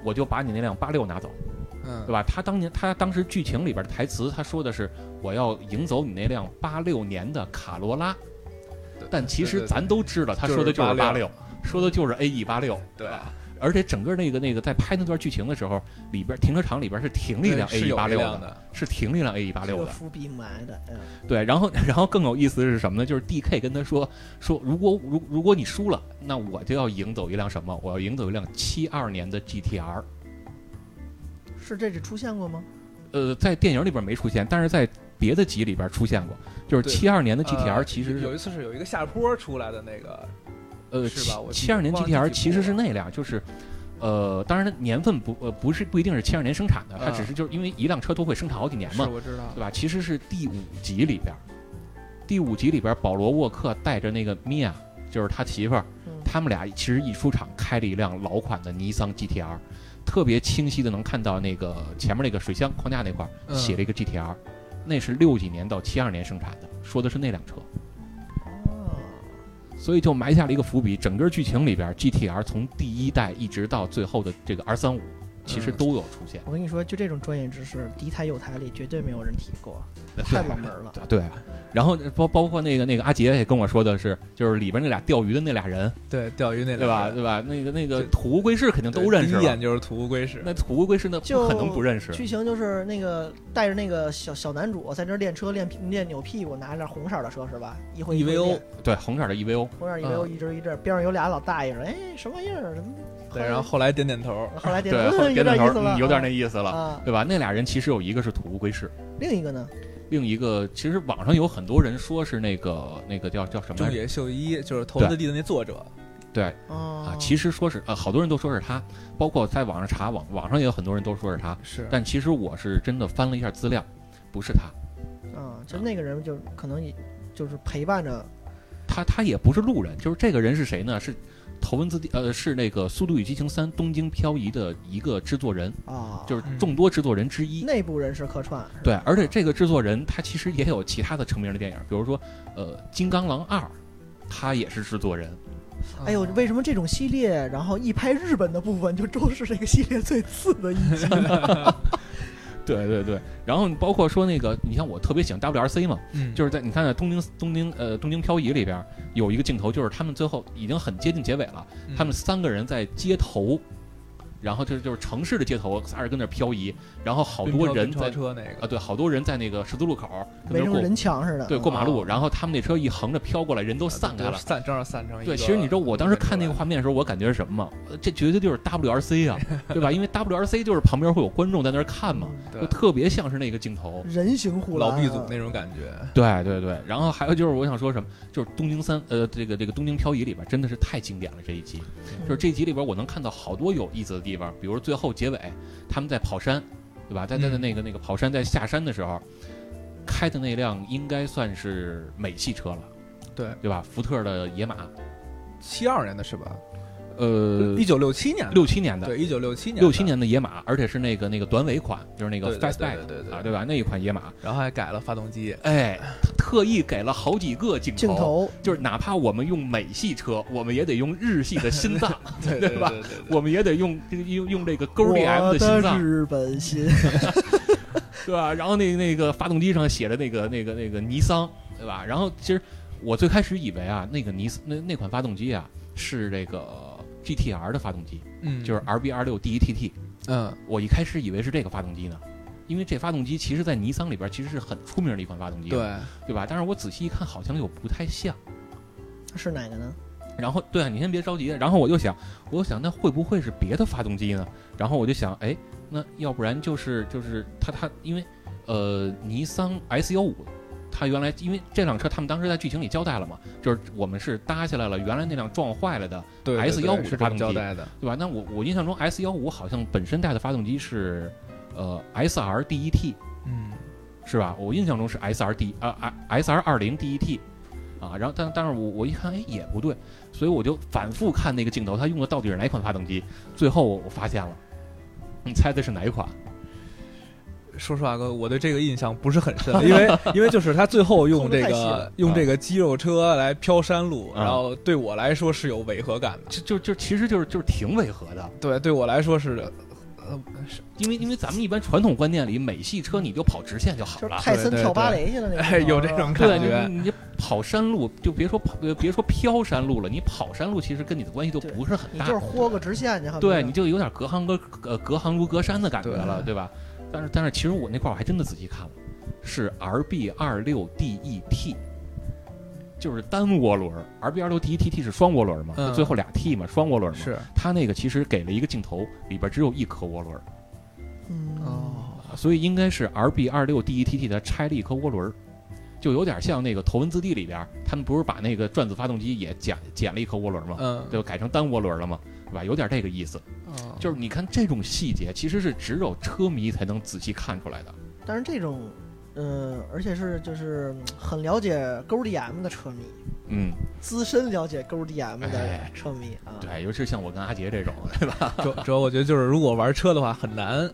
Speaker 2: 我就把你那辆八六拿走，
Speaker 3: 嗯
Speaker 2: 对，吧？他当年他当时剧情里边的台词，他说的是我要赢走你那辆八六年的卡罗拉，但其实
Speaker 3: 对对
Speaker 2: 咱都知道，他
Speaker 3: 就是
Speaker 2: 说的就是八
Speaker 3: 86
Speaker 2: 六，说的就是 A E 八六，
Speaker 3: 对
Speaker 2: 吧？而且整个那个那个在拍那段剧情的时候，里边停车场里边是停了一辆 A
Speaker 3: 对是
Speaker 2: E
Speaker 3: 有
Speaker 2: 八
Speaker 3: 一
Speaker 2: 六
Speaker 3: 辆
Speaker 2: 的，
Speaker 3: 的，
Speaker 2: 是停了一辆 A E 八
Speaker 1: 这
Speaker 2: 六
Speaker 1: 个
Speaker 2: 的。
Speaker 1: 伏笔埋的，嗯，
Speaker 2: 对，然后然后更有意思的是什么呢？就是 D K 跟他说说，如果如如果你输了，那我就要赢走一辆什么？我要赢走一辆七二年的 G T R。
Speaker 1: 是这只出现过吗？
Speaker 2: 呃，在电影里边没出现，但是在别的集里边出现过，就是
Speaker 3: 对
Speaker 2: 七二年的 G T
Speaker 3: 呃
Speaker 2: R 其实是
Speaker 3: 有一次是有一个下坡出来的那个，
Speaker 2: 呃
Speaker 3: 是吧我记
Speaker 2: 七二年
Speaker 3: 忘
Speaker 2: G
Speaker 3: 记
Speaker 2: T R
Speaker 3: 几
Speaker 2: 其
Speaker 3: 部
Speaker 2: 实
Speaker 3: 了
Speaker 2: 是那辆就是。呃，当然，它年份不呃不是不一定是七二年生产的，它
Speaker 3: 嗯
Speaker 2: 只是就是因为一辆车都会生产好几年
Speaker 3: 是
Speaker 2: 嘛，
Speaker 3: 我知道
Speaker 2: 对，吧？其实是第五集里边儿，第五集里边儿，保罗沃克带着那个米娅，就是他媳妇儿，
Speaker 1: 嗯，
Speaker 2: 他们俩其实一出场开了一辆老款的尼桑 GTR，特别清晰的能看到那个前面那个水箱框架那块儿
Speaker 3: 嗯
Speaker 2: 写了一个 GTR，、那是六几年到七二年生产的，说的是那辆车。
Speaker 1: 哦，
Speaker 2: 所以就埋下了一个伏笔。整个剧情里边，GTR 从第一代一直到最后的这个 R 三五，其实都有出现。
Speaker 1: 我跟你说，就这种专业知识，敌台有台里绝对没有人提过，太冷门了。
Speaker 3: 嗯
Speaker 2: 对，然后包包括那个那个阿杰也跟我说的是，就是里边那俩钓鱼的那俩人，
Speaker 3: 对，钓鱼那
Speaker 2: 对吧？
Speaker 3: 两个人
Speaker 2: 对吧？那个那个
Speaker 3: 对
Speaker 2: 土乌龟是肯定都认识
Speaker 3: 第一眼
Speaker 2: 了，
Speaker 3: 就是土乌龟是。
Speaker 2: 那土乌龟是那
Speaker 1: 就
Speaker 2: 不可能不认识。
Speaker 1: 剧情就是那个带着那个小小男主在那儿练车练屁练扭屁股，拿着红色的车是吧？一
Speaker 2: E
Speaker 1: 会一会
Speaker 3: EVO
Speaker 1: 练
Speaker 2: 对，红色的 E EVO，
Speaker 1: 红色 EVO 一阵一阵，边上有俩老大爷说：“哎，什么玩意儿？” 怎么
Speaker 3: 对，然后后来点点头，
Speaker 1: 后来点
Speaker 2: 对，
Speaker 1: 头，嗯
Speaker 2: 点
Speaker 1: 有点
Speaker 2: 点
Speaker 1: 意思
Speaker 2: 头，
Speaker 1: 了，
Speaker 2: 嗯有点那意思了，
Speaker 1: 啊。
Speaker 2: 对吧？那俩人其实有一个是土乌龟氏，
Speaker 1: 另一个呢？
Speaker 2: 另一个其实网上有很多人说是那个那个叫叫什么
Speaker 3: 中
Speaker 2: 来着？
Speaker 3: 野秀一就是《头文字 D》的那作者，
Speaker 1: 啊
Speaker 2: 啊，其
Speaker 1: 实
Speaker 2: 实说是呃，好多人都说是他，包括在网上查网网上也有很多人都说是他，
Speaker 3: 是
Speaker 2: 但其实我是真的翻了一下资料，不是他，
Speaker 1: 啊，就那个人就可能也就是陪伴着
Speaker 2: 他他也不是路人，就是这个人是谁呢？是头文字 D 呃是那个《速度与激情三：东京漂移》的一个制作人，
Speaker 1: 啊，
Speaker 2: 就是
Speaker 3: 嗯
Speaker 2: 众多制作人之一。
Speaker 1: 内部人士客串。是吧
Speaker 2: 对，而且这个制作人他其实也有其他的成名的电影，比如说呃《金刚狼二》，他也是制作人。
Speaker 1: 哎呦，为什么这种系列，然后一拍日本的部分，就都是这个系列最次的一 集？
Speaker 2: 对对对，然后包括说那个，你像我特别喜欢 WRC 嘛，
Speaker 3: 嗯，
Speaker 2: 就是在你看在东京东京呃东京漂移里边有一个镜头，就是他们最后已经很接近结尾了，
Speaker 3: 嗯
Speaker 2: 他们三个人在街头，然后就是就是城市的街头，仨人跟那儿漂移，然后好
Speaker 3: 冰
Speaker 2: 多
Speaker 3: 车
Speaker 2: 人
Speaker 3: 冰
Speaker 2: 在
Speaker 3: 超车那
Speaker 2: 啊
Speaker 3: 个，
Speaker 2: 对，好多人在那个十字路口跟
Speaker 1: 没
Speaker 2: 那儿
Speaker 1: 什
Speaker 2: 过
Speaker 1: 么人墙似的。
Speaker 2: 对过马路，
Speaker 3: 哦
Speaker 2: 然后他们那车一横着飘过来，人都散开了。
Speaker 3: 散正好散成一个
Speaker 2: 对，其实你知道我当时看那个画面的时候，我感觉是什么吗？呃这绝对就是 WRC 啊， 对吧？因为 WRC 就是旁边会有观众在那儿看嘛，
Speaker 1: 嗯
Speaker 2: 就
Speaker 3: 对
Speaker 2: 特别像是那个镜头。
Speaker 1: 人形护栏
Speaker 3: 老
Speaker 1: 啊，
Speaker 3: B 组那种感觉，
Speaker 2: 对对对，然后还有就是我想说什么，就是《东京三》呃，这个这个《东京漂移》里边真的是太经典了这一集，
Speaker 3: 嗯
Speaker 2: 就是这一集里边我能看到好多有意思的地方，比如最后结尾他们在跑山，对吧？在在在
Speaker 3: 嗯
Speaker 2: 那个那个跑山在下山的时候，开的那辆应该算是美系车了，
Speaker 3: 对
Speaker 2: 对吧？福特的野马，
Speaker 3: 七二年的是吧？
Speaker 2: 呃
Speaker 3: 一，九六七年的，
Speaker 2: 六七年的。
Speaker 3: 对，一九六七年，
Speaker 2: 六七，年的野马，而且是那个那个短尾款，就是那个
Speaker 3: 对对
Speaker 2: fastback
Speaker 3: 对对对对
Speaker 2: 啊，对吧？那一款野马，
Speaker 3: 然后还改了发动机，
Speaker 2: 哎，他特意给了好几个
Speaker 1: 镜头，
Speaker 2: 就是哪怕我们用美系车，我们也得用日系的心 脏，
Speaker 3: 对
Speaker 2: 对吧
Speaker 3: 对对对
Speaker 2: 我们也得用用用这个勾
Speaker 1: 我
Speaker 2: DM 的心脏，
Speaker 1: 日本心，
Speaker 2: 对吧？然后那那个发动机上写着那个那个那个尼桑，对吧？然后其实我最开始以为啊，那个尼那那款发动机啊是这个 GTR 的发动机，
Speaker 3: 嗯，
Speaker 2: 就是 RB 2 6 DETT，
Speaker 3: 嗯，
Speaker 2: 我一开始以为是这个发动机呢。因为这发动机其实，在尼桑里边其实是很出名的一款发动机，
Speaker 3: 对，
Speaker 2: 对吧？但是我仔细一看，好像又不太像。
Speaker 1: 是哪个呢？
Speaker 2: 然后对啊，你先别着急。然后我就想，我就想那会不会是别的发动机呢？然后我就想，哎，那要不然就是就是它它因为呃尼桑 S 幺五，它原来因为这辆车他们当时在剧情里交代了嘛，就是我们是搭下来了原来那辆撞坏了的，
Speaker 3: 对
Speaker 2: S15
Speaker 3: 是
Speaker 2: 是
Speaker 3: 这
Speaker 2: 发
Speaker 3: 么
Speaker 2: 动机
Speaker 3: 交代的，
Speaker 2: 对吧？那我我印象中 S 幺五好像本身带的发动机是呃 SR DET
Speaker 3: 嗯，
Speaker 2: 是吧？我印象中是 SR D 啊啊 SR 二零 DET 啊，然后但但是我我一看，哎，也不对，所以我就反复看那个镜头，它用的到底是哪款发动机？最后我我发现了，你猜的是哪一款？
Speaker 3: 说实话，哥，我对这个印象不是很深，因 为因为就是他最后用这
Speaker 1: 抠得太细了
Speaker 3: 个 用
Speaker 2: 嗯
Speaker 3: 这个肌肉车来飘山路，
Speaker 2: 啊
Speaker 3: 然后对我来说是有违和感的，
Speaker 2: 就就就其实就是就是挺违和的，
Speaker 3: 对，对我来说是，呃，是
Speaker 2: 因为因为咱们一般传统观念里，美系车你就跑直线就好
Speaker 1: 就是
Speaker 2: 了。
Speaker 1: 泰森跳芭蕾去了那个
Speaker 3: 哎，
Speaker 1: 镜头
Speaker 3: 有这种
Speaker 2: 对
Speaker 3: 感觉，
Speaker 2: 你，你你跑山路就别说跑，呃别说飘山路了，你跑山路其实跟你的关系都
Speaker 1: 对
Speaker 2: 不是很
Speaker 1: 你
Speaker 2: 大。
Speaker 1: 就是豁个直线去，好比
Speaker 2: 对，
Speaker 1: 说
Speaker 2: 你就有点隔行隔呃隔行如隔山的感觉了，对
Speaker 3: 对
Speaker 2: 吧？但是但是，其实我那块儿我还真的仔细看了，是 RB 二六 DET，就是单涡轮，RB 二六 DET 是双涡轮嘛，
Speaker 3: 嗯
Speaker 2: 最后俩 T 嘛，双涡轮嘛。
Speaker 3: 是
Speaker 2: 它那个其实给了一个镜头，里边只有一颗涡轮，
Speaker 1: 嗯，
Speaker 3: 哦，
Speaker 2: 啊所以应该是 RB 二六 DETT 它拆了一颗涡轮。就有点像那个《头文字 D》里边，他们不是把那个转子发动机也剪剪了一颗涡轮吗？
Speaker 3: 嗯，
Speaker 2: 对吧？改成单涡轮了吗？对吧？有点这个意思。
Speaker 3: 哦
Speaker 2: 就是你看这种细节，其实是只有车迷才能仔细看出来的。
Speaker 1: 但是这种。嗯，而且是就是嗯很了解勾 DM 的车迷，
Speaker 2: 嗯，
Speaker 1: 资深了解勾 DM 的
Speaker 2: 哎
Speaker 1: 车迷啊，
Speaker 2: 对，尤其是像我跟阿杰这种， 对吧？
Speaker 3: 主主要我觉得就是，如果玩车的话，很难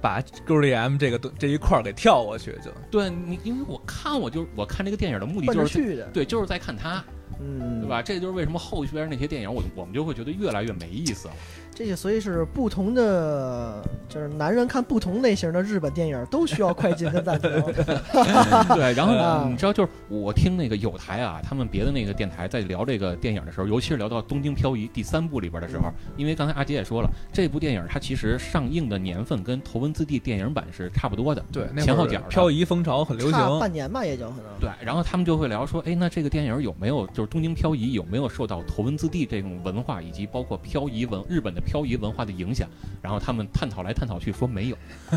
Speaker 3: 把 GDM 这个东这一块儿给跳过去，就
Speaker 2: 对你，因为我看我就我看这个电影的目的
Speaker 1: 奔着
Speaker 2: 就是
Speaker 1: 去的，
Speaker 2: 对，就是在看他，
Speaker 1: 嗯，
Speaker 2: 对吧？这就是为什么后边那些电影，我我们就会觉得越来越没意思了。
Speaker 1: 这些所以是不同的，就是男人看不同类型的日本电影都需要快进跟 暂停。
Speaker 2: 对，然后
Speaker 1: 啊
Speaker 2: 你知道，就是我听那个有台啊，他们别的那个电台在聊这个电影的时候，尤其是聊到《东京漂移》第三部里边的时候，因为刚才阿杰也说了，这部电影它其实上映的年份跟《头文字 D》电影版是差不多的。
Speaker 3: 对，那
Speaker 2: 前
Speaker 3: 会
Speaker 2: 后
Speaker 3: 儿
Speaker 2: 脚的
Speaker 3: 漂移风潮很流
Speaker 1: 差
Speaker 3: 行，
Speaker 1: 半年吧，也就可能。
Speaker 2: 对，然后他们就会聊说，哎，那这个电影有没有就是《东京漂移》有没有受到头文字 D 这种文化以及包括漂移文日本的漂移文化的影响？然后他们探讨来探讨去说没有。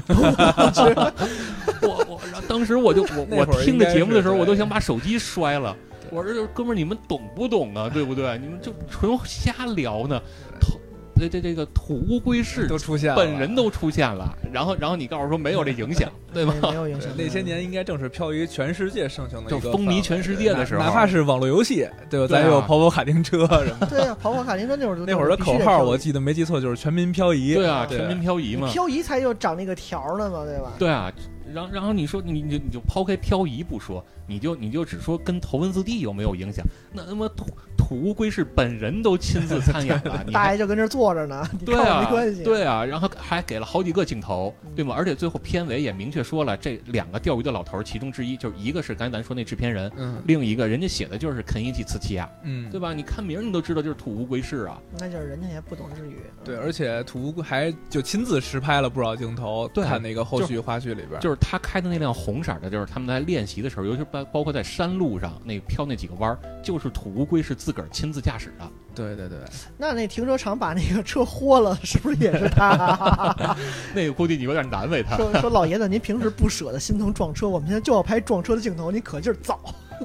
Speaker 2: 我我然后当时我就我
Speaker 3: 那
Speaker 2: 我
Speaker 3: 会儿
Speaker 2: 听
Speaker 3: 应
Speaker 2: 着
Speaker 3: 该
Speaker 2: 节目的
Speaker 3: 是
Speaker 2: 时候，我
Speaker 3: 对
Speaker 2: 都想把手机摔了。
Speaker 3: 对
Speaker 2: 我说就是哥们儿，你们懂不懂啊？对不对？你们就纯瞎聊呢。土这这这个土乌龟市
Speaker 3: 都出现了。
Speaker 2: 本人都出现了，然后然后你告诉我说没有这影响，对吧？
Speaker 1: 没没有影
Speaker 3: 对
Speaker 1: 响。
Speaker 3: 那些年应该正是漂移全世界盛行的
Speaker 2: 就
Speaker 3: 一个
Speaker 2: 风靡
Speaker 3: 范
Speaker 2: 全
Speaker 3: 围
Speaker 2: 世界的时候
Speaker 3: 哪哪怕是网络游戏，对吧？
Speaker 2: 对啊
Speaker 3: 咱有跑跑卡丁车什么的，
Speaker 1: 对啊，跑跑卡丁车 那会儿就
Speaker 3: 那会儿的口号我记得没记错，就是全民漂移。
Speaker 2: 对啊，
Speaker 3: 对
Speaker 2: 全民漂移嘛。
Speaker 1: 漂移才有长那个条儿呢嘛，对吧？
Speaker 2: 对啊，然后然后你说你你你就抛开漂移不说，你就你就只说跟头文字 D 有没有影响？那他妈土土乌龟是本人都亲自参演 了，你
Speaker 1: 大
Speaker 2: 还
Speaker 1: 爷就跟这儿坐着呢， 你
Speaker 2: 对
Speaker 1: 看我
Speaker 2: 啊
Speaker 1: 没关系。，
Speaker 2: 对啊，然后还给了好几个镜头，
Speaker 1: 嗯
Speaker 2: 对吗？而且最后片尾也明确说了，这两个钓鱼的老头儿其中之一，就是一个是刚才咱说那制片人，
Speaker 3: 嗯
Speaker 2: 另一个人家写的就是肯伊基茨奇亚，
Speaker 3: 嗯，
Speaker 2: 对吧？你看名儿你都知道就是土乌龟市啊，
Speaker 1: 那就是人家也不懂日语。
Speaker 3: 对，而且土屋还就亲自实拍了不少镜头，
Speaker 2: 对
Speaker 3: 看那个后续花絮里边，
Speaker 2: 就是他开的那辆红色儿的，就是他们在练习的时候，尤其包包括在山路上那飘那几个弯儿，就是土乌龟是自个儿亲自驾驶的。
Speaker 3: 对对对，
Speaker 1: 那那停车场把那个车豁了，是不是也是他？
Speaker 2: 那个估计你有点难为他，
Speaker 1: 说说老爷子，您平时不舍得心疼撞车，我们现在就要拍撞车的镜头，你可劲儿造。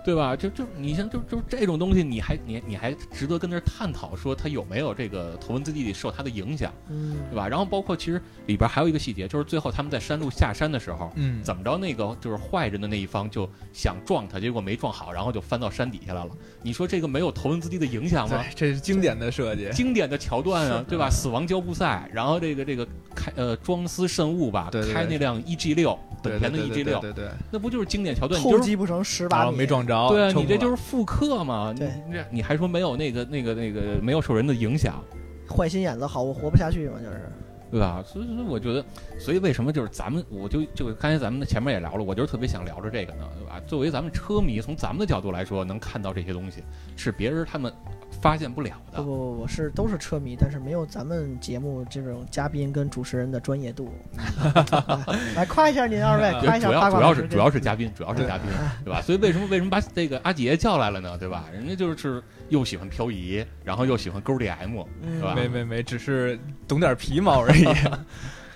Speaker 2: 对吧？就就你像就就这种东西，你还你你还值得跟这儿探讨说他有没有这个头文字 D 受他的影响，
Speaker 1: 嗯，
Speaker 2: 对吧？然后包括其实里边还有一个细节，就是最后他们在山路下山的时候。
Speaker 3: 嗯，
Speaker 2: 怎么着？那个就是坏人的那一方就想撞他，结果没撞好，然后就翻到山底下来了。你说这个没有头文字 D 的影响吗
Speaker 3: 对？，这是经典的设计，
Speaker 2: 经典的桥段啊
Speaker 1: 是，
Speaker 2: 对吧？死亡交互赛，然后这个这个开呃装丝慎悟吧，
Speaker 3: 对对
Speaker 2: 开那辆 EG 六
Speaker 3: 对
Speaker 2: 本田的 EG 六，
Speaker 3: 对对对对，
Speaker 2: 那不就是经典桥段？你
Speaker 1: 偷
Speaker 2: 就是
Speaker 1: 鸡不成蚀
Speaker 3: 然
Speaker 1: 把
Speaker 3: 后
Speaker 1: 米，
Speaker 3: 没撞着，
Speaker 2: 对啊，
Speaker 3: 撑
Speaker 2: 你这
Speaker 3: 住
Speaker 2: 就
Speaker 3: 了
Speaker 2: 是复刻嘛，你
Speaker 1: 对
Speaker 2: 你这你还说没有那个那个那个没有受人的影响，
Speaker 1: 坏心眼子好，我活不下去嘛，就是。
Speaker 2: 对吧？所以所以我觉得，所以为什么就是咱们，我就就刚才咱们前面也聊了，我就是特别想聊着这个呢，对吧？作为咱们车迷，从咱们的角度来说，能看到这些东西是别人他们发现不了
Speaker 1: 不
Speaker 2: 的。
Speaker 1: 不不，我是都是车迷，但是没有咱们节目这种嘉宾跟主持人的专业度。 嗯来来夸一下您二位，
Speaker 2: 对
Speaker 1: 夸一下八
Speaker 2: 主
Speaker 1: 卦
Speaker 2: 要主
Speaker 1: 老
Speaker 2: 要
Speaker 1: 师
Speaker 2: 是
Speaker 1: 这
Speaker 2: 主要是嘉宾，主要是
Speaker 3: 啊对
Speaker 2: 嘉宾，对吧？所以为什么为什么把这个阿杰叫来了呢？对吧？人家就是又喜欢漂移，然后又喜欢勾 DM，
Speaker 1: 嗯
Speaker 2: 是吧
Speaker 3: 没没没，只是懂点皮 毛而已。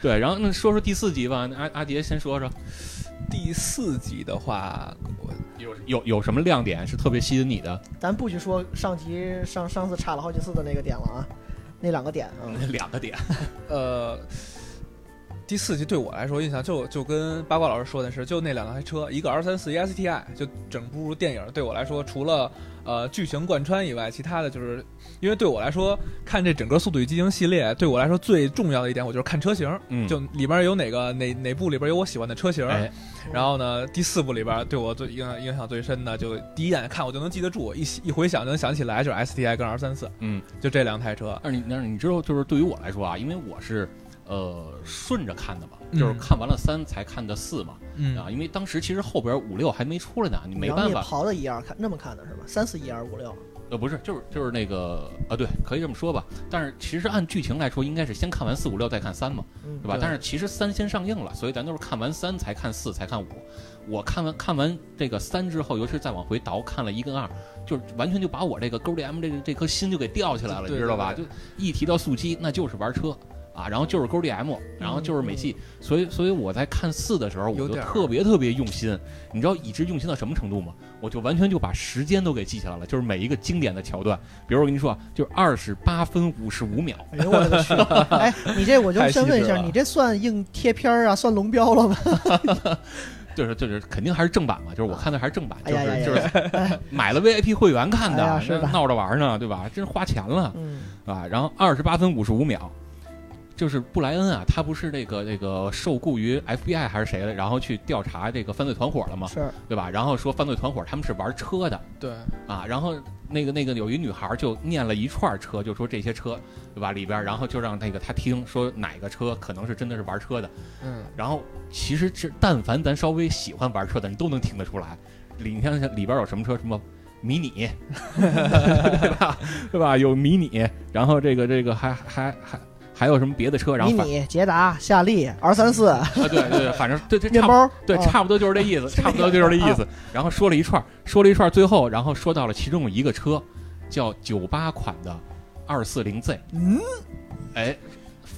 Speaker 2: 对。然后那说说第四集吧，那阿阿杰先说说
Speaker 3: 第四集的话，我
Speaker 2: 有有有什么亮点是特别吸引你的？
Speaker 1: 咱不许说上集上上次差了好几次的那个点了啊，那两个点啊，
Speaker 3: 嗯
Speaker 2: 两个点，
Speaker 3: 呃，第四集对我来说印象就就跟八卦老师说的是，就那两台车，一个 R 三四，一 STI，就整部电影对我来说，除了呃剧情贯穿以外，其他的就是因为对我来说，看这整个《速度与激情》系列，对我来说最重要的一点，我就是看车型，
Speaker 2: 嗯，
Speaker 3: 就里边有哪个哪哪部里边有我喜欢的车型。
Speaker 2: 哎，
Speaker 3: 然后呢，第四部里边对我最影影响最深的，就第一眼看我就能记得住，一一回想就能想起来，就是 STI 跟 R 三四，
Speaker 2: 嗯。
Speaker 3: 就这两台车。
Speaker 2: 但是你但是你知道，就是对于我来说啊，因为我是呃顺着看的嘛，
Speaker 3: 嗯
Speaker 2: 就是看完了三才看的四嘛、
Speaker 3: 嗯
Speaker 2: 啊，因为当时其实后边五六还没出来呢，你没
Speaker 1: 然后
Speaker 2: 办
Speaker 1: 你
Speaker 2: 法，
Speaker 1: 刨到一二看那么看的是吧？三四一二五六，
Speaker 2: 呃，不是，就是就是那个啊，对，可以这么说吧。但是其实按剧情来说，应该是先看完四五六再看三嘛，
Speaker 1: 嗯
Speaker 2: 对吧？
Speaker 3: 对
Speaker 2: 但是其实三先上映了，所以咱都是看完三才看四才看五。我看完看完这个三之后，尤其是再往回倒看了一跟二，就是完全就把我这个勾 DM 这个这颗心就给吊起来了，
Speaker 3: 对
Speaker 2: 你知道吧？就
Speaker 3: 对
Speaker 2: 一提到速七，那就是玩车啊，然后就是勾
Speaker 3: 嗯
Speaker 2: DM，然后就是美系，所以所以我在看四的时候，我
Speaker 3: 有
Speaker 2: 就
Speaker 3: 点儿
Speaker 2: 特别特别用心，你知道以至于用心到什么程度吗？我就完全就把时间都给记下来了，就是每一个经典的桥段，比如我跟你说啊，就是二十八分五十五秒。
Speaker 1: 哎呦我的去！哎，你这我就
Speaker 3: 太细
Speaker 1: 先问一
Speaker 3: 致
Speaker 1: 下，
Speaker 3: 了
Speaker 1: 你这算硬贴片儿啊，算龙标了吗？
Speaker 2: 就是就是肯定还是正版嘛，就是我看的还是正版，
Speaker 1: 哎
Speaker 2: 就是、
Speaker 1: 呀呀呀
Speaker 2: 就是 买了 VIP 会员看的，
Speaker 1: 哎呀是的
Speaker 2: 那闹着玩儿呢，对吧？真是花钱了
Speaker 1: 嗯，
Speaker 2: 啊！然后二十八分五十五秒，就是布莱恩啊，他不是这个这个受雇于 FBI 还是谁的，然后去调查这个犯罪团伙了嘛，
Speaker 1: 是
Speaker 2: 对吧？然后说犯罪团伙他们是玩车的
Speaker 3: 对，
Speaker 2: 啊，然后那个那个有一女孩就念了一串车，就说这些车对吧里边，然后就让那个他听说哪个车可能是真的是玩车的，
Speaker 4: 嗯，
Speaker 2: 然后其实这但凡咱稍微喜欢玩车的，你都能听得出来。里你看里边有什么车？什么迷 你，对吧？对吧？有迷你，然后这个这个还还还还有什么别的车？然后
Speaker 1: 迷
Speaker 2: 反
Speaker 1: 你、捷达、夏利、R 三四、
Speaker 2: 啊，对对，对反正对对，
Speaker 1: 面
Speaker 2: 差不
Speaker 1: 包，
Speaker 2: 对，
Speaker 1: 啊
Speaker 2: 差不多就是这意 思，差不多就是这意思。然后说了一串，说了一串，最后然后说到了其中有一个车叫九八款的二四零 Z，
Speaker 1: 嗯，
Speaker 2: 哎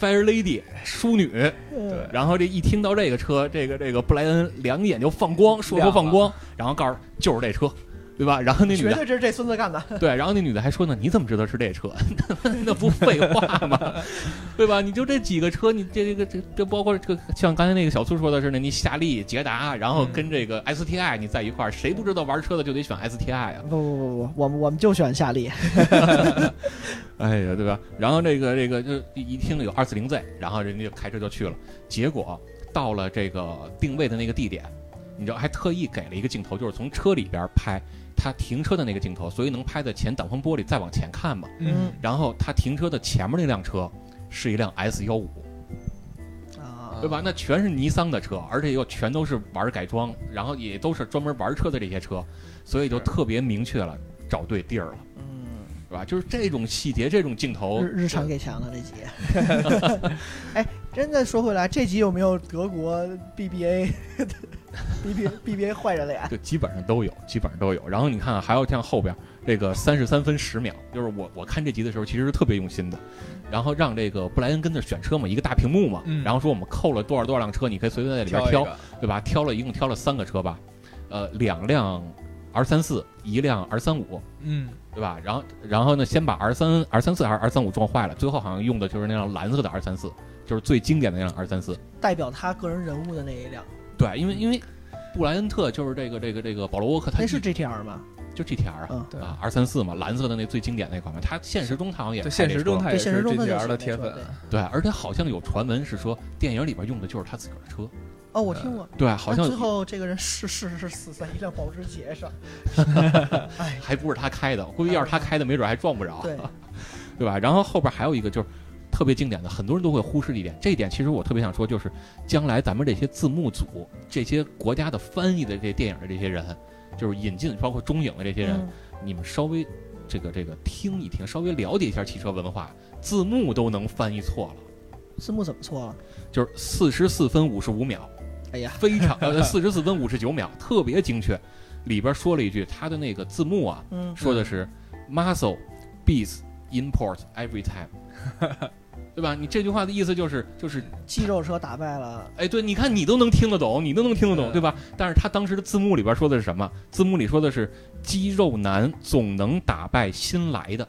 Speaker 2: ，Fair Lady 淑女。
Speaker 1: 对
Speaker 2: 然后这一听到这个车，这个这个布莱恩两眼就放光，说说放光，然后告诉就是这车。对吧？ 然后那女
Speaker 1: 绝
Speaker 2: 的
Speaker 1: 对这是这孙子干的。
Speaker 2: 对，然后那女的还说呢：“你怎么知道是这车？ 那不废话吗？ 对吧？你就这几个车，你这这个这这包括这个，像刚才那个小苏说的是呢，你夏利、捷达，然后跟这个 STI 你在一块儿，谁不知道玩车的就得选 STI 啊？
Speaker 1: 不不不不，我们我们就选夏利。
Speaker 2: 哎呀，对吧？然后这个这个就一听有二四零 Z，然后人家就开车就去了，结果到了这个定位的那个地点，你知道还特意给了一个镜头，就是从车里边拍他停车的那个镜头，所以能拍的前挡风玻璃再往前看嘛。
Speaker 1: 嗯
Speaker 2: 然后他停车的前面那辆车是一辆 S 幺五，
Speaker 1: 啊，
Speaker 2: 对吧？那全是尼桑的车，而且又全都是玩改装，然后也都是专门玩车的这些车，所以就是特别明确了，找对地儿了，
Speaker 1: 嗯，
Speaker 2: 对吧？就是这种细节，这种镜头，
Speaker 1: 日日常给钱了这集。哎，真的说回来，这集有没有德国 BBA BBA BBA 坏人脸？
Speaker 2: 就基本上都有，基本上都有。然后你看啊，还有像后边这个三十三分十秒，就是我我看这集的时候其实是特别用心的，然后让这个布莱恩跟那儿选车嘛，一个大屏幕嘛，
Speaker 3: 嗯
Speaker 2: 然后说我们扣了多少多少辆车，你可以随便在里边
Speaker 3: 一
Speaker 2: 挑
Speaker 3: 个，
Speaker 2: 对吧？挑了一共挑了三个车吧，呃，两辆 R 三四，一辆 R 三五，
Speaker 3: 嗯，
Speaker 2: 对吧？然后然后呢，先把 R 三 R 三四还是 R 三五撞坏了，最后好像用的就是那辆蓝色的 R 三四，就是最经典的那辆 R 三四。
Speaker 1: 代表他个人人物的那一辆，
Speaker 2: 对，因为因为布莱恩特就是这个这个这个保罗沃克，他
Speaker 1: 那是
Speaker 2: 一
Speaker 1: GTR 吗？
Speaker 2: 就 GTR 啊。
Speaker 1: 嗯，
Speaker 3: 对
Speaker 2: 啊，R 三四嘛，蓝色的那最经典那款嘛，他现实中他好像也开
Speaker 3: 对，现
Speaker 2: 这
Speaker 3: 实中
Speaker 2: 车
Speaker 3: 他
Speaker 1: 对
Speaker 3: 也
Speaker 1: 现实
Speaker 3: 是
Speaker 1: 中他就
Speaker 3: GTR
Speaker 1: 是
Speaker 3: 的
Speaker 1: 那
Speaker 3: 铁
Speaker 1: 车
Speaker 3: 粉啊
Speaker 1: 对，
Speaker 2: 对，而且好像有传闻是说电影里边用的就是他自个儿的车，
Speaker 1: 哦，我听过。
Speaker 2: 对，呃好像
Speaker 1: 那最后这个人是是是死在一辆保时捷 上，哎，
Speaker 2: 还不是他开的，估计要是他开的，没准还撞不着。
Speaker 1: 对，
Speaker 2: 对吧？然后后边还有一个就是特别经典的，很多人都会忽视的一点，这一点其实我特别想说，就是将来咱们这些字幕组、这些国家的翻译的这些电影的这些人，就是引进包括中影的这些人，
Speaker 1: 嗯
Speaker 2: 你们稍微这个这个听一听，稍微了解一下汽车文化，字幕都能翻译错了，
Speaker 1: 字幕怎么错了？
Speaker 2: 就是四十四分五十五秒，
Speaker 1: 哎呀，
Speaker 2: 非常呃四十四分五十九秒，特别精确。里边说了一句，他的那个字幕啊，
Speaker 1: 嗯，
Speaker 2: 说的是 muscle beats import every time，对吧？你这句话的意思就是就是，
Speaker 1: 肌肉车打败了，
Speaker 2: 哎，对，你看你都能听得懂，你都能听得懂，
Speaker 3: 嗯
Speaker 2: 对吧？但是他当时的字幕里边说的是什么？字幕里说的是肌肉男总能打败新来的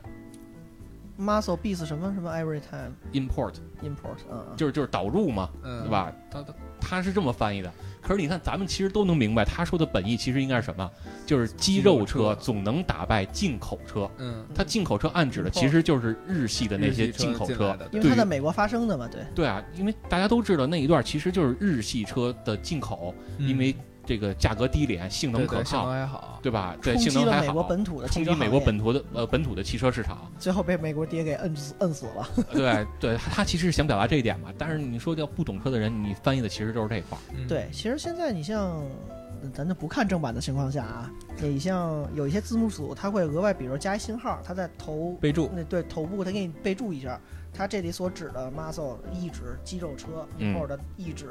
Speaker 1: muscle beats 什么什么 every time
Speaker 2: import，
Speaker 1: import，嗯，
Speaker 2: 就是就是导入嘛，
Speaker 3: 嗯，
Speaker 2: 对？吧？他他他是这么翻译的。可是你看，咱们其实都能明白，他说的本意其实应该是什么？就是肌肉
Speaker 3: 肌
Speaker 2: 车
Speaker 3: 肉车
Speaker 2: 总能打败进口车。
Speaker 3: 嗯，
Speaker 2: 它进口车暗指的其实就是日系的那些进口
Speaker 3: 进来
Speaker 2: 车，
Speaker 3: 的，
Speaker 1: 因为
Speaker 3: 对
Speaker 1: 它
Speaker 2: 对于
Speaker 1: 在美国发生的嘛，对，
Speaker 2: 对啊，因为大家都知道那一段其实就是日系车的进口，
Speaker 3: 嗯
Speaker 2: 因为这个价格低廉、性能
Speaker 3: 对
Speaker 2: 可
Speaker 3: 对性能
Speaker 2: 靠，
Speaker 3: 还好，
Speaker 2: 对吧？对，
Speaker 1: 冲
Speaker 2: 性
Speaker 1: 击
Speaker 2: 能
Speaker 1: 了
Speaker 2: 还
Speaker 1: 美国
Speaker 2: 好，
Speaker 1: 本土的
Speaker 2: 冲
Speaker 1: 汽
Speaker 2: 击
Speaker 1: 车
Speaker 2: 美
Speaker 1: 行
Speaker 2: 国
Speaker 1: 业
Speaker 2: 本土的呃本土的汽车市场。
Speaker 1: 最后被美国爹给摁死摁死了。
Speaker 2: 对对，他其实想表达这一点嘛。但是你说叫不懂车的人，你翻译的其实就是这块儿。
Speaker 3: 嗯，
Speaker 1: 对，其实现在你像，咱就不看正版的情况下啊，你像有一些字幕组，它会额外，比如加一信号，它在头
Speaker 3: 备注，
Speaker 1: 那对头部，它给你备注一下，它这里所指的 muscle 意指肌肉车，
Speaker 2: 嗯
Speaker 1: 或者意指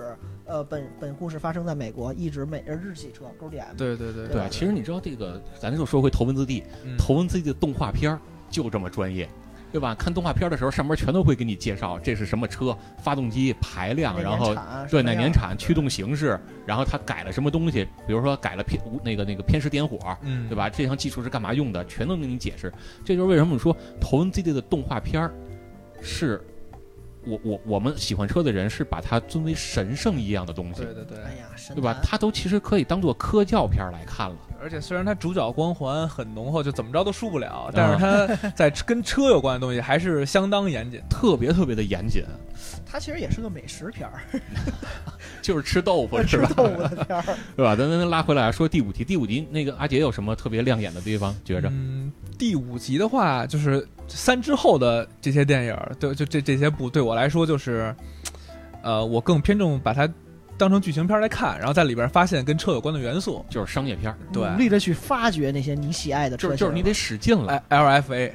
Speaker 1: 呃本本故事发生在美国，意指美呃日系车勾 DM。
Speaker 3: 对对对
Speaker 2: 对，其实你知道这个，咱就说回头文字 D，
Speaker 3: 嗯
Speaker 2: 头文字 D 的动画片儿就这么专业。对吧？看动画片儿的时候，上面全都会给你介绍这是什么车、发动机、排量，
Speaker 1: 哪
Speaker 2: 然
Speaker 1: 年
Speaker 2: 后
Speaker 1: 产啊
Speaker 2: 对
Speaker 1: 什么
Speaker 2: 哪年
Speaker 1: 样
Speaker 2: 产、驱动形式，然后它改了什么东西，比如说改了偏那个那个偏食点火，
Speaker 3: 嗯，
Speaker 2: 对？吧？这项技术是干嘛用的，全能给你解释。这就是为什么我们说《头文字 D》的动画片儿是我我我们喜欢车的人是把它尊为神圣一样的东西，
Speaker 3: 对对，
Speaker 1: 哎呀，神
Speaker 2: 对吧？
Speaker 1: 坛
Speaker 2: 它都其实可以当做科教片儿来看了。
Speaker 3: 而且虽然它主角光环很浓厚，就怎么着都输不了，但是
Speaker 2: 啊
Speaker 3: 它在跟车有关的东西还是相当严谨。
Speaker 2: 特别特别的严谨，
Speaker 1: 它其实也是个美食片儿，
Speaker 2: 就是吃豆 腐是
Speaker 1: 吃
Speaker 2: 吧？
Speaker 1: 动 物的片儿。
Speaker 2: 对吧？咱咱拉回来啊说第五题，第五题那个阿杰有什么特别亮眼的地方？觉着
Speaker 3: 嗯，第五集的话，就是三之后的这些电影儿，对，就这这些部对我来说就是，呃，我更偏重把它当成剧情片儿来看，然后在里边儿发现跟车有关的元素。
Speaker 2: 就是商业片儿，
Speaker 3: 对
Speaker 1: 努力的去发掘那些你喜爱的车
Speaker 2: 就
Speaker 1: 型
Speaker 2: 是
Speaker 1: 儿，
Speaker 2: 就是你得使劲了。
Speaker 3: 哎，LFA，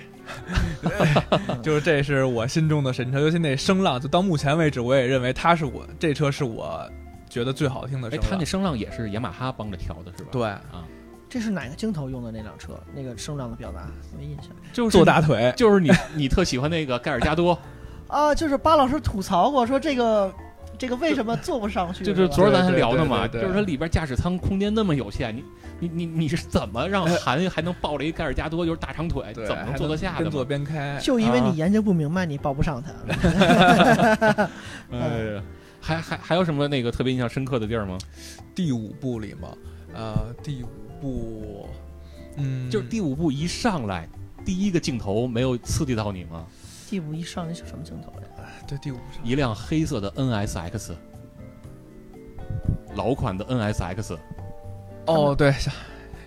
Speaker 3: 就是这是我心中的神车，尤其那声浪，就到目前为止，我也认为它是我这车是我觉得最好听的
Speaker 2: 哎，
Speaker 3: 声
Speaker 2: 他
Speaker 3: 浪
Speaker 2: 那。声浪也是雅马哈帮着调的是吧？，
Speaker 3: 对，
Speaker 1: 这是哪个镜头用的那辆车？那个声浪的表达没印象
Speaker 2: 就是
Speaker 3: 坐大，腿，
Speaker 2: 就是你 你特喜欢那个盖尔加 多，
Speaker 1: 啊。就是巴老师吐槽过说这个这个为什么坐不上去？
Speaker 2: 就是
Speaker 1: 吧
Speaker 2: 昨儿咱还
Speaker 3: 对对
Speaker 2: 聊呢嘛，
Speaker 3: 对对对
Speaker 2: 就是它里边驾驶舱空间那么有限，你你你你是怎么让韩还能抱着一盖尔加多就是大长腿，
Speaker 3: 对
Speaker 2: 怎么能坐得下
Speaker 3: 还能
Speaker 2: 的
Speaker 3: 边坐
Speaker 2: 嘛？
Speaker 3: 边开，
Speaker 1: 就因为
Speaker 2: 啊
Speaker 1: 你研究不明白，你抱不上它。
Speaker 2: 哎呀，还还还有什么那个特别印象深刻的地儿吗？
Speaker 3: 第五部里嘛，呃，第五部，嗯，
Speaker 2: 就是第五部一上来第一个镜头没有刺激到你吗？
Speaker 1: 第五一上那是什么镜
Speaker 2: 啊
Speaker 1: 头来着？
Speaker 3: 对第五部
Speaker 2: 一辆黑色的 NSX，老款的 NSX，
Speaker 3: 哦，对，像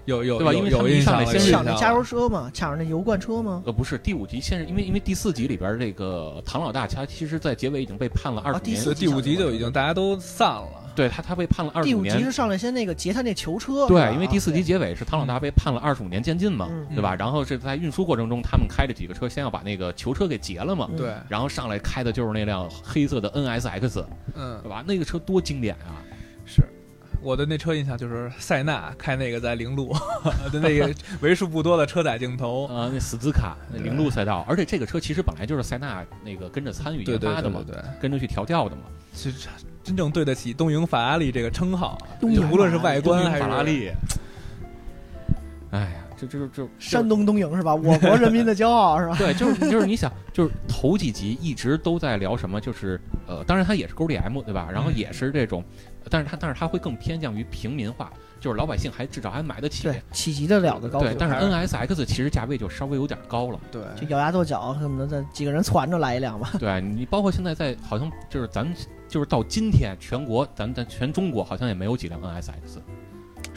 Speaker 3: 有有
Speaker 2: 对吧
Speaker 3: 有
Speaker 2: 因为他
Speaker 3: 有
Speaker 2: 们一
Speaker 3: 印
Speaker 2: 上
Speaker 3: 象
Speaker 2: 来
Speaker 3: 了，
Speaker 2: 先是
Speaker 3: 有
Speaker 1: 抢
Speaker 3: 印
Speaker 1: 着
Speaker 3: 象
Speaker 1: 加
Speaker 3: 了
Speaker 1: 油车吗？抢着那油罐车吗？
Speaker 2: 呃，不是第五集，先是因为因为第四集里边这个唐老大，他其实在结尾已经被判了二
Speaker 1: 啊
Speaker 2: 十
Speaker 1: 第
Speaker 2: 年，
Speaker 1: 四
Speaker 3: 所以第五集就已经大家都散了。
Speaker 2: 对他他被判了二
Speaker 1: 第
Speaker 2: 十
Speaker 1: 五集
Speaker 2: 年
Speaker 1: 是，上来先那个劫他那囚车，是吧
Speaker 2: 对，因为第四集
Speaker 1: 啊
Speaker 2: 结尾是唐老大被判了二十五年监禁嘛，
Speaker 1: 嗯
Speaker 2: 对吧？然后是在运输过程中，他们开着几个车，先要把那个囚车给劫了嘛。
Speaker 1: 嗯
Speaker 3: 对，
Speaker 2: 然后上来开的就是那辆黑色的 NSX，
Speaker 3: 嗯
Speaker 2: 对，吧？那个车多经典啊！
Speaker 3: 是。我对那车印象就是塞纳开那个在零路， 就那个为数不多的车载镜头，
Speaker 2: 呃，那斯兹卡那零路赛道，而且这个车其实本来就是塞纳那个跟着参与
Speaker 3: 对
Speaker 2: 研
Speaker 3: 对
Speaker 2: 发的
Speaker 3: 对
Speaker 2: 嘛
Speaker 3: 对，对，
Speaker 2: 跟着去调教的嘛。
Speaker 3: 其实真正对得起东营法拉利这个称号，
Speaker 1: 东营
Speaker 3: 就无论是外观
Speaker 2: 东
Speaker 3: 还
Speaker 2: 营
Speaker 3: 是
Speaker 2: 法拉，利。哎呀，这这这
Speaker 1: 山东东营是吧？我国人民的骄傲 是吧？
Speaker 2: 对，就是就是你想，就是头几集一直都在聊什么，就是呃，当然它也是 GDM 对吧？然后
Speaker 3: 嗯
Speaker 2: 也是这种，但是它但是它会更偏向于平民化，就是老百姓还至少还买得起。
Speaker 1: 对，起级得了的高
Speaker 2: 对，
Speaker 1: 手，
Speaker 2: 但是嗯
Speaker 3: 还是
Speaker 2: NSX 其实价位就稍微有点高 了。
Speaker 3: 对，
Speaker 1: 就咬牙跺脚，恨不得再几个人攒着来一辆吧。
Speaker 2: 对你包括现在在好像就是咱们就是到今天全国咱咱全中国好像也没有几辆 NSX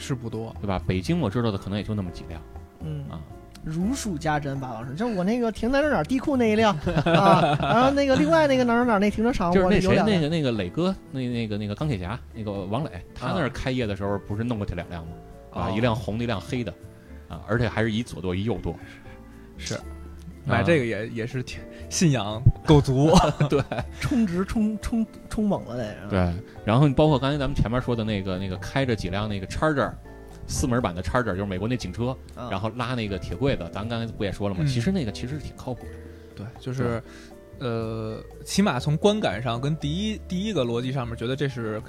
Speaker 3: 是不多，
Speaker 2: 对吧？北京我知道的可能也就那么几辆
Speaker 1: 嗯
Speaker 2: 啊。
Speaker 1: 如数家珍吧，老师。就是我那个停在哪儿哪儿地库那一辆啊， 然后那个另外那个哪儿哪儿哪儿那停车
Speaker 3: 啊
Speaker 1: 场，
Speaker 2: 就是
Speaker 1: 我
Speaker 2: 那
Speaker 1: 有
Speaker 2: 谁
Speaker 1: 两
Speaker 2: 那
Speaker 1: 辆。
Speaker 2: 个那个磊哥那那个那个钢铁侠那个王磊，他那儿开业的时候不是弄过这两辆吗？啊，
Speaker 3: 啊哦
Speaker 2: 一辆红的，一辆黑的，啊，而且还是一左舵一右舵。啊
Speaker 3: 是买这个也也是挺信仰够足，
Speaker 1: 充值充充充猛了那个。
Speaker 2: 对，然后你包括刚才咱们前面说的那个那个开着几辆那个 Charger，四门版的 Charger，就是美国那警车，
Speaker 1: 啊
Speaker 2: 然后拉那个铁柜子，咱刚才不也说了吗？
Speaker 3: 嗯
Speaker 2: 其实那个其实挺靠谱的。
Speaker 3: 对，就是，呃，起码从观感上跟第一第一个逻辑上面，觉得这是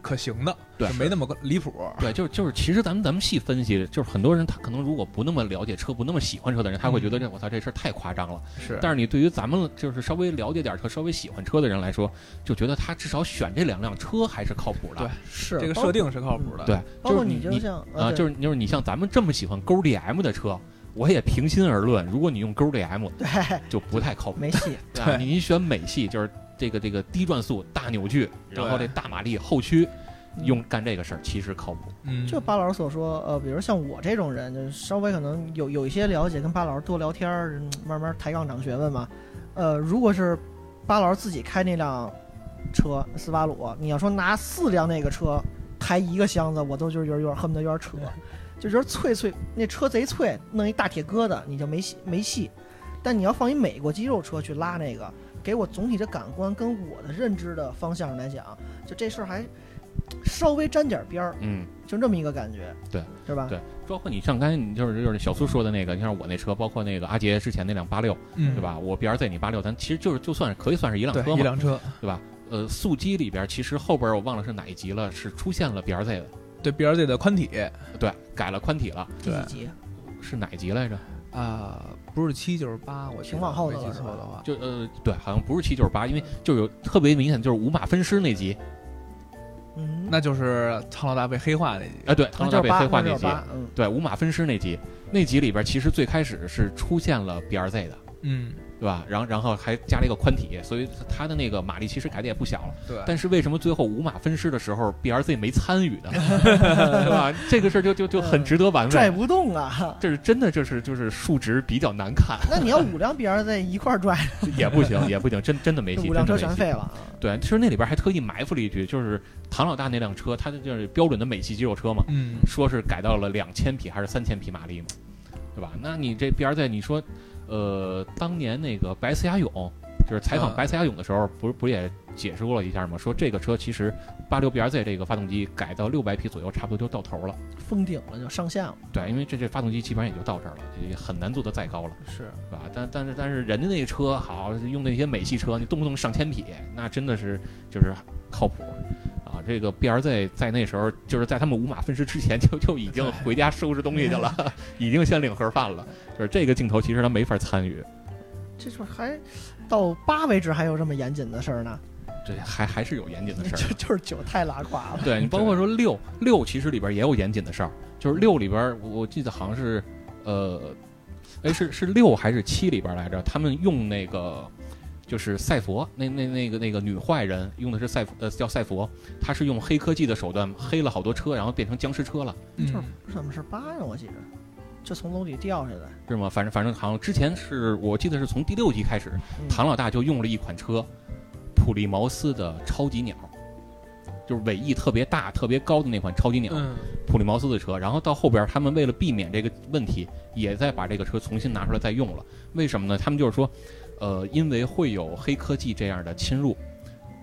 Speaker 3: 可行的，
Speaker 2: 对
Speaker 3: 就没那么离谱。
Speaker 2: 对，就是就是，其实咱们咱们细分析，就是很多人他可能如果不那么了解车，不那么喜欢车的人，他会觉
Speaker 1: 嗯
Speaker 2: 得这我操这事儿太夸张了。
Speaker 3: 是，
Speaker 2: 但是你对于咱们就是稍微了解点车、稍微喜欢车的人来说，就觉得他至少选这两辆车还是靠谱的。
Speaker 3: 对
Speaker 1: 是
Speaker 3: 这个
Speaker 1: 包
Speaker 3: 设定是靠谱的。
Speaker 2: 对，
Speaker 1: 包
Speaker 2: 就
Speaker 1: 括
Speaker 2: 是
Speaker 1: 你
Speaker 2: 你
Speaker 1: 就像呃
Speaker 2: 啊，就是是就是你像咱们这么喜欢 GDM 的车，我也平心而论，如果你用 GDM
Speaker 1: 对
Speaker 2: 就不太靠谱。
Speaker 1: 没戏。
Speaker 2: 对吧
Speaker 3: 对
Speaker 2: 你选美系就是这个这个低转速、大扭矩，然后这
Speaker 3: 对
Speaker 2: 大马力、后驱，
Speaker 1: 嗯
Speaker 2: 用干这个事儿其实靠谱。
Speaker 3: 嗯，
Speaker 1: 就巴老师所说，呃，比如像我这种人，就是稍微可能有有一些了解，跟巴老师多聊天儿，嗯慢慢抬杠长学问嘛。呃，如果是巴老师自己开那辆车斯巴鲁，你要说拿四辆那个车抬一个箱子，我都就是有点有点恨不得有点扯，就觉得脆脆，那车贼脆，弄一大铁疙瘩你就没戏没戏。但你要放一美国肌肉车去拉那个，给我总体的感官跟我的认知的方向来讲，就这事儿还稍微沾点儿边儿。
Speaker 2: 嗯，
Speaker 1: 就这么一个感觉，
Speaker 2: 对，
Speaker 1: 是吧？
Speaker 2: 对包括你像刚才你就是就是小苏说的那个，你像我那车，包括那个阿杰之前那辆八六，
Speaker 3: 嗯
Speaker 2: 对？吧？我 BRZ 你八六，咱其实就是就算是可以算是一辆
Speaker 3: 对，
Speaker 2: 车
Speaker 3: 一
Speaker 2: 嘛，
Speaker 3: 辆车，
Speaker 2: 对吧？呃，速激里边其实后边我忘了是哪一集了，是出现了 BRZ 的，
Speaker 3: 对 BRZ 的宽体，
Speaker 2: 对，改了宽体了，
Speaker 1: 第几集？
Speaker 2: 是哪一集来着？
Speaker 3: 啊、不是七就是八，我记得
Speaker 1: 挺往后的
Speaker 3: 没记
Speaker 1: 了是
Speaker 3: 错
Speaker 1: 吧
Speaker 3: 的话，
Speaker 2: 就呃，对，好像不是七就是八，因为就有特别明显，就是五马分尸那集
Speaker 1: 嗯，
Speaker 3: 那就是苍老大被黑化那集。
Speaker 2: 啊，对，唐
Speaker 1: 那
Speaker 2: 老大
Speaker 1: 就
Speaker 2: 被
Speaker 1: 是八，
Speaker 2: 黑化
Speaker 1: 那
Speaker 2: 那
Speaker 1: 就是
Speaker 2: 集，
Speaker 1: 八，嗯，
Speaker 2: 对，五马分尸那集，那集里边其实最开始是出现了 BRZ 的，
Speaker 3: 嗯，
Speaker 2: 对吧？然后然后还加了一个宽体，所以他的那个马力其实改的也不小了。
Speaker 3: 对。
Speaker 2: 哦但是为什么最后五马分尸的时候 BRZ 没参与呢？ 对吧？这个事儿就就就很值得玩
Speaker 1: 拽
Speaker 2: 味。
Speaker 1: 不动啊。
Speaker 2: 这是真的，这是就是数值比较难 看，
Speaker 1: 那你要五辆 B R 在一块儿拽，
Speaker 2: 也不行，也不行，真真的没戏，
Speaker 1: 五辆车
Speaker 2: 真的没
Speaker 1: 全废
Speaker 2: 戏
Speaker 1: 了啊。
Speaker 2: 对，其实那里边还特意埋伏了一句，就是唐老大那辆车，它就是标准的美系肌肉车嘛，
Speaker 3: 嗯，
Speaker 2: 说是改到了两千匹还是三千匹马力嘛，对吧？那你这 B R Z，你说，呃，当年那个白思雅勇，就是采访
Speaker 3: 嗯
Speaker 2: 白思雅勇的时候，不是不是也解释过了一下吗？说这个车其实八六 B R Z 这个发动机改到六百匹左右，差不多就到头了。
Speaker 1: 封顶了就上线了，
Speaker 2: 对，因为这这发动机基本上也就到这儿了，也很难做得再高了。
Speaker 3: 是
Speaker 2: 对吧？但但是但是人家那个车好，用那些美系车，你动不动上千匹，那真的是就是靠谱啊！这个 B R Z 在那时候就是在他们五马分尸之前就就已经回家收拾东西去了，已经先领盒饭了。就是这个镜头其实他没法参与，
Speaker 1: 这就是还到八为止还有这么严谨的事儿呢，
Speaker 2: 这还还是有严谨的事儿。
Speaker 1: 就就是酒太拉垮了。
Speaker 2: 对你包括说六六，其实里边也有严谨的事儿，就是六里边儿我我记得好像是呃，哎是是六还是七里边儿来着？他们用那个就是赛佛那那那个那个女坏人用的是赛佛呃叫赛佛，她是用黑科技的手段黑了好多车，然后变成僵尸车了，
Speaker 1: 就是
Speaker 3: 嗯
Speaker 1: 不是怎么是八呀？我记着，就从楼底掉下来。
Speaker 2: 是吗？反正反正好像之前是我记得是从第六集开始，
Speaker 1: 嗯
Speaker 2: 唐老大就用了一款车，普利茅斯的超级鸟，就是尾翼特别大、特别高的那款超级鸟。
Speaker 3: 嗯
Speaker 2: 普利茅斯的车，然后到后边儿他们为了避免这个问题，也在把这个车重新拿出来再用了。为什么呢？他们就是说，呃，因为会有黑科技这样的侵入，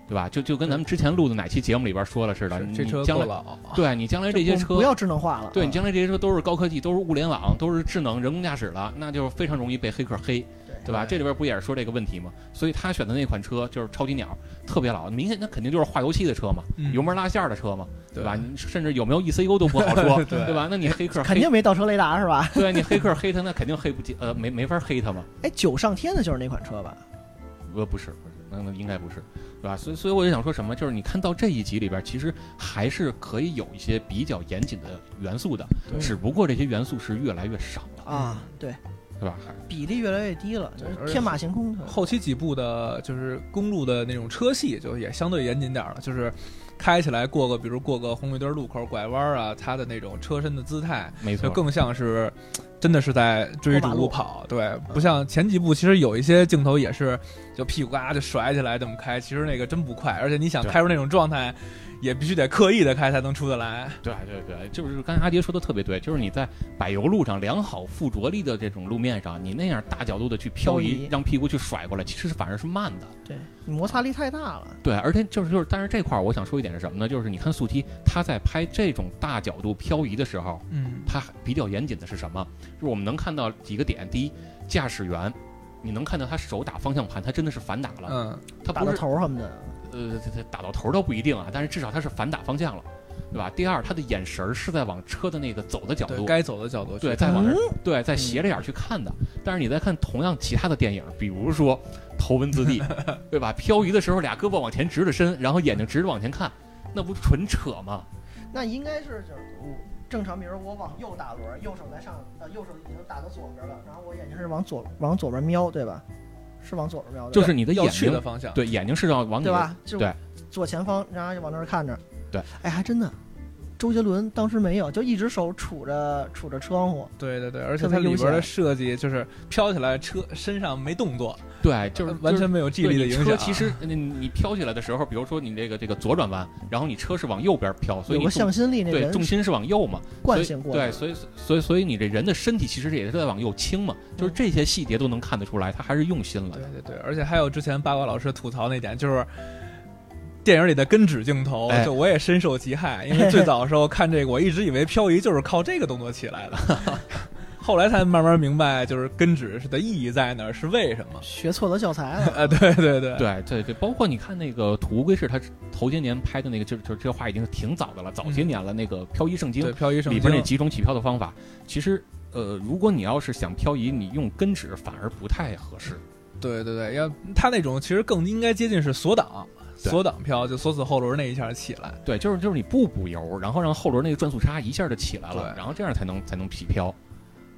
Speaker 2: 对吧？就就跟咱们之前录的哪期节目里边说了似的，
Speaker 3: 是
Speaker 2: 你
Speaker 3: 这车
Speaker 2: 将
Speaker 3: 够
Speaker 2: 来
Speaker 3: 老，
Speaker 2: 对你将来这些
Speaker 1: 就不
Speaker 2: 车
Speaker 1: 不要智能化了。
Speaker 2: 对
Speaker 1: 嗯
Speaker 2: 你将来这些车都是高科技，都是物联网，都是智能人工驾驶了，那就非常容易被黑客黑，对吧？
Speaker 3: 对
Speaker 2: 这里边不也是说这个问题吗？所以他选的那款车就是超级鸟，特别老，明显那肯定就是化油器的车嘛，
Speaker 3: 嗯
Speaker 2: 油门拉线儿的车嘛，
Speaker 3: 对，
Speaker 2: 吧？你甚至有没有 ECU 都不好说
Speaker 3: 对
Speaker 2: 吧？那你黑客
Speaker 1: 肯
Speaker 2: 黑，
Speaker 1: 定没倒车雷达是吧？
Speaker 2: 对你黑客黑他，那肯定黑不进，呃，没没法黑他嘛。
Speaker 1: 哎，九上天的就是那款车吧？
Speaker 2: 呃，不是，不是，那那应该不是，对吧？所以，所以我就想说什么，就是你看到这一集里边，其实还是可以有一些比较严谨的元素的，
Speaker 3: 对
Speaker 2: 只不过这些元素是越来越少了，
Speaker 1: 啊，对，
Speaker 2: 对吧？还
Speaker 1: 比例越来越低了，就
Speaker 3: 对而且
Speaker 1: 是天马行空的。
Speaker 3: 后期几部的，就是公路的那种车系，就也相对严谨点儿了，就是开起来过个，比如过个红绿灯路口拐弯儿啊，它的那种车身的姿态，
Speaker 2: 没
Speaker 3: 就
Speaker 2: 错，
Speaker 3: 更像是真的是在追逐跑，对，不像前几部，其实有一些镜头也是就屁股嘎就甩起来这么开，其实那个真不快，而且你想
Speaker 2: 对
Speaker 3: 开出那种状态，也必须得刻意的开才能出得来。
Speaker 2: 对对对，就是刚才阿杰说的特别对，就是你在柏油路上良好附着力的这种路面上，你那样大角度的去漂
Speaker 1: 漂
Speaker 2: 移
Speaker 1: 移，
Speaker 2: 让屁股去甩过来，其实是反而是慢的。
Speaker 1: 对你摩擦力太大了，
Speaker 2: 对，而且就是就是，但是这块儿我想说一点是什么呢？就是你看速七，他在拍这种大角度漂移的时候，
Speaker 3: 嗯，
Speaker 2: 它比较严谨的是什么？就是我们能看到几个点，第一，驾驶员，你能看到他手打方向盘，他真的是反打了，
Speaker 3: 嗯，
Speaker 2: 他
Speaker 1: 打
Speaker 2: 不
Speaker 1: 到
Speaker 2: 是
Speaker 1: 头儿什么的。
Speaker 2: 呃他他打到头倒不一定啊，但是至少他是反打方向了，对吧？第二，他的眼神儿是在往车的那个走的角
Speaker 3: 对
Speaker 2: 度。
Speaker 3: 该走的角度去
Speaker 2: 对，
Speaker 3: 走
Speaker 2: 在往那儿对，在斜着眼儿去看的。但是你在看同样其他的电影，比如说《头文字 D》，对吧？漂移的时候，俩胳膊往前直着伸，然后眼睛直着往前看，那不纯扯吗？
Speaker 1: 那应该是就是我正常，比如我往右打轮，右手在上，呃，右手已经打到左边了，然后我眼睛是往左往左边瞄，对吧？是往左边瞄的，
Speaker 2: 就是你的
Speaker 3: 要
Speaker 2: 眼
Speaker 3: 去的
Speaker 2: 睛，
Speaker 3: 方向。
Speaker 2: 对，眼睛是要往你
Speaker 1: 对
Speaker 2: 的
Speaker 1: 吧？就
Speaker 2: 对
Speaker 1: 左前方，然后就往那儿看着。
Speaker 2: 对，
Speaker 1: 哎，还真的，周杰伦当时没有，就一只手杵着杵着窗户，
Speaker 3: 对对对，而且
Speaker 1: 特别
Speaker 3: 它里
Speaker 1: 悠
Speaker 3: 边的
Speaker 1: 闲
Speaker 3: 设计就是飘起来，车身上没动作，
Speaker 2: 对，呃就是就
Speaker 3: 完
Speaker 2: 是
Speaker 3: 全没有记忆
Speaker 2: 对
Speaker 3: 力的
Speaker 2: 你
Speaker 3: 影
Speaker 2: 车
Speaker 3: 响。
Speaker 2: 其实你你飘起来的时候，比如说你这个这个左转弯，然后你车是往右边飘，所
Speaker 1: 有
Speaker 2: 以你
Speaker 1: 个
Speaker 2: 重
Speaker 1: 向心力，那
Speaker 2: 对
Speaker 1: 人
Speaker 2: 重心是往右嘛，
Speaker 1: 惯性过
Speaker 2: 所以
Speaker 1: 来
Speaker 2: 对，。所以所以所以你这人的身体其实也是在往右倾嘛，就是这些细节都能看得出来，他还是用心了
Speaker 3: 对
Speaker 2: 的。
Speaker 3: 啊对对，而且还有之前八卦老师吐槽那点，就是电影里的跟指镜头，
Speaker 2: 哎
Speaker 3: 就我也深受其害，因为最早的时候看这个，我一直以为漂移就是靠这个动作起来的， 后来才慢慢明白，就是跟指是的意义在哪儿，是为什么。
Speaker 1: 学错了教材了，
Speaker 3: 啊，对对对，
Speaker 2: 对对对，包括你看那个土乌龟是他头些年拍的那个，就是就是这话已经是挺早的了，早些年了。那个《漂移圣经
Speaker 3: 嗯对》漂移圣
Speaker 2: 里
Speaker 3: 经
Speaker 2: 边那几种起漂的方法，其实呃，如果你要是想漂移，你用根指反而不太合适。
Speaker 3: 嗯对对对，要它那种其实更应该接近是锁档，
Speaker 2: 对
Speaker 3: 锁档飘就锁死后轮那一下起来。
Speaker 2: 对，就是就是你不补油，然后让后轮那个转速差一下就起来了，
Speaker 3: 对
Speaker 2: 然后这样才能才能起飘，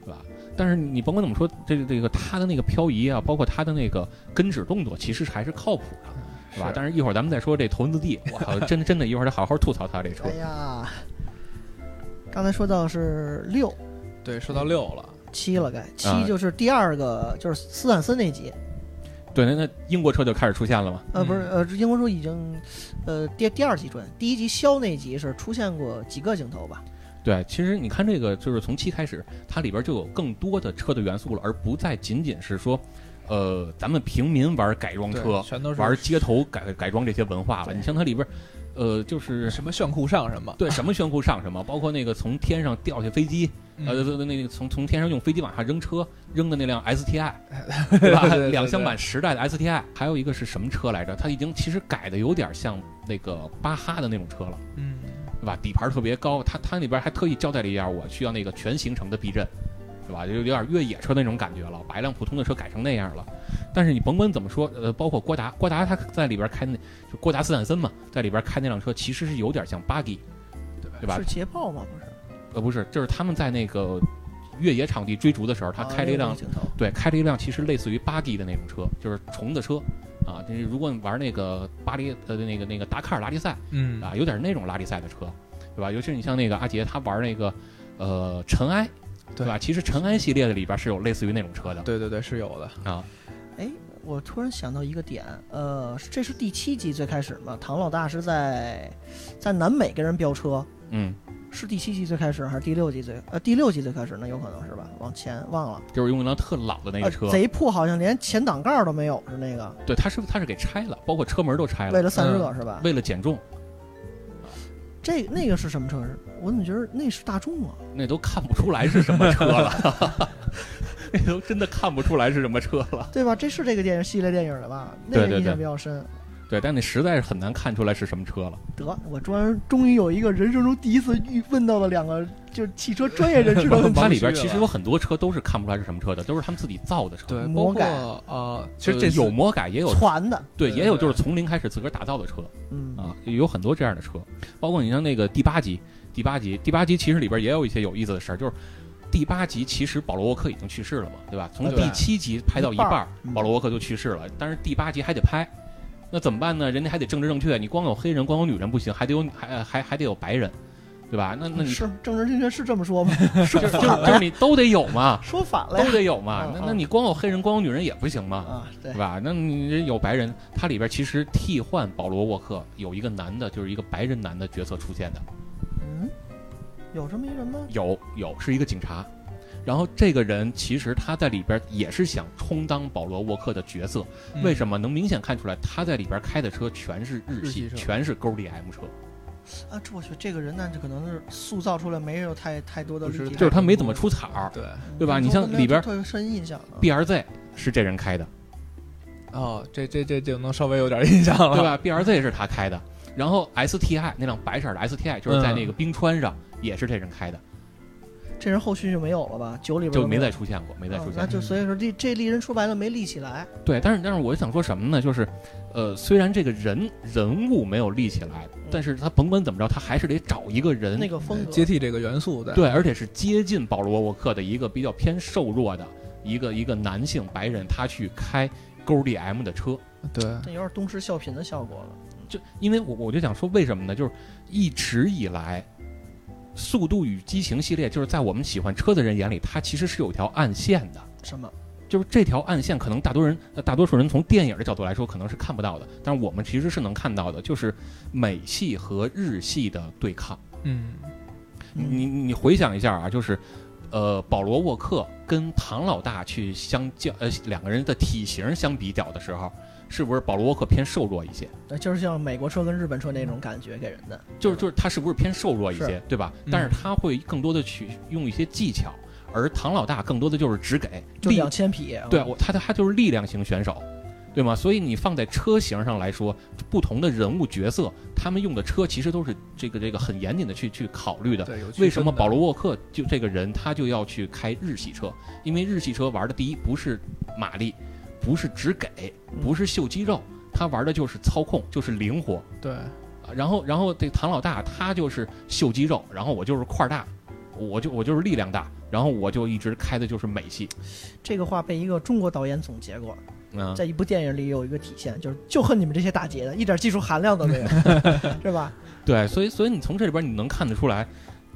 Speaker 2: 对吧？但是你甭管怎么说，这个这个它的那个漂移啊，包括它的那个根指动作，其实还是靠谱的，
Speaker 3: 嗯
Speaker 2: 对吧？但是一会儿咱们再说这头文字 D，我靠，真真的一会儿得好好吐槽它这车
Speaker 1: 哎。呀，刚才说到是六
Speaker 3: 对，说到六了，
Speaker 1: 七了该，
Speaker 2: 啊
Speaker 1: 七就是第二个就是斯坦森那集，
Speaker 2: 对，那那英国车就开始出现了嘛？
Speaker 1: 呃，不是
Speaker 3: 嗯
Speaker 1: 呃，英国说已经呃第第二集转，第一集肖那集是出现过几个镜头吧？
Speaker 2: 对，其实你看这个，就是从七开始，它里边就有更多的车的元素了，而不再仅仅是说，呃，咱们平民玩改装
Speaker 3: 对
Speaker 2: 车、
Speaker 3: 全都是
Speaker 2: 玩街头改改装这些文化了。
Speaker 1: 对
Speaker 2: 你像它里边，呃，就是
Speaker 3: 什么炫酷上什么，
Speaker 2: 对什么炫酷上什么，包括那个从天上掉下飞机，
Speaker 3: 嗯
Speaker 2: 呃，那那个从从天上用飞机往下扔车，扔的那辆 STI，对吧
Speaker 3: 对对对？
Speaker 2: 两厢版时代的 STI，还有一个是什么车来着？它已经其实改的有点像那个巴哈的那种车了。
Speaker 3: 嗯，
Speaker 2: 对吧？底盘特别高，它它里边还特意交代了一下，我需要那个全行程的避震，是吧？就有点越野车那种感觉了，把一辆普通的车改成那样了。但是你甭管怎么说，呃，包括郭达，郭达他在里边开那就郭达斯坦森嘛，在里边开那辆车其实是有点像 buggy，对吧
Speaker 1: 是？捷豹吗？不是，
Speaker 2: 呃，不是，就是他们在那个越野场地追逐的时候，他
Speaker 1: 啊
Speaker 2: 开了
Speaker 1: 那个
Speaker 2: 一辆
Speaker 1: 镜头，
Speaker 2: 对，开了一辆其实类似于巴迪的那种车，就是虫子车啊。就是如果你玩那个巴黎呃那个那个达喀尔拉力赛。
Speaker 3: 嗯
Speaker 2: 啊，有点那种拉力赛的车，对吧？尤其是你像那个阿杰，他玩那个呃尘埃，
Speaker 3: 对
Speaker 2: 吧？其实尘埃系列的里边是有类似于那种车的
Speaker 3: 对对对，是有的。
Speaker 2: 啊，
Speaker 1: 哎，我突然想到一个点，呃，这是第七集最开始嘛？唐老大是在在南美跟人飙车，
Speaker 2: 嗯，
Speaker 1: 是第七集最开始还是第六集最？呃，第六集最开始呢，有可能是吧？往前忘了，
Speaker 2: 就是用一辆特老的
Speaker 3: 啊
Speaker 2: 那个
Speaker 1: 呃
Speaker 2: 车，
Speaker 1: 贼破好像连前挡盖都没有，是那个
Speaker 2: 对，他是他是给拆了，包括车门都拆
Speaker 1: 为
Speaker 2: 了，嗯
Speaker 1: 了散热是吧？
Speaker 2: 为了减重，
Speaker 1: 这那个是什么车？是我怎么觉得那是大众啊？
Speaker 2: 那都看不出来是什么车了， 那都真的看不出来是什么车了。
Speaker 1: 对吧？这是这个电影系列电影的吧？那
Speaker 2: 对
Speaker 1: 个
Speaker 2: 对
Speaker 1: 印象
Speaker 2: 对
Speaker 1: 比较深。
Speaker 2: 对，但你实在是很难看出来是什么车了。
Speaker 1: 得，我终终于有一个人生中第一次遇问到了两个就是汽车专业人 士的
Speaker 3: 不
Speaker 1: 问
Speaker 3: 很
Speaker 1: 题
Speaker 2: 它
Speaker 3: 忙
Speaker 2: 里边
Speaker 3: 区
Speaker 2: 其实
Speaker 3: 了
Speaker 2: 有很多车都是看不出来是什么车的，都是他们自己造的车。
Speaker 3: 对
Speaker 2: 呃，
Speaker 3: 包
Speaker 1: 魔
Speaker 3: 括
Speaker 1: 改
Speaker 3: 呃，其实这次
Speaker 2: 有魔改，也有
Speaker 1: 传的，
Speaker 2: 对，
Speaker 3: 对
Speaker 2: 也
Speaker 3: 对
Speaker 2: 有就
Speaker 3: 对
Speaker 2: 是从零开始自个儿打造的车。
Speaker 1: 嗯，
Speaker 2: 啊，有很多这样的车，包括你像那个第八集，第八集，第八集其实里边也有一些有意思的事儿，就是第八集其实保罗沃克已经去世了嘛，对吧？从
Speaker 1: 啊对
Speaker 2: 第七集拍到一
Speaker 1: 一
Speaker 2: 半
Speaker 1: 半
Speaker 2: 儿，
Speaker 1: 嗯
Speaker 2: 保罗沃克就去世了，但是第八集还得拍，那怎么办呢？人家还得政治正确，你光有黑人，光有女人不行，还得有还还还得有白人，对吧？那那你
Speaker 1: 是政治正确是这么说吗？
Speaker 2: 就是就是就是你都得有嘛，
Speaker 1: 说反了呀
Speaker 2: 都得有嘛
Speaker 1: 嗯，
Speaker 2: 那
Speaker 1: 嗯
Speaker 2: 那你光有黑人，光有女人也不行嘛，
Speaker 1: 啊！对
Speaker 2: 对，吧？那你有白人，它里边其实替换保罗沃克有一个男的，就是一个白人男的角色出现的，
Speaker 1: 嗯，有这么一人吗？
Speaker 2: 有有是一个警察。然后这个人其实他在里边也是想充当保罗沃克的角色，
Speaker 3: 嗯
Speaker 2: 为什么能明显看出来？他在里边开的车全是日系，
Speaker 3: 日系车
Speaker 2: 全是勾 DM 车，
Speaker 1: 啊，这我去，这个人那就可能是塑造出来没有太太多的
Speaker 3: 不是
Speaker 1: 立体
Speaker 2: 就
Speaker 1: 感，
Speaker 2: 是他没怎么出彩儿
Speaker 3: 么。对
Speaker 1: 嗯
Speaker 2: 对吧你
Speaker 1: 我
Speaker 2: 像
Speaker 1: 跟他
Speaker 2: 里边
Speaker 1: 特别深印象啊。
Speaker 2: BRZ 是这人开的，
Speaker 3: 哦，这这这就能稍微有点印象了，
Speaker 2: 对？吧？BRZ 是他开的，然后 STI 那辆白色的 STI 就是
Speaker 3: 嗯
Speaker 2: 在那个冰川上也是这人开的，
Speaker 1: 这人后续就没有了吧？酒里边
Speaker 2: 就
Speaker 1: 都
Speaker 2: 没
Speaker 1: 有
Speaker 2: 再出现过，没
Speaker 3: 哦
Speaker 2: 再出
Speaker 1: 啊
Speaker 2: 现
Speaker 1: 那
Speaker 2: 过。
Speaker 1: 就所以说这这立人说白了没立起来，
Speaker 2: 对，但是但是我想说什么呢？就是，呃，虽然这个人人物没有立起来，但是他甭管怎么着，他还是得找一个人
Speaker 1: 嗯那个风格
Speaker 3: 接替这个元素的，
Speaker 2: 对，而且是接近保罗沃克的一个比较偏瘦弱的一个一个男性白人，他去开勾 DM 的车，
Speaker 3: 对
Speaker 1: 那有点东施效颦的效果了。
Speaker 2: 就因为我我就想说为什么呢？就是一直以来，《速度与激情》系列就是在我们喜欢车的人眼里，它其实是有一条暗线的。
Speaker 1: 什么？
Speaker 2: 就是这条暗线，可能大多人、呃大多数人从电影的角度来说，可能是看不到的，但是我们其实是能看到的，就是美系和日系的对抗。
Speaker 3: 嗯，
Speaker 1: 嗯
Speaker 2: 你你回想一下啊，就是，呃，保罗沃克跟唐老大去相较，呃，两个人的体型相比较的时候，是不是保罗沃克偏瘦弱一些？
Speaker 1: 呃就是像美国车跟日本车那种感觉给人的，
Speaker 2: 就是就是他是不是偏瘦弱一些，对吧？
Speaker 3: 嗯
Speaker 2: 但是他会更多的去用一些技巧，而唐老大更多的就是只给
Speaker 1: 就
Speaker 2: 力
Speaker 1: 两千匹。
Speaker 3: 啊
Speaker 2: 啊
Speaker 1: 啊
Speaker 2: 对我，他他他就是力量型选手，对吗？所以你放在车型上来说，不同的人物角色，他们用的车其实都是这个这个很严谨的去去考虑的。
Speaker 3: 对，有区分
Speaker 2: 为什么
Speaker 3: 的
Speaker 2: 保罗沃克就这个人他就要去开日系车？因为日系车玩的第一不是马力，不是只给，
Speaker 3: 嗯
Speaker 2: 不是秀肌肉，他玩的就是操控，就是灵活。
Speaker 3: 对
Speaker 2: 啊然后，然后这唐老大他就是秀肌肉，然后我就是块儿大，我就我就是力量大，然后我就一直开的就是美系。
Speaker 1: 这个话被一个中国导演总结过，
Speaker 2: 嗯，
Speaker 1: 在一部电影里有一个体现，就是就恨你们这些打劫的，一点技术含量都 没有，是吧？
Speaker 2: 对，所以所以你从这里边你能看得出来，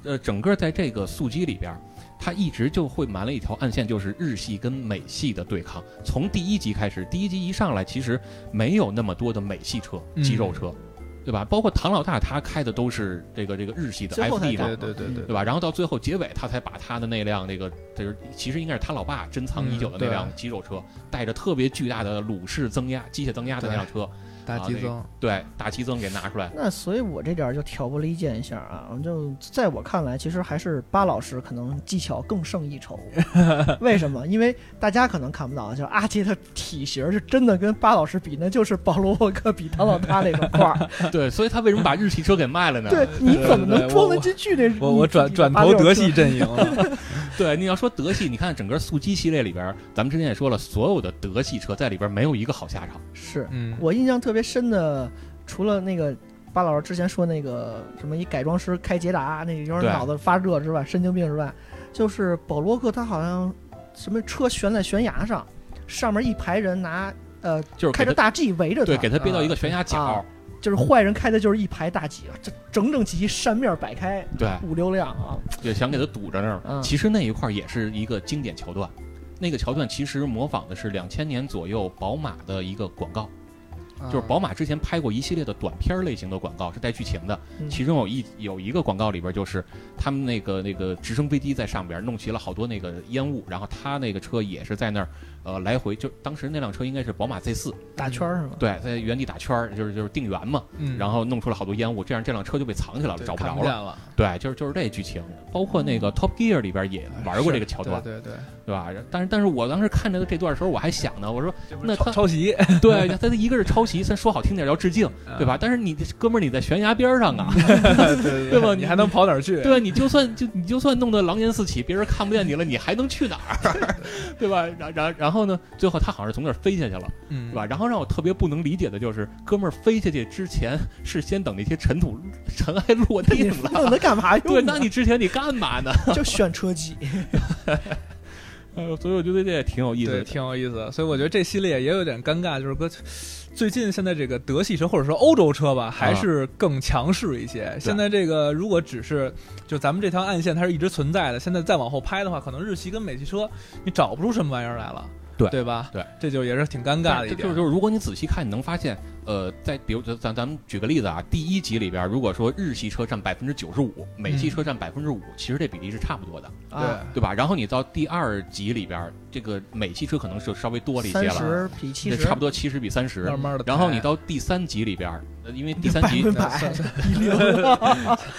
Speaker 2: 呃，整个在这个速激里边，它一直就会瞒了一条暗线，就是日系跟美系的对抗。从第一集开始，第一集一上来其实没有那么多的美系车、
Speaker 3: 嗯
Speaker 2: 肌肉车，对吧？包括唐老大他开的都是这个这个日系的
Speaker 1: 最后才
Speaker 2: FD
Speaker 1: 知道
Speaker 2: 嘛
Speaker 3: 对，对对对
Speaker 2: 对吧？然后到最后结尾，他才把他的那辆那个，就是其实应该是他老爸珍藏已久的那
Speaker 3: 嗯对
Speaker 2: 辆肌肉车，带着特别巨大的鲁式增压、机械增压的那辆车，
Speaker 3: 大
Speaker 2: 啊
Speaker 3: 激
Speaker 2: 那个
Speaker 3: 增，
Speaker 2: 对大激增给拿出来。
Speaker 1: 那所以，我这点儿就挑拨离间一下啊，就在我看来，其实还是巴老师可能技巧更胜一 筹。为什么？因为大家可能看不到，啊就是阿杰的体型是真的跟巴老师比，那就是保罗沃克比唐老大那种块 儿。
Speaker 2: 对，所以他为什么把日系车给卖了呢？
Speaker 1: 对，你怎么能装得进去
Speaker 2: 嗯
Speaker 1: 那？
Speaker 3: 我我转转投德系阵营 了，
Speaker 2: 对，你要说德系，你看整个速激系列里边，咱们之前也说了，所有的德系车在里边没有一个好下场。
Speaker 1: 是
Speaker 3: 嗯，
Speaker 1: 我印象特别深的，除了那个巴老师之前说那个什么一改装师开捷达，那有
Speaker 2: 对
Speaker 1: 点脑子发热之外，神经病之外，就是保罗克他好像什么车悬在悬崖上，上面一排人拿呃
Speaker 2: 就是
Speaker 1: 开
Speaker 2: 给
Speaker 1: 着
Speaker 2: 他
Speaker 1: 大 G 围着
Speaker 2: 对
Speaker 1: 他，
Speaker 2: 给他憋到一个悬崖角，
Speaker 1: 啊就是坏人开的就是一排大 G，这啊整整齐齐扇面摆开
Speaker 2: 对，
Speaker 1: 五六辆啊，
Speaker 2: 也想给他堵着那儿。
Speaker 1: 嗯
Speaker 2: 其实那一块儿也是一个经典桥段，那个桥段其实模仿的是两千年左右宝马的一个广告。
Speaker 3: 啊
Speaker 2: 就是宝马之前拍过一系列的短片儿类型的广告，是带剧情的。
Speaker 1: 嗯
Speaker 2: 其中有一有一个广告里边，就是他们那个那个直升飞机在上边弄齐了好多那个烟雾，然后他那个车也是在那儿呃来回，就当时那辆车应该是宝马 Z 四，
Speaker 1: 打圈儿是 吗？
Speaker 2: 对，在原地打圈儿，就是就是定圆嘛，
Speaker 3: 嗯，
Speaker 2: 然后弄出了好多烟雾，这样这辆车就被藏起来了，
Speaker 3: 对
Speaker 2: 找不
Speaker 3: 看
Speaker 2: 着
Speaker 3: 不见
Speaker 2: 了。
Speaker 3: 了，哦
Speaker 2: 对，就是就是这剧情，包括那个 Top Gear 里边也玩过这个桥段，
Speaker 3: 啊对对
Speaker 2: 对吧？但是但是我当时看着这段的时候，我还想呢，我说
Speaker 3: 对，
Speaker 2: 那他
Speaker 3: 抄抄袭，
Speaker 2: 对，他一个是抄袭，咱说好听点叫致敬，对吧？但是你这哥们儿，你在悬崖边儿上啊，
Speaker 3: 对对
Speaker 2: 对吧
Speaker 3: 你还能跑哪儿去？
Speaker 2: 对，你就算就你就算弄得狼烟四起，别人看不见你了，你还能去哪儿？ 对吧？然然然后呢？最后他好像是从那儿飞下去了，
Speaker 3: 嗯，
Speaker 2: 对吧？然后让我特别不能理解的就是，哥们儿飞下去之前是先等那些尘土尘埃落
Speaker 1: 你
Speaker 2: 定
Speaker 1: 弄
Speaker 2: 了。
Speaker 1: 它干嘛用呢？
Speaker 2: 对，那你之前你干嘛 呢？
Speaker 1: 就选车 机，
Speaker 2: 呃，所以我觉得这也挺有意思
Speaker 3: 对，
Speaker 2: 的。
Speaker 3: 挺有意思的。所以我觉得这系列也有点尴尬，就是哥，最近现在这个德系车或者说欧洲车吧，还
Speaker 2: 啊
Speaker 3: 是更强势一些。现在这个如果只是就咱们这条暗线，它是一直存在的。现在再往后拍的话，可能日系跟美系车你找不出什么玩意儿来了，
Speaker 2: 对
Speaker 3: 对吧？
Speaker 2: 对，
Speaker 3: 这就也是挺尴尬的一
Speaker 2: 就
Speaker 3: 点。
Speaker 2: 是就是，如果你仔细看，你能发现，呃，在比如咱咱咱们举个例子啊，第一集里边，如果说日系车占百分之九十五，美系车占百分之五，其实这比例是差不多的。
Speaker 1: 啊，
Speaker 2: 对吧？然后你到第二集里边儿，这个美系车可能是稍微多了一些
Speaker 1: 三
Speaker 2: 了，
Speaker 1: 十比七
Speaker 2: 对，
Speaker 1: 十，
Speaker 2: 差不多七十比三
Speaker 3: 对，
Speaker 2: 十
Speaker 3: 慢。慢的。
Speaker 2: 然后你到第三集里边儿，呃因为第三集
Speaker 1: 百分百
Speaker 3: 算 算
Speaker 1: 一零。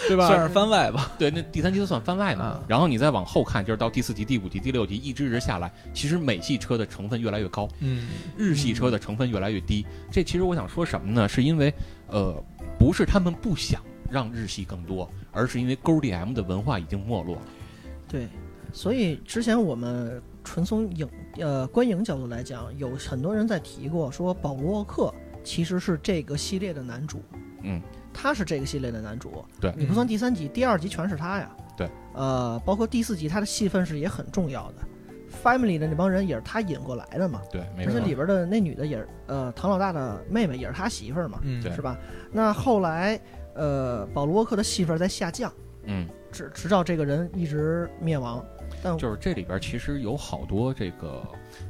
Speaker 2: 对
Speaker 3: 算是番外吧，
Speaker 2: 对，那第三集就算番外嘛
Speaker 1: 啊
Speaker 3: 嗯。
Speaker 2: 然后你再往后看，就是到第四集、第五集、第六集，一直一直下来，其实美系车的成分越来越高，
Speaker 3: 嗯，
Speaker 2: 日系车的成分越来越低。这其实我想说什么呢？是因为呃，不是他们不想让日系更多，而是因为勾 DM 的文化已经没落了。
Speaker 1: 对，所以之前我们纯从影呃观影角度来讲，有很多人在提过说保罗沃克其实是这个系列的男主，
Speaker 2: 嗯，
Speaker 1: 他是这个系列的男主，
Speaker 2: 对
Speaker 3: 嗯
Speaker 1: 你不算第三集，第二集全是他呀，
Speaker 2: 对，
Speaker 1: 呃，包括第四集他的戏份是也很重要的，Family 的那帮人也是他引过来的嘛，
Speaker 2: 对，没
Speaker 1: 而
Speaker 2: 错
Speaker 1: 且。里边的那女的也是呃唐老大的妹妹也是他媳妇儿嘛，
Speaker 3: 嗯，
Speaker 2: 对
Speaker 1: 是吧？那后来呃保罗沃克的戏份在下降。
Speaker 2: 嗯。
Speaker 1: 直直到这个人一直灭亡。但
Speaker 2: 就是这里边其实有好多这个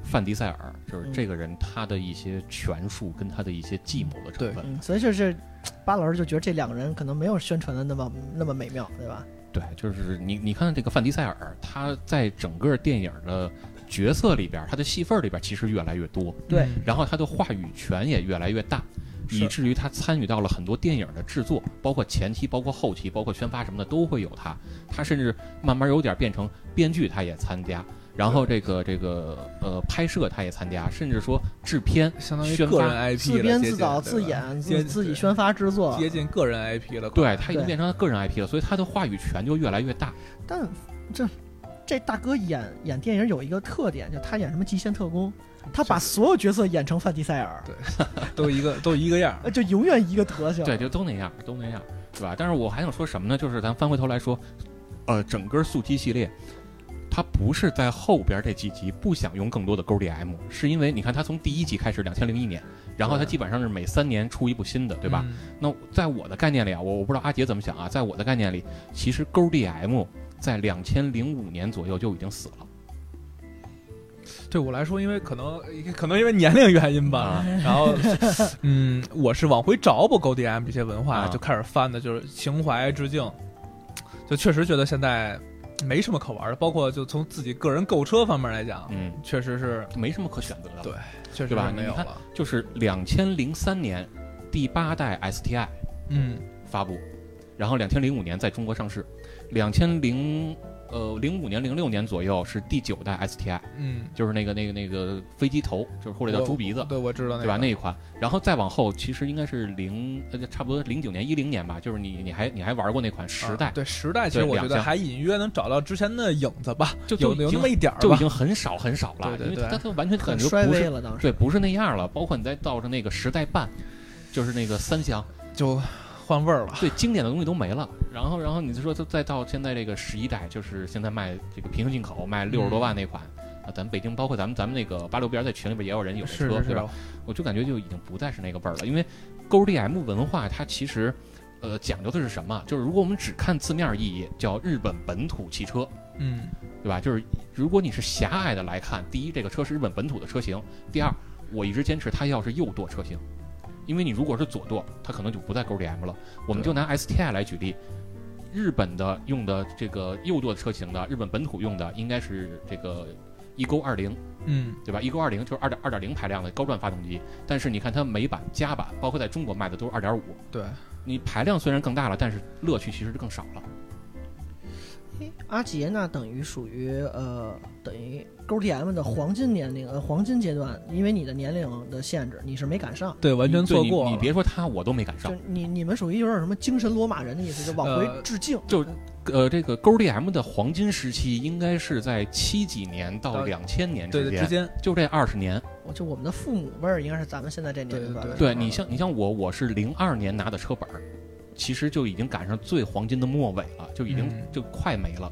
Speaker 2: 范迪塞尔，就是这个人他的一些权术跟他的一些计谋的成分。
Speaker 1: 嗯，所以就是巴老师就觉得这两个人可能没有宣传的那么那么美妙，对吧？
Speaker 2: 对，就是你你看这个范迪塞尔，他在整个电影的角色里边，他的戏份里边其实越来越多，
Speaker 1: 对
Speaker 3: 嗯，
Speaker 2: 然后他的话语权也越来越大，
Speaker 1: 是
Speaker 2: 以至于他参与到了很多电影的制作，包括前期、包括后期、包括宣发什么的都会有他。他甚至慢慢有点变成编剧，他也参加。然后这个这个呃拍摄他也参加，甚至说制片，
Speaker 3: 相当于
Speaker 2: 宣发
Speaker 3: 个人 IP
Speaker 1: 自
Speaker 3: 了
Speaker 1: 编
Speaker 3: 接
Speaker 1: 自
Speaker 3: 近
Speaker 1: 导
Speaker 3: 对
Speaker 1: 自
Speaker 3: 吧
Speaker 1: 演
Speaker 3: 接
Speaker 1: 自自己
Speaker 3: 对
Speaker 1: 宣发制作，
Speaker 3: 接近个人 IP 了。
Speaker 2: 对他已经
Speaker 1: 对
Speaker 2: 变成他个人 IP 了，所以他的话语权就越来越大。
Speaker 1: 但这这大哥演演电影有一个特点，就他演什么极限特工，他把所有角色演成范迪塞尔，
Speaker 3: 都一个都一个样儿
Speaker 1: 呃，就永远一个德行。
Speaker 2: 对，就都那样，都那样，是吧？但是我还想说什么呢？就是咱翻回头来说，呃，整个速七系列，它不是在后边这几集不想用更多的勾 DM，是因为你看它从第一集开始，两千零一年，然后它
Speaker 3: 对
Speaker 2: 基本上是每三年出一部新的，对吧？？
Speaker 3: 嗯
Speaker 2: 那在我的概念里啊，我我不知道阿杰怎么想啊，在我的概念里，其实勾 DM 在两千零五年左右就已经死了。
Speaker 3: 对我来说，因为可能可能因为年龄原因吧，
Speaker 2: 啊
Speaker 3: 然 后嗯，我是往回找补 GoDM 这些文化，
Speaker 2: 啊
Speaker 3: 就开始翻的，就是情怀致敬，就确实觉得现在没什么可玩的。包括就从自己个人购车方面来讲，
Speaker 2: 嗯，
Speaker 3: 确实是
Speaker 2: 没什么可选择的。
Speaker 3: 对确实
Speaker 2: 对吧
Speaker 3: 是没有
Speaker 2: 你看
Speaker 3: 了。
Speaker 2: 就是两千零三年第八代 STI。
Speaker 3: 嗯，
Speaker 2: 发布，然后两千零五年在中国上市，两千零呃零五年零六年左右是第九代 STI，
Speaker 3: 嗯，
Speaker 2: 就是那个那个那个飞机头，就是或者叫
Speaker 3: 我
Speaker 2: 猪鼻子，
Speaker 3: 哦对，我知道那
Speaker 2: 对吧？
Speaker 3: 个
Speaker 2: 那一款，然后再往后其实应该是零呃差不多零九年一零年吧，就是你你还你还玩过那款时代，
Speaker 3: 啊对时代，其实
Speaker 2: 对
Speaker 3: 我觉
Speaker 2: 两
Speaker 3: 得
Speaker 2: 项
Speaker 3: 还隐约能找到之前的影子吧，
Speaker 2: 就
Speaker 3: 有
Speaker 2: 就已
Speaker 3: 有那
Speaker 2: 经
Speaker 3: 么一点儿
Speaker 2: 就已
Speaker 3: 吧。
Speaker 2: 经很少很少了，
Speaker 3: 对对
Speaker 2: 因
Speaker 3: 对
Speaker 2: 为它它完全感
Speaker 1: 很
Speaker 2: 觉
Speaker 1: 衰
Speaker 2: 不
Speaker 1: 微
Speaker 2: 是
Speaker 1: 了，当时
Speaker 2: 对不是那样了，包括你再到着那个时代半。就是那个三厢，
Speaker 3: 就换味儿了。
Speaker 2: 对经典的东西都没了。然后，然后你就说，再到现在这个十一代，就是现在卖这个平行进口卖六十多万
Speaker 3: 嗯
Speaker 2: 那款，啊，咱们北京包括咱们咱们那个八六边在群里边也有人有这
Speaker 3: 是
Speaker 2: 车，
Speaker 3: 是
Speaker 2: 对吧？？我就感觉就已经不再是那个味儿了，因为勾 DM 文化它其实。呃，讲究的是什么？就是如果我们只看字面意义，叫日本本土汽车，
Speaker 3: 嗯，
Speaker 2: 对吧？就是如果你是狭隘的来看，第一，这个车是日本本土的车型；第二，我一直坚持它要是右舵车型，因为你如果是左舵，它可能就不在勾 DM 了。我们
Speaker 3: 对
Speaker 2: 就拿 STI 来举例，日本的用的这个右舵车型的，日本本土用的应该是这个一勾二零，
Speaker 3: 嗯，
Speaker 2: 对吧？一勾二零就是二点二点零排量的高转发动机，但是你看它美版、加版，包括在中国卖的都是二点五，
Speaker 3: 对，
Speaker 2: 你排量虽然更大了，但是乐趣其实是更少了。
Speaker 1: 嘿哎阿杰那等于属于呃等于 GTM 的黄金年龄呃黄金阶段，因为你的年龄的限制，你是没赶上。
Speaker 3: 对，完全
Speaker 2: 对
Speaker 3: 错
Speaker 2: 你
Speaker 3: 过了
Speaker 2: 你别说它，我都没赶上
Speaker 1: 就。你你们属于有点什么精神罗马人的意思，就往回
Speaker 3: 呃
Speaker 1: 致敬。
Speaker 2: 呃，这个勾 DM 的黄金时期应该是在七几年到
Speaker 3: 到
Speaker 2: 两千年
Speaker 3: 对
Speaker 2: 之
Speaker 3: 对之
Speaker 2: 间，
Speaker 3: 间，
Speaker 2: 就这二十年。
Speaker 1: 我就我们的父母辈儿应该是咱们现在这年龄段的。
Speaker 2: 对你像你像我，我是零二年拿的车本儿，其实就已经赶上最黄金的末尾了，就已经、
Speaker 3: 嗯
Speaker 2: 就快没了。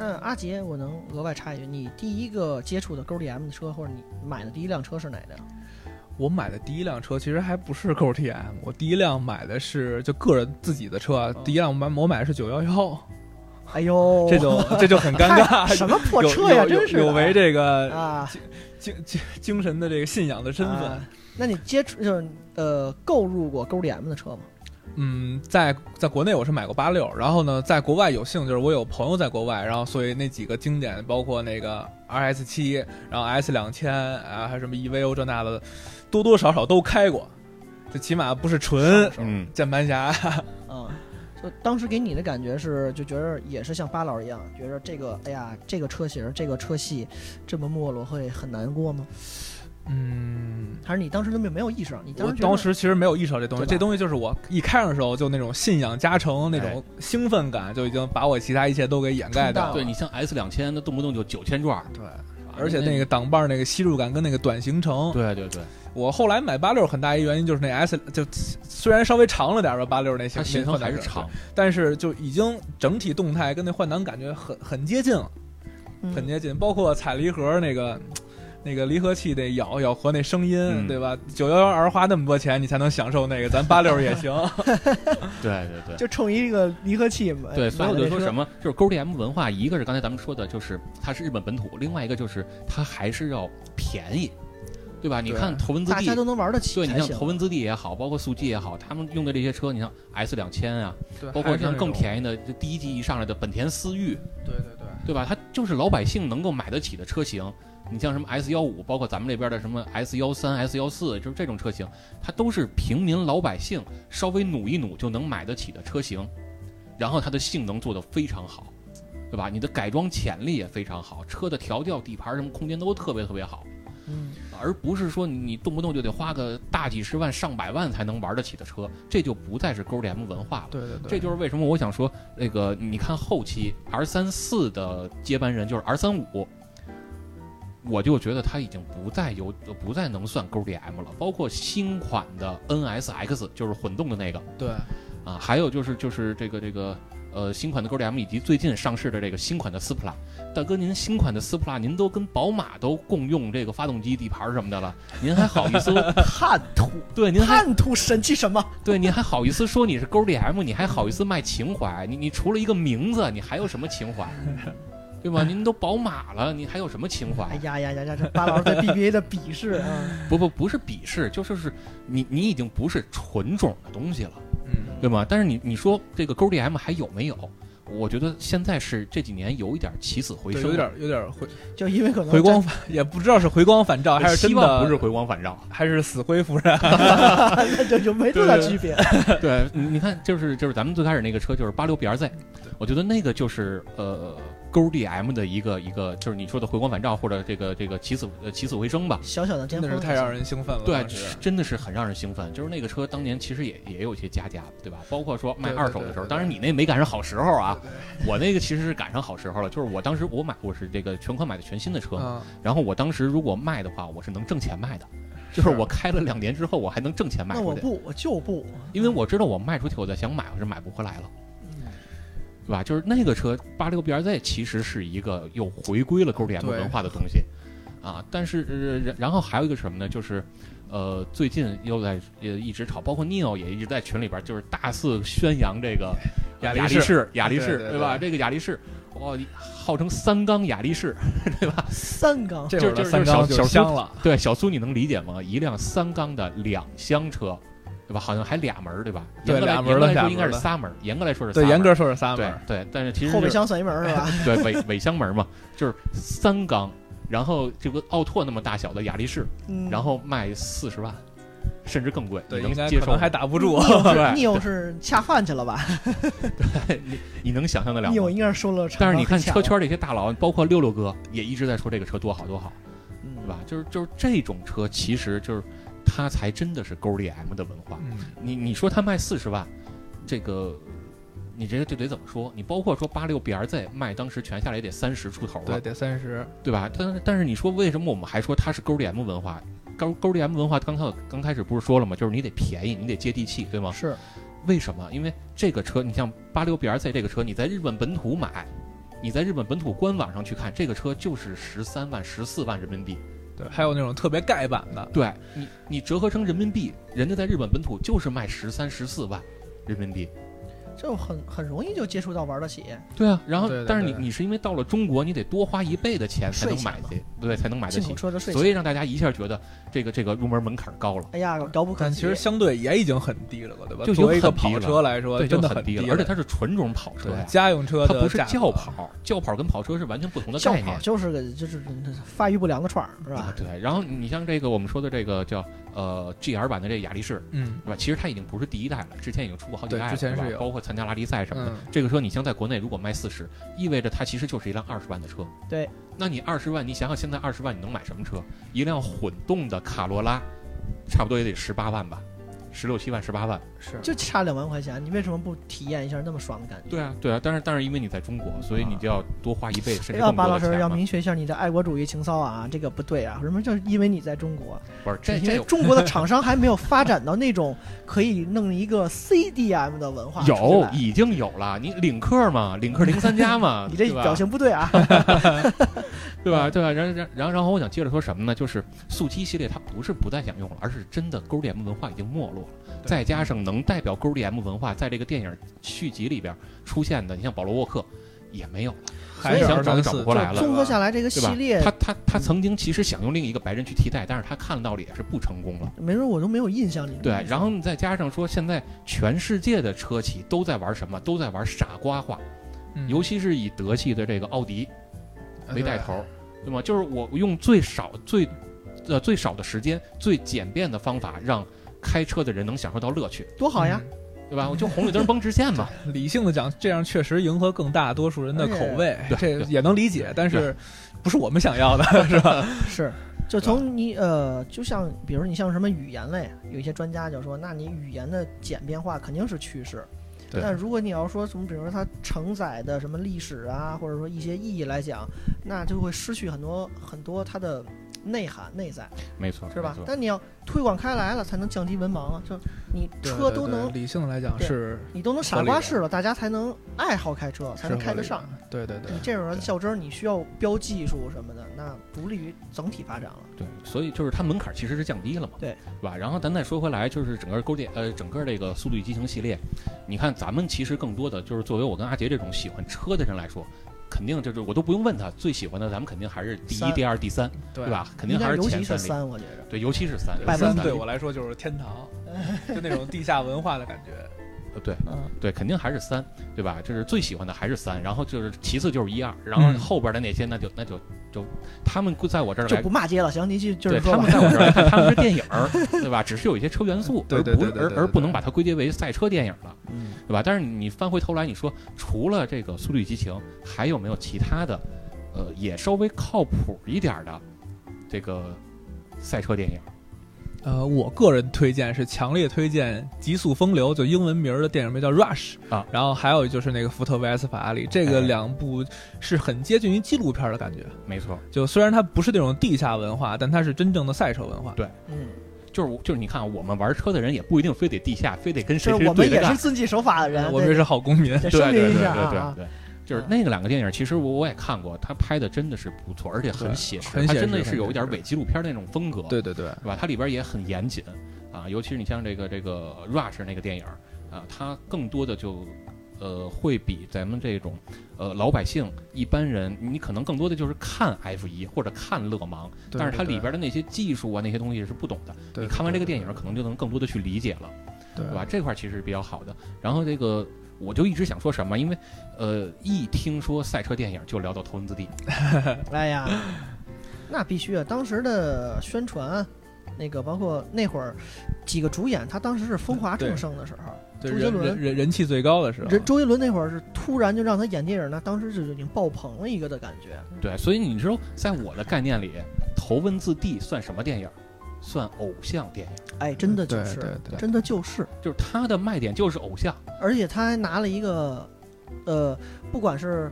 Speaker 1: 那嗯阿杰，我能额外插一句，你第一个接触的 GDM 的车，或者你买的第一辆车是哪辆？
Speaker 3: 我买的第一辆车其实还不是 GTM，我第一辆买的是就个人自己的车
Speaker 2: 嗯
Speaker 3: 啊，第一辆我买我买的是九幺幺，
Speaker 1: 哎呦，
Speaker 3: 这就这就很尴
Speaker 1: 太
Speaker 3: 尬。
Speaker 1: 什么破车呀，
Speaker 3: 有有
Speaker 1: 真是的
Speaker 3: 有有违这个
Speaker 1: 啊
Speaker 3: 精精精神的这个信仰的身份
Speaker 1: 啊。那你接触就是呃购入过 GDM 的车吗？
Speaker 3: 嗯，在在国内我是买过八六，然后呢，在国外有幸就是我有朋友在国外，然后所以那几个经典包括那个 RS 七，然后 S 两千啊，还有什么 EVO 这那的，多多少少都开过，就起码不是纯
Speaker 2: 嗯，
Speaker 3: 键盘侠。嗯
Speaker 1: 啊，就当时给你的感觉是，就觉得也是像巴老一样，觉得这个哎呀，这个车型、这个车系这么没落会很难过吗？
Speaker 3: 嗯，
Speaker 1: 还是你当时根本没有意识到？你当
Speaker 3: 我
Speaker 1: 时觉得
Speaker 3: 当时其实没有意识到这东西，
Speaker 1: 对吧
Speaker 3: 这东西就是我一开上的时候就那种信仰加成，那
Speaker 1: 哎
Speaker 3: 种兴奋感就已经把我其他一切都给掩盖掉
Speaker 1: 啊
Speaker 3: 了。
Speaker 2: 对你像 S 两千，那动不动就九千转，
Speaker 3: 对，而且
Speaker 2: 那
Speaker 3: 那个挡把儿那个吸入感跟那个短行程，
Speaker 2: 对对对，
Speaker 3: 我后来买八六很大一原因就是那 S 就虽然稍微长了点吧，八六那
Speaker 2: 它
Speaker 3: 型
Speaker 2: 行
Speaker 3: 那
Speaker 2: 程
Speaker 3: 换挡
Speaker 2: 还是
Speaker 3: 杆
Speaker 2: 长，，
Speaker 3: 但是就已经整体动态跟那换挡感觉很很接近了，
Speaker 1: 嗯
Speaker 3: 很接近，包括踩离合那个。那个离合器得咬咬合那声音，
Speaker 2: 嗯
Speaker 3: 对吧？九幺幺 R 花那么多钱，你才能享受 那个，咱八六也行。
Speaker 2: 对对对。
Speaker 1: 就冲一个离合器呃买
Speaker 2: 对，所以我就说什
Speaker 1: 么
Speaker 2: 么，就是勾 DM 文化，一个是刚才咱们说的，就是它是日本本土，另外一个就是它还是要便宜，对吧？你
Speaker 3: 对
Speaker 2: 看头文字 D，
Speaker 1: 大家都能玩得起
Speaker 2: 对你
Speaker 1: 才
Speaker 2: 像
Speaker 1: 行。啊
Speaker 2: 头文字 D 也好，包括速记也好，他们用的这些车，你像 S 两千啊，
Speaker 3: 对
Speaker 2: 包括像更
Speaker 3: 宜。
Speaker 2: 便宜的，就第一季一上来的本田思域，
Speaker 3: 对对对，
Speaker 2: 对吧？它就是老百姓能够买得起的车型。你像什么 S 幺五，包括咱们这边的什么 S 幺三、S 幺四，就是这种车型，它都是平民老百姓稍微努一努就能买得起的车型，然后它的性能做得非常好。对吧？你的改装潜力也非常好，车的调教、底盘什么空间都特别特别好，
Speaker 1: 嗯，
Speaker 2: 而不是说你动不动就得花个大几十万、上百万才能玩得起的车，这就不再是勾 DM 文化了。
Speaker 3: 对对对，
Speaker 2: 这就是为什么我想说，那个你看后期 R 三四的接班人就是 R 三五，我就觉得他已经不再有不再能算勾 DM 了。包括新款的 NSX，就是混动的那个
Speaker 3: 对
Speaker 2: 啊，还有就是就是这个这个呃新款的勾 DM 以及最近上市的这个新款的斯普拉，大哥您新款的斯普拉您都跟宝马都共用这个发动机、底盘什么的了，您还好意思
Speaker 1: 叛徒，
Speaker 2: 对您还
Speaker 1: 叛徒神气什么？
Speaker 2: 对，你还好意思说你是勾 DM，你还好意思卖情怀？你你除了一个名字，你还有什么情怀？对吧？您都宝马了，你还有什么情
Speaker 1: 哎
Speaker 2: 怀？
Speaker 1: 呀呀呀呀！这巴老师对 BBA 的鄙视啊，
Speaker 2: 不不不是鄙视，就就是你你已经不是纯种的东西了，
Speaker 3: 嗯
Speaker 2: 对吗？但是你你说这个勾 DM 还有没有？我觉得现在是这几年有一点起死回
Speaker 3: 对，
Speaker 2: 生，
Speaker 3: 有点有点回
Speaker 1: 就因为可能
Speaker 3: 回光返，也不知道是回光返照
Speaker 2: 我
Speaker 3: 还是真
Speaker 2: 希望
Speaker 3: 的
Speaker 2: 不是回光返照。
Speaker 3: 还是死灰复燃。
Speaker 1: 这，这就没多大区 别。
Speaker 2: 对，你你看，就是就是咱们最开始那个车就是八六 BRZ，我觉得那个就是呃勾 DM 的一个一个，就是你说的回光返照或者这个这个起死呃起死回生吧。
Speaker 1: 小小的巅
Speaker 3: 真的
Speaker 1: 峰，
Speaker 3: 是太让人兴奋了。
Speaker 2: 对
Speaker 3: 当，时
Speaker 2: 真的是很让人兴奋。就是那个车当年其实也也有一些加价，对吧？包括说卖
Speaker 3: 对对
Speaker 2: 二手的时候，
Speaker 3: 对对
Speaker 2: 当然你那没赶上好时候啊
Speaker 3: 对，
Speaker 2: 我那个其实是赶上好时候了。就是我当时我买我是这个全款买的全新的车嘛，
Speaker 3: 嗯，
Speaker 2: 然后我当时如果卖的话，我是能挣钱卖的，就是
Speaker 3: 是啊
Speaker 2: 我开了两年之后我还能挣钱卖
Speaker 1: 那
Speaker 2: 出
Speaker 1: 我
Speaker 2: 去，
Speaker 1: 不，我就不，
Speaker 2: 因为我知道我卖出去我再想买我是买不回来了。
Speaker 1: 嗯
Speaker 2: 对吧？就是那个车八六 BRZ 其实是一个又回归了勾 DM
Speaker 3: 对
Speaker 2: 文化的东西啊。但是、呃然然后还有一个什么呢？就是呃，最近又在也一直炒，包括 Neo 也一直在群里边就是大肆宣扬这个呃
Speaker 3: 雅
Speaker 2: 力
Speaker 3: 力士
Speaker 2: 士，雅力士，
Speaker 3: 对对
Speaker 2: 吧？
Speaker 3: 对
Speaker 2: 这个雅力士。哇，号称三缸雅力士，
Speaker 1: 三缸，
Speaker 3: 这会儿的
Speaker 2: 就是
Speaker 3: 三缸
Speaker 2: 就是
Speaker 3: 就
Speaker 2: 小
Speaker 3: 香了。
Speaker 2: 对小苏，你能理解吗？一辆三缸的两厢车，对吧？好像还俩门儿，对吧？
Speaker 3: 对
Speaker 2: 严格来
Speaker 3: 俩门儿的
Speaker 2: 严格来说应该
Speaker 3: 俩门儿
Speaker 2: 是
Speaker 3: 的
Speaker 2: 仨门儿，严格来说是
Speaker 3: 对，
Speaker 2: 仨
Speaker 3: 严
Speaker 2: 门
Speaker 3: 格
Speaker 2: 儿
Speaker 3: 说是三门
Speaker 2: 对
Speaker 3: 儿，
Speaker 2: 对，但是其实
Speaker 1: 后备
Speaker 2: 是
Speaker 1: 箱算一门儿是 吧？
Speaker 2: 对尾尾箱门嘛，就是三缸，然后这个奥拓那么大小的雅力士，
Speaker 1: 嗯，
Speaker 2: 然后卖四十万，甚至更贵，
Speaker 3: 对，
Speaker 2: 你能
Speaker 3: 应该
Speaker 2: 接
Speaker 3: 可
Speaker 2: 受吗
Speaker 3: 能还打不住。
Speaker 2: 对
Speaker 1: n e o 是恰饭去了吧
Speaker 2: 你 你能想象得了
Speaker 1: n e o
Speaker 2: 吗？
Speaker 1: 应该是收了成本
Speaker 2: 但是你看
Speaker 1: 很小
Speaker 2: 车，圈这些大佬，包括六六哥也一直在说这个车多好多好，
Speaker 1: 嗯
Speaker 2: 对吧？？就是就是这种车，其实就是它才真的是勾 DM 的文 化。
Speaker 3: 嗯，
Speaker 2: 你你说它卖四十万，这个你这个这得怎么说？你包括说八六 BRZ 卖当时全下来也得三十出头了
Speaker 3: 对，，得三十。
Speaker 2: 对吧？但是但是你说为什么我们还说它是勾 DM 文化？勾勾 DM 文化刚开刚开始不是说了吗？就是你得便宜，你得接地气，对吗？
Speaker 1: 是，
Speaker 2: 为什么？因为这个车，你像八六 BRZ 这个车，你在日本本土买，你在日本本土官网上去看，这个车就是十三万、十四万人民币。
Speaker 3: 对，还有那种特别盖板的，
Speaker 2: 对你，你折合成人民币，人家在日本本土就是卖十三、十四万人民币。
Speaker 1: 就很很容易就接触到玩得起，
Speaker 2: 对啊，然后
Speaker 3: 对对
Speaker 2: 但是你
Speaker 3: 对
Speaker 2: 你是因为到了中国，你得多花一倍的钱才能
Speaker 1: 税
Speaker 2: 买
Speaker 1: 钱嘛
Speaker 2: 得，对，才能买得
Speaker 1: 进
Speaker 2: 起
Speaker 1: 口。车的税
Speaker 2: 所
Speaker 1: 钱，
Speaker 2: 以让大家一下觉得这个这个入门门槛高了。
Speaker 1: 哎呀，遥不可
Speaker 3: 但
Speaker 1: 及。
Speaker 3: 其实相对也已经很低了，对吧？
Speaker 2: 就已经
Speaker 3: 作为一个
Speaker 2: 很低
Speaker 3: 跑
Speaker 2: 了
Speaker 3: 车来说，
Speaker 2: 对，
Speaker 3: 真
Speaker 2: 就
Speaker 3: 的
Speaker 2: 很
Speaker 3: 低了，
Speaker 2: 而且它是纯种跑车
Speaker 3: 对
Speaker 2: 呀，
Speaker 3: 家用车
Speaker 2: 它
Speaker 3: 的
Speaker 2: 不是
Speaker 3: 价格
Speaker 2: 轿，跑，轿跑跟跑车是完全不同的
Speaker 1: 轿
Speaker 2: 概
Speaker 1: 跑
Speaker 2: 念。
Speaker 1: 就是个就是发育不良的串儿是吧
Speaker 2: 啊，？对，然后你像这个我们说的这个叫呃 GR 版的这雅力士，
Speaker 3: 嗯
Speaker 2: 对吧？其实它已经不是第一代了，之前已经出过好几
Speaker 3: 对
Speaker 2: 代了，
Speaker 3: 之前
Speaker 2: 对吧
Speaker 3: 是有
Speaker 2: 包括参加拉力赛什么的。
Speaker 3: 嗯，
Speaker 2: 这个车你像在国内如果卖四十，意味着它其实就是一辆二十万的车。
Speaker 1: 对，
Speaker 2: 那你二十万，你想想现在二十万你能买什么车？一辆混动的卡罗拉，差不多也得十八万吧，十六七万、十八万。
Speaker 3: 是
Speaker 1: 就差两万块钱，你为什么不体验一下那么爽的感觉？
Speaker 2: 对啊，对啊，但是但是因为你在中国，所以你就要多花一倍甚至
Speaker 1: 要
Speaker 2: 更
Speaker 1: 巴哎
Speaker 2: 多
Speaker 1: 老
Speaker 2: 的钱
Speaker 1: 师要
Speaker 2: 嘛
Speaker 1: 明确一下你的爱国主义情操啊，这个不对啊！什么叫因为你在中国？
Speaker 2: 不是这
Speaker 1: 因
Speaker 2: 这
Speaker 1: 为
Speaker 2: 有
Speaker 1: 中国的厂商还没有发展到那种可以弄一个 CDM 的文化出
Speaker 2: 有
Speaker 1: 来。
Speaker 2: 已经有了，你领克嘛，领克零三加嘛
Speaker 1: ，你这
Speaker 2: 对吧
Speaker 1: 表情不对啊！
Speaker 2: 对
Speaker 3: 嗯
Speaker 2: 吧？对吧？然然然然后我想接着说什么呢？就是速七系列它不是不再想用了，而是真的勾 DM 文化已经没落了。
Speaker 3: 对
Speaker 2: 再加上能代表勾 DM 文化在这个电影续集里边出现的，你像保罗沃克也没有了，
Speaker 3: 还
Speaker 1: 所以
Speaker 3: 是
Speaker 2: 想
Speaker 3: 二
Speaker 2: 找就
Speaker 3: 三
Speaker 2: 找
Speaker 3: 四
Speaker 2: 不回来了
Speaker 1: 综合下来，这个系
Speaker 2: 对
Speaker 1: 列
Speaker 2: 吧？他他
Speaker 3: 嗯
Speaker 2: 他曾经其实想用另一个白人去替代，但是他看到了也是不成功了。
Speaker 1: 没准我都没有印象
Speaker 3: 嗯
Speaker 1: 里面。
Speaker 2: 对，然后你再加上说，现在全世界的车企都在玩什么？都在玩傻瓜化，
Speaker 3: 嗯
Speaker 2: 尤其是以德系的这个奥迪，为
Speaker 1: 啊
Speaker 2: 带头
Speaker 3: 对
Speaker 2: 儿，对吗？就是我用最少、最呃最少的时间、最简便的方法，让开车的人能享受到乐趣。
Speaker 1: 多好呀！
Speaker 3: 嗯
Speaker 2: 对吧？我就红绿灯崩直线 嘛，
Speaker 3: 理性的讲，这样确实迎合更大多数人的口味，
Speaker 2: 对
Speaker 3: 这
Speaker 2: 对
Speaker 3: 也能理解，但是不是我们想要的，是吧？
Speaker 1: 是，就从你呃，就像比如你像什么语言类，有一些专家就说，那你语言的简便化肯定是趋势。
Speaker 3: 对
Speaker 1: 但如果你要说从比如说它承载的什么历史啊，或者说一些意义来讲，那就会失去很多很多它的内涵内在，
Speaker 2: 没错，
Speaker 1: 是吧
Speaker 2: 没？错
Speaker 1: 但你要推广开来了，才能降低文盲啊！就你 车都
Speaker 3: 对对
Speaker 1: 能
Speaker 3: 对，理性的来讲
Speaker 1: 对
Speaker 3: 是
Speaker 1: 你都能傻瓜式了，大家才能爱好开车，才
Speaker 3: 是
Speaker 1: 能
Speaker 3: 合
Speaker 1: 开得
Speaker 3: 理
Speaker 1: 上。嗯
Speaker 3: 的，对对对
Speaker 1: 你。这种人
Speaker 3: 对
Speaker 1: 较真儿，你需要标技术什么的，那不利于整体发展了。
Speaker 2: 对，所以就是它门槛其实是降低了嘛，
Speaker 1: 对，
Speaker 2: 吧？然后咱再说回来，就是整个勾践呃，整个这个《速度与激情》系列，你看咱们其实更多的就是作为我跟阿杰这种喜欢车的人来说，肯定就是我都不用问他最喜欢的，咱们肯定还是第一、
Speaker 1: 三
Speaker 2: 第二、第三，
Speaker 3: 对
Speaker 2: 对？吧？肯定
Speaker 1: 应
Speaker 2: 还
Speaker 1: 该
Speaker 2: 是
Speaker 1: 尤
Speaker 2: 前
Speaker 1: 其是
Speaker 2: 三位，
Speaker 1: 三，我觉着。
Speaker 2: 对，尤其是三，
Speaker 1: 百分
Speaker 3: 三
Speaker 1: 之
Speaker 3: 对我来说就是 天堂，就那种地下文化的感觉。
Speaker 2: 呃对
Speaker 1: 嗯，
Speaker 2: 对，肯定还是三，对吧？这是最喜欢的还是三，然后就是其次就是一二，然后
Speaker 3: 嗯
Speaker 2: 后边的那些那就那就就他们在我这儿
Speaker 1: 就
Speaker 2: 来
Speaker 1: 不骂街了，行，您去就是
Speaker 2: 对
Speaker 1: 说
Speaker 2: 他
Speaker 1: 吧
Speaker 2: 们。在我这儿 来看，他们是电影儿，对吧？只是有一些车元素，
Speaker 3: 对对对
Speaker 2: 而不
Speaker 3: 对对
Speaker 2: 而
Speaker 3: 对
Speaker 2: 而
Speaker 3: 对
Speaker 2: 不能把它归结为赛车电影了，
Speaker 1: 嗯
Speaker 2: 对吧？但是你翻回头来，你说除了这个《速度与激情》，还有没有其他的，呃，也稍微靠谱一点儿的这个赛车电影？
Speaker 3: 呃，我个人推荐是强烈推荐《极速风流》，就英文名儿的电影名叫《Rush》
Speaker 2: 啊
Speaker 3: 然后还有就是那个福特 VS 法拉利，这个
Speaker 2: 哎
Speaker 3: 两部是很接近于纪录片的感觉。
Speaker 2: 没错，
Speaker 3: 就虽然它不是那种地下文化，但它是真正的赛车文化。
Speaker 2: 对
Speaker 1: 嗯，
Speaker 2: 就是我就是你看啊，我们玩车的人也不一定非得地下，非得跟谁
Speaker 1: 就是
Speaker 2: 谁
Speaker 1: 我
Speaker 2: 对
Speaker 1: 们
Speaker 2: 着
Speaker 1: 也
Speaker 2: 干
Speaker 1: 是遵纪守法的人，
Speaker 3: 我们是好公民。
Speaker 1: 得
Speaker 2: 对
Speaker 1: 声
Speaker 2: 对对
Speaker 1: 明一
Speaker 2: 对
Speaker 1: 下
Speaker 2: 对
Speaker 1: 啊。
Speaker 2: 对，就是那个两个电影，其实我我也看过，他拍的真的是不错，而且很
Speaker 3: 对
Speaker 2: 写实，
Speaker 3: 很
Speaker 2: 他
Speaker 3: 写
Speaker 2: 真的
Speaker 3: 实
Speaker 2: 是
Speaker 3: 很
Speaker 2: 有一
Speaker 3: 写
Speaker 2: 点
Speaker 3: 实
Speaker 2: 伪纪录片那种风格，
Speaker 3: 对对对，
Speaker 2: 是吧？它里边也很严谨啊，尤其是你像这个这个 Rush 那个电影儿啊，它更多的就呃会比咱们这种呃老百姓一般人，你可能更多的就是看 F 一或者看勒芒，
Speaker 3: 对
Speaker 2: 但是它
Speaker 3: 对
Speaker 2: 里边的那些技术啊那些东西是不懂的，
Speaker 3: 对
Speaker 2: 你看完这个电影儿可能就能更多的去理解了。
Speaker 3: 对
Speaker 2: 对吧？？这块儿其实是比较好的。然后这个我就一直想说什么，因为呃，一听说赛车电影就聊到头文字 D，
Speaker 1: 哎呀，那必须啊！当时的宣传，那个包括那会儿几个主演，他当时是风华正盛的时候，
Speaker 3: 对
Speaker 1: 周杰
Speaker 3: 人
Speaker 1: 伦
Speaker 3: 人人人气最高的时候，
Speaker 1: 人周杰伦那会儿是突然就让他演电影，那当时就已经爆棚了一个的感觉。
Speaker 2: 对，所以你知道，在我的概念里，头文字 D 算什么电影？算偶像电影，
Speaker 1: 哎，真的就
Speaker 3: 对
Speaker 1: 是，
Speaker 3: 对对
Speaker 1: 真的就是，
Speaker 2: 就是它的卖点就是偶像。
Speaker 1: 而且他还拿了一个，呃，不管是。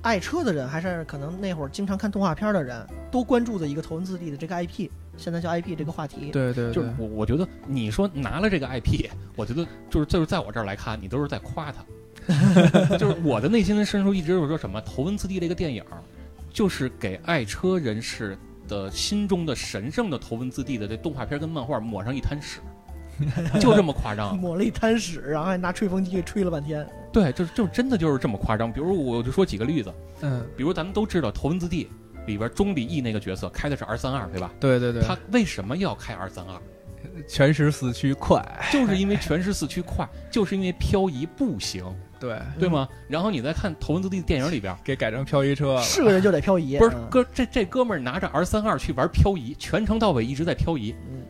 Speaker 1: 爱车的人，还是可能那会儿经常看动画片的人，都关注的一个头文字 D 的这个 IP，现在叫 IP 这个话题。
Speaker 3: 对对，
Speaker 2: 就是我我觉得你说拿了这个 IP，我觉得就是就是在我这儿来看，你都是在夸他。 就是我的内心的深处一直就是说什么《头文字 D》这个电影儿，就是给爱车人士的心中的神圣的《头文字 D》的这动画片跟漫画抹上一滩屎，就这么夸 张。
Speaker 1: 抹了一滩屎，然后还拿吹风机给吹了半天。
Speaker 2: 对，就是就是真的就是这么夸张。比如我就说几个例子，
Speaker 3: 嗯，
Speaker 2: 比如咱们都知道《头文字 D》里边钟离义那个角色开的是 R 三二，对吧？
Speaker 3: 对对对，
Speaker 2: 他为什么要开 R 三二？
Speaker 3: 全时四驱快，
Speaker 2: 就是因为全时四驱快，就是因为漂移不行。
Speaker 3: 对，
Speaker 1: 嗯
Speaker 2: 对吗？然后你再看《头文字 D》电影里边，
Speaker 3: 给改成漂移车了，
Speaker 1: 是个人就得漂移，
Speaker 2: 啊 不是
Speaker 1: 嗯
Speaker 2: 哥这这哥们儿拿着 R 三二去玩漂移，全程到尾一直在漂移，
Speaker 1: 嗯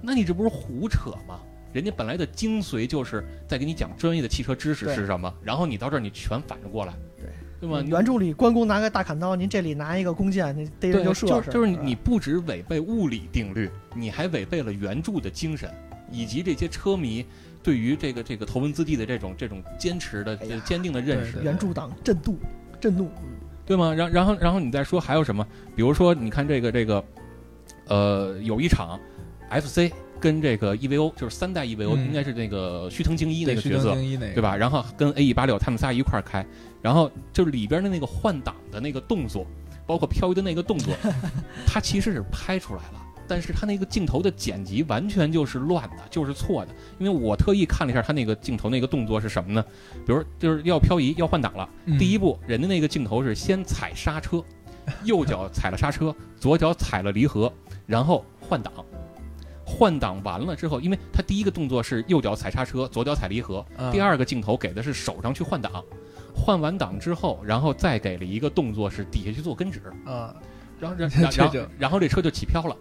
Speaker 2: 那你这不是胡扯吗？人家本来的精髓就是在给你讲专业的汽车知识
Speaker 1: 对
Speaker 2: 是什么，然后你到这儿你全反应过来，
Speaker 1: 对
Speaker 2: 对吗？你
Speaker 1: 嗯原著里关公拿个大砍刀，您这里拿一个弓箭，你逮着
Speaker 2: 对，
Speaker 1: 就嗯射
Speaker 2: 就
Speaker 1: 吧
Speaker 2: 就是你不只违背物理定律，你还违背了原著的精神，以及这些车迷对于这个这个头文字 D 的这种这种坚持的、
Speaker 1: 哎呀
Speaker 2: 坚定的认识。
Speaker 3: 对
Speaker 1: 原著党震怒，震怒，
Speaker 2: 啊对吗？然然后然后你再说还有什么？比如说，你看这个这个，呃，有一场 FC 跟这个 EVO，就是三代 EVO，、
Speaker 3: 嗯
Speaker 2: 应该是那个须藤京一那
Speaker 3: 对
Speaker 2: 个
Speaker 3: 徐
Speaker 2: 角
Speaker 3: 峥
Speaker 2: 色，
Speaker 3: 京一那个
Speaker 2: 对？吧？然后跟 A E 八六他们仨一块儿开，然后就是里边的那个换挡的那个动作，包括漂移的那个动 作，它其实是拍出来了。但是它那个镜头的剪辑完全就是乱的，就是错的。因为我特意看了一下它那个镜头那个动作是什么呢？比如就是要漂移要换挡了，
Speaker 3: 嗯
Speaker 2: 第一步，人家那个镜头是先踩刹 车，右脚踩了刹车，左脚踩了离合，然后换挡。换挡完了之后，因为他第一个动作是右脚踩刹车，左脚踩离合，第，
Speaker 3: 啊
Speaker 2: 二个镜头给的是手上去换挡。换完挡之后，然后再给了一个动作是底下去做跟指，
Speaker 3: 啊，
Speaker 2: 然后然然
Speaker 3: 这
Speaker 2: 然
Speaker 3: 就
Speaker 2: 后然后这车就起飘了。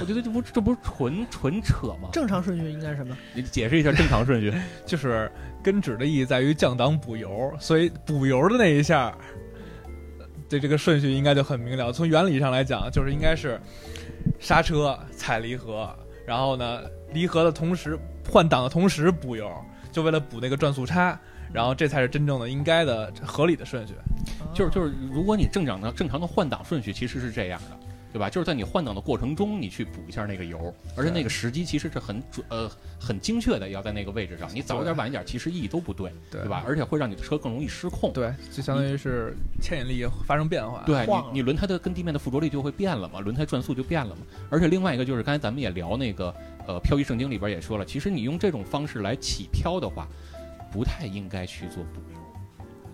Speaker 2: 我觉得这不这不是纯纯扯吗？
Speaker 1: 正常顺序应该是什么？
Speaker 2: 你解释一下正常顺序。
Speaker 3: 就是根指的意义在于降档补油，所以补油的那一下，对这个顺序应该就很明了。从原理上来讲，就是应该是刹车踩离合，然后呢离合的同时换挡的同时补油，就为了补那个转速差。然后这才是真正的应该的合理的顺序。
Speaker 1: 啊
Speaker 2: 就是就是，如果你正常的正常的换挡顺序其实是这样的，对吧？就是在你换挡的过程中，你去补一下那个油，而且那个时机其实是很准呃很精确的，要在那个位置上。你早一点晚一点，其实意义都不对，
Speaker 3: 对
Speaker 2: 对吧？？而且会让你的车更容易失控。
Speaker 3: 对，就相当于是牵引力发生变化。
Speaker 2: 对
Speaker 1: 晃了
Speaker 2: 你，你轮胎的跟地面的附着力就会变了嘛，轮胎转速就变了嘛。而且另外一个就是刚才咱们也聊那个，呃，漂移圣经里边也说了，其实你用这种方式来起漂的话，不太应该去做补油，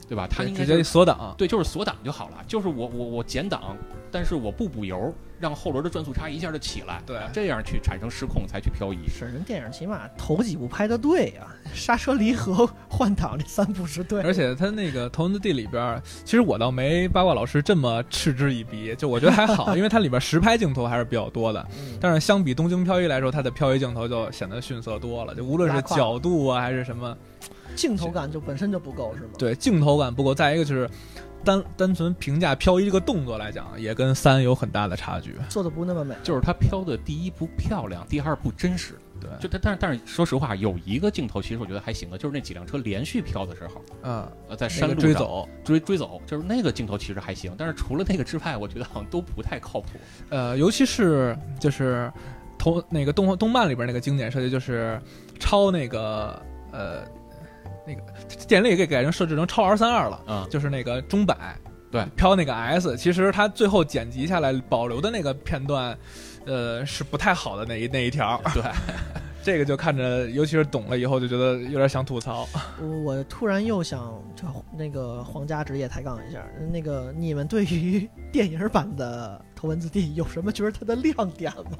Speaker 2: 对吧？它
Speaker 3: 对
Speaker 2: 应该
Speaker 3: 直
Speaker 2: 就是
Speaker 3: 接锁档。
Speaker 2: 对，就是锁档就好了，就是我我我减档，但是我不补油，让后轮的转速差一下就起来，
Speaker 3: 对
Speaker 2: 这样去产生失控才去漂移。
Speaker 1: 是人电影起码头几部拍的对呀、 刹车、离合、换挡这三步是 对。
Speaker 3: 而且他那个《头文字 D》里边儿，其实我倒没八卦老师这么嗤之以鼻，就我觉得还好，因为它里边实拍镜头还是比较多的。
Speaker 1: 嗯
Speaker 3: 但是相比东京漂移来说，它的漂移镜头就显得逊色多了，就无论是
Speaker 1: 拉胯
Speaker 3: 角度啊还是什么，
Speaker 1: 镜头感就本身就不够是吗？
Speaker 3: 对镜头感不够。再一个就是单单纯评价漂移这个动作来讲，也跟三有很大的差距。
Speaker 1: 做的不那么美。
Speaker 2: 就是它飘的第一不漂亮，第二不真实。
Speaker 3: 对，
Speaker 2: 就它，但是但是说实话，有一个镜头其实我觉得还行的，就是那几辆车连续飘的时候，
Speaker 3: 嗯，
Speaker 2: 呃，在
Speaker 3: 那
Speaker 2: 山
Speaker 3: 个
Speaker 2: 路
Speaker 3: 追
Speaker 2: 上
Speaker 3: 走，
Speaker 2: 追追走，就是那个镜头其实还行，但是除了那个之外，我觉得好像都不太靠谱。
Speaker 3: 呃，尤其是就是头那个动画动漫里边那个经典设计，就是超那个呃那个电力给改成设置成超二三二了，
Speaker 2: 嗯，
Speaker 3: 就是那个钟摆
Speaker 2: 对
Speaker 3: 飘那个 S，其实它最后剪辑下来保留的那个片段，呃是不太好的那一那一条，
Speaker 2: 对，
Speaker 3: 这个就看着尤其是懂了以后就觉得有点想吐槽，
Speaker 1: 我我突然又想，就那个皇家职业抬杠一下，那个你们对于电影版的《头文字 D》有什么觉得它的亮点吗？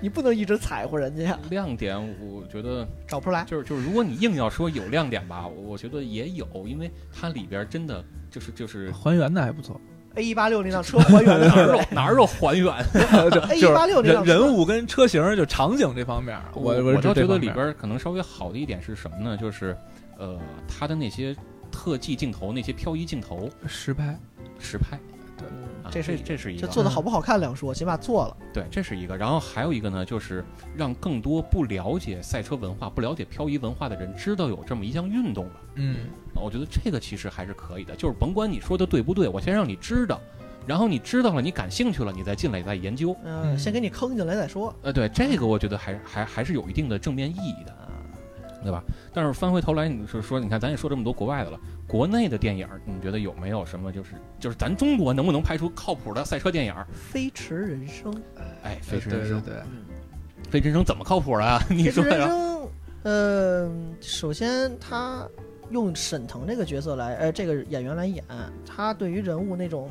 Speaker 1: 你不能一直踩乎人家呀，
Speaker 2: 亮点我觉得
Speaker 1: 找不出来。
Speaker 2: 就是就是，如果你硬要说有亮点吧，我我觉得也有，因为它里边真的就是就是
Speaker 3: 还原的还 不错，
Speaker 1: A 一八六那辆车还原了
Speaker 2: 哪 儿有哪儿有还原？
Speaker 3: 就
Speaker 1: A 一
Speaker 3: 就是
Speaker 1: 八六那
Speaker 3: 人
Speaker 1: 辆车
Speaker 3: 人物跟车型就场景这方面， 我
Speaker 2: 我
Speaker 3: 是
Speaker 2: 倒
Speaker 3: 这
Speaker 2: 觉得
Speaker 3: 方
Speaker 2: 里
Speaker 3: 面
Speaker 2: 边儿可能稍微好的一点是什么呢？就是呃，它的那些特技镜头、那些漂移镜头
Speaker 3: 实拍。
Speaker 2: 实拍，
Speaker 1: 嗯
Speaker 2: 啊、
Speaker 1: 这是
Speaker 2: 这是一
Speaker 1: 这嗯
Speaker 2: 个
Speaker 1: 做的好不好看两说，起码做了。
Speaker 2: 对，这是一个。然后还有一个呢，就是让更多不了解赛车文化、不了解漂移文化的人知道有这么一项运动吧。
Speaker 3: 嗯，
Speaker 2: 啊我觉得这个其实还是可以的，就是甭管你说的对不对，我先让你知道，然后你知道了，你感兴趣了，你再进来再研究。
Speaker 1: 嗯，
Speaker 3: 嗯
Speaker 1: 先给你坑进来再说。
Speaker 2: 呃，对，这个我觉得还还还是有一定的正面意义的。
Speaker 1: 啊，
Speaker 2: 对吧？但是翻回头来，你是说，你看咱也说这么多国外的了，国内的电影儿，你觉得有没有什么就是就是咱中国能不能拍出靠谱的赛车电影儿？
Speaker 1: 飞驰人生，
Speaker 2: 哎，
Speaker 3: 对
Speaker 2: 飞驰
Speaker 3: 对
Speaker 2: 人
Speaker 3: 对
Speaker 2: 生，
Speaker 3: 对，
Speaker 1: 嗯，
Speaker 2: 飞驰人生怎么靠谱啊？ 你
Speaker 1: 飞驰
Speaker 2: 说
Speaker 1: 人
Speaker 2: 呀？
Speaker 1: 生，呃，首先他用沈腾这个角色来，呃，这个演员来演，他对于人物那种，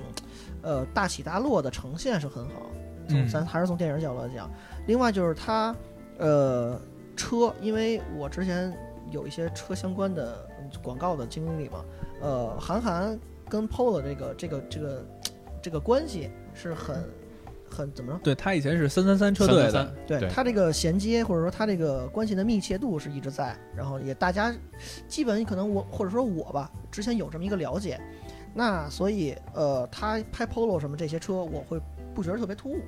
Speaker 1: 呃，大起大落的呈现是很好。从
Speaker 3: 嗯
Speaker 1: 咱还是从电影角度来讲，另外就是他，呃，车，因为我之前有一些车相关的嗯广告的经历嘛，呃，韩寒跟 Polo 这个这个这个这个关系是很很怎么着？
Speaker 3: 对他以前是三三三车队的
Speaker 2: 333，
Speaker 1: 对
Speaker 2: 对
Speaker 1: 它这个衔接或者说它这个关系的密切度是一直在，然后也大家基本可能我或者说我吧，之前有这么一个了解，那所以呃，他拍 Polo 什么这些车，我会不觉得特别突兀。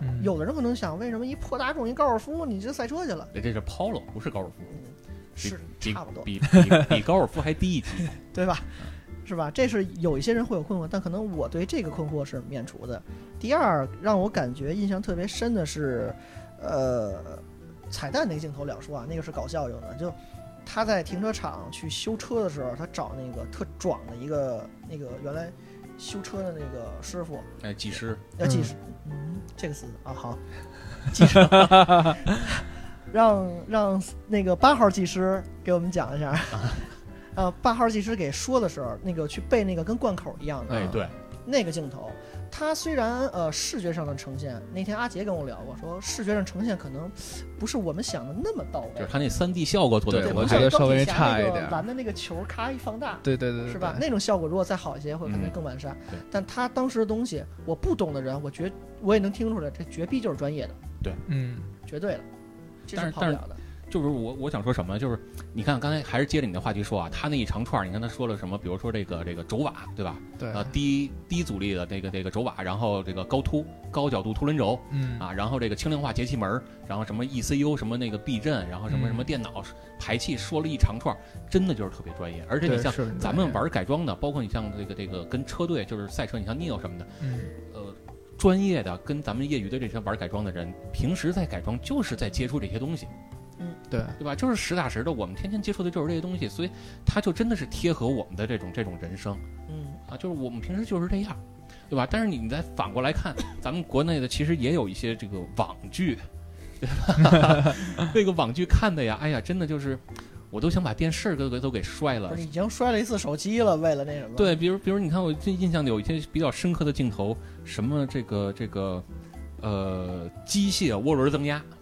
Speaker 3: 嗯
Speaker 1: 有的人可能想，为什么一破大众一高尔夫你这赛车去了？
Speaker 2: 对，哎这是 Polo，不是高尔夫，
Speaker 1: 嗯，是
Speaker 2: 比
Speaker 1: 差不多，
Speaker 2: 比比比比高尔夫还低一级。
Speaker 1: 对吧？是吧？这是有一些人会有困惑，但可能我对这个困惑是免除的。第二，让我感觉印象特别深的是，呃，彩蛋那个镜头两说啊，那个是搞笑用的，就他在停车场去修车的时候，他找那个特壮的一个那个原来修车的那个师傅，
Speaker 2: 哎，技师，
Speaker 1: 要
Speaker 3: 嗯
Speaker 1: 技师，嗯，这个词啊好，技 师，让让那个八号技师给我们讲一下。
Speaker 3: 啊
Speaker 1: 呃，八号技师给说的时候，那个去背那个跟贯口一样的、
Speaker 2: 哎，对，
Speaker 1: 那个镜头，它虽然呃视觉上的呈现，那天阿杰跟我聊过，说视觉上呈现可能不是我们想的那么到
Speaker 2: 就是
Speaker 1: 位，
Speaker 2: 他那三 D 效果做的
Speaker 3: 对
Speaker 1: 对，
Speaker 2: 怎
Speaker 3: 我
Speaker 2: 么
Speaker 3: 觉
Speaker 2: 样？
Speaker 3: 得
Speaker 1: 不像
Speaker 3: 稍
Speaker 1: 钢铁
Speaker 3: 微
Speaker 1: 侠
Speaker 3: 差一
Speaker 1: 那个
Speaker 3: 点
Speaker 1: 蓝的那个球咔一放大，
Speaker 3: 对对对对，
Speaker 1: 是吧？
Speaker 3: 对？
Speaker 1: 那种效果如果再好一些，会可能
Speaker 2: 嗯
Speaker 1: 更完善。
Speaker 2: 对
Speaker 1: 但他当时的东西，我不懂的人，我觉我也能听出来，这绝逼就是专业的。
Speaker 2: 对，
Speaker 3: 嗯
Speaker 1: 绝对的，这
Speaker 2: 但是
Speaker 1: 跑不了的。
Speaker 2: 就是我我想说什么呢，就是你看刚才还是接着你的话题说啊，他那一长串儿，你看他说了什么，比如说这个这个轴瓦，对吧？
Speaker 3: 对
Speaker 2: 呃，低低阻力的这个这个轴瓦，然后这个高凸高角度凸轮轴
Speaker 3: 嗯
Speaker 2: 啊，然后这个轻量化节气门儿，然后什么 ECU 什么那个避震，然后什么
Speaker 3: 嗯
Speaker 2: 什么电脑排气，说了一长串儿，真的就是特别专业。而且你
Speaker 3: 对
Speaker 2: 像
Speaker 3: 是的
Speaker 2: 咱们玩改装的，包括你像这个这个跟车队就是赛车，你像 Neo 什么的，
Speaker 3: 嗯
Speaker 2: 呃，专业的跟咱们业余的这些玩改装的人，平时在改装就是在接触这些东西。
Speaker 3: 对
Speaker 2: 对吧？就是实打实的，我们天天接触的就是这些东西，所以它就真的是贴合我们的这种这种人生
Speaker 1: 嗯，
Speaker 2: 啊，就是我们平时就是这样，对吧？但是你你再反过来看，咱们国内的其实也有一些这个网剧，对吧？那 个网剧看的呀，哎呀，真的就是，我都想把电视都给都给摔
Speaker 1: 不
Speaker 2: 了
Speaker 1: 是。已经摔了一次手机了，为了那什么？
Speaker 2: 对，比如比如你看，我最印象里有一些比较深刻的镜头，什么这个这个，呃，机械涡轮增压。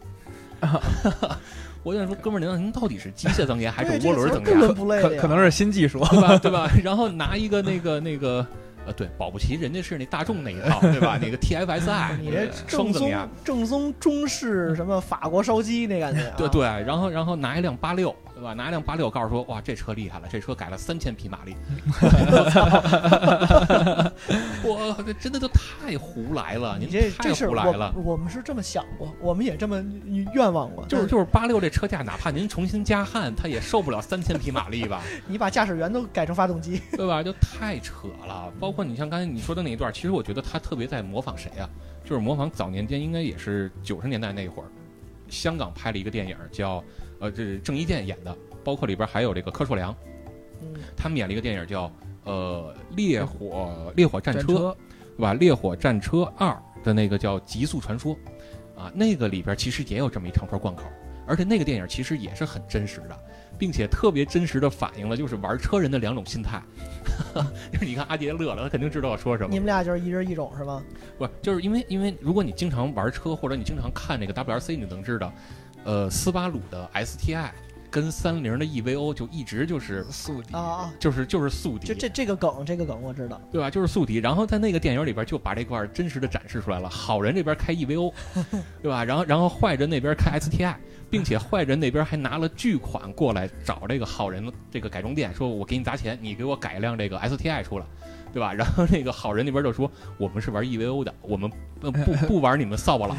Speaker 2: 我想说，哥们儿，您您到底是机械增压还
Speaker 1: 对，
Speaker 2: 是
Speaker 1: 这
Speaker 2: 涡
Speaker 1: 个
Speaker 2: 轮
Speaker 1: 词
Speaker 2: 增
Speaker 1: 根
Speaker 2: 压
Speaker 1: 本，不累的
Speaker 3: 可
Speaker 1: 呀
Speaker 3: 可能是新技术，
Speaker 2: 对吧？对吧？然后拿一个那个那个，呃，对，保不齐人家是那大众那一套，对吧？那个 TFSI，
Speaker 1: 你这
Speaker 2: 双
Speaker 1: 正
Speaker 2: 增压
Speaker 1: 宗，啊正宗中式什么法国烧鸡那感觉、啊，
Speaker 2: 对对。然后然后拿一辆八六，对吧？拿一辆八六，告诉说，哇，这车厉害了，这车改了三千匹马力， 我操哇，这真的就太胡来了，
Speaker 1: 你
Speaker 2: 啊您
Speaker 1: 这
Speaker 2: 太
Speaker 1: 这事儿
Speaker 2: 胡来了。
Speaker 1: 我我们是这么想过，我们也这么愿望过，
Speaker 2: 就是就是八六这车价，哪怕您重新加焊，它也受不了三千匹马力吧？
Speaker 1: 你把驾驶员都改成发动机，
Speaker 2: 对吧？就太扯了。包括你像刚才你说的那一段，其实我觉得他特别在模仿谁啊？就是模仿早年间，应该也是九十年代那会儿，香港拍了一个电影叫呃，这是郑伊健演的，包括里边还有这个柯受良，
Speaker 1: 嗯，
Speaker 2: 他们演了一个电影叫呃《烈火烈火战车》
Speaker 3: 战
Speaker 2: 对吧？《烈火战车二》的那个叫《极速传说》，啊，那个里边其实也有这么一长串贯口，而且那个电影其实也是很真实的，并且特别真实的反映了就是玩车人的两种心态。 就是你看阿杰乐了，他肯定知道我说什么
Speaker 1: 你。们俩就是一人一种是吗？
Speaker 2: 不是，就是因为因为如果你经常玩车或者你经常看这个 WRC，你能知道，呃，斯巴鲁的 STI 跟三菱的 EVO 就一直就是
Speaker 3: 速敌
Speaker 1: 啊啊，
Speaker 2: 就是就是宿敌。
Speaker 1: 这这这个梗，这个梗我知道，
Speaker 2: 对吧？就是宿敌，然后在那个电影里边就把这块儿真实的展示出来了。好人这边开 EVO，对吧？然后然后坏人那边开 STI，并且坏人那边还拿了巨款过来找这个好人这个改装店，说我给你砸钱，你给我改一辆这个 STI 出来，对吧？然后那个好人那边就说我们是玩 EVO 的，我们不不不玩你们扫 把佬，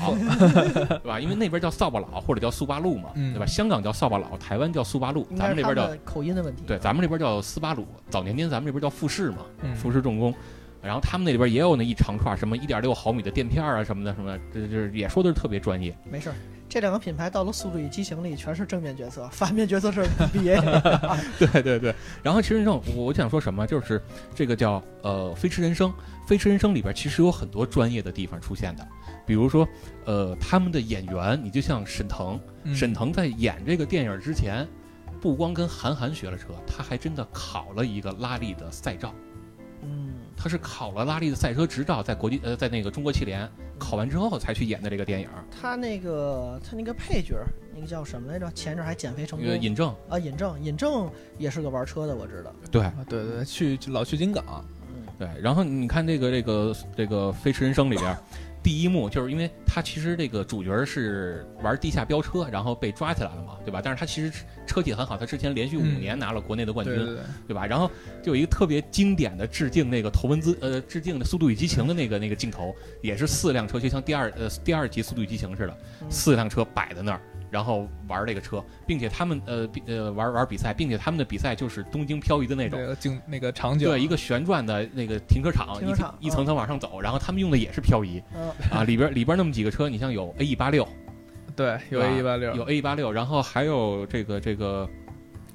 Speaker 2: 对吧？因为那边叫扫把佬或者叫速八路嘛，
Speaker 3: 嗯
Speaker 2: 对吧？香港叫扫把佬，台湾叫速八路，
Speaker 1: 应
Speaker 2: 咱
Speaker 1: 该
Speaker 2: 们
Speaker 1: 是他
Speaker 2: 这边
Speaker 1: 们
Speaker 2: 叫
Speaker 1: 的口音的问题。
Speaker 2: 对，咱们这边叫斯巴鲁，早年间咱们这边叫富士嘛。
Speaker 3: 嗯
Speaker 2: 服饰重工。然后他们那里边也有那一长串什么一点六毫米的垫片儿啊什么的什么的，这就是也说的是特别专业。
Speaker 1: 没事儿，这两个品牌到了《速度与激情》里全是正面角色， 反面角色是 BA。
Speaker 2: 对对对。然后其实这种我想说什么，就是这个叫呃《飞驰人生》，《飞驰人生》里边其实有很多专业的地方出现的，比如说呃他们的演员，你就像沈腾，
Speaker 3: 嗯
Speaker 2: 沈腾在演这个电影之前，不光跟韩寒学了车，他还真的考了一个拉力的赛照。
Speaker 1: 嗯，
Speaker 2: 他是考了拉力的赛车执照，在国际呃，在那个中国汽联考完之后才去演的这个电影。
Speaker 1: 他那个他那个配角，那个叫什么来着？前阵还减肥成
Speaker 2: 因为
Speaker 1: 功
Speaker 2: 尹正
Speaker 1: 啊，尹正，尹正也是个玩车的，我知道。
Speaker 2: 对
Speaker 3: 啊对对对去老去金港，
Speaker 1: 嗯，
Speaker 2: 对，然后你看这个这个这个《飞驰人生》里边，第一幕就是因为他其实这个主角是玩地下飙车，然后被抓起来了嘛，对吧？但是他其实车技很好，他之前连续五
Speaker 3: 嗯
Speaker 2: 年拿了国内的冠
Speaker 3: 对
Speaker 2: 军，
Speaker 3: 对对，
Speaker 2: 对吧？然后就有一个特别经典的致敬那个头文字呃致敬的《速度与激情》的那个那个镜头，也是四辆车，就像第二呃第二集《速度与激情》似的，
Speaker 1: 嗯
Speaker 2: 四辆车摆在那儿，然后玩这个车，并且他们呃比呃玩玩比赛，并且他们的比赛就是东京漂移的那种
Speaker 3: 这。个景那个场景，
Speaker 2: 对，一个旋转的那个停车场，
Speaker 1: 啊停车场
Speaker 2: 一一层层往上走，然后他们用的也是漂移
Speaker 1: 嗯
Speaker 2: 啊，里边里边那么几个车，你像有 A E 八六，
Speaker 3: 对啊
Speaker 2: 对
Speaker 3: 有
Speaker 2: 吧
Speaker 3: A 一八六，
Speaker 2: 啊 有 A 八六，然后还有这个这个，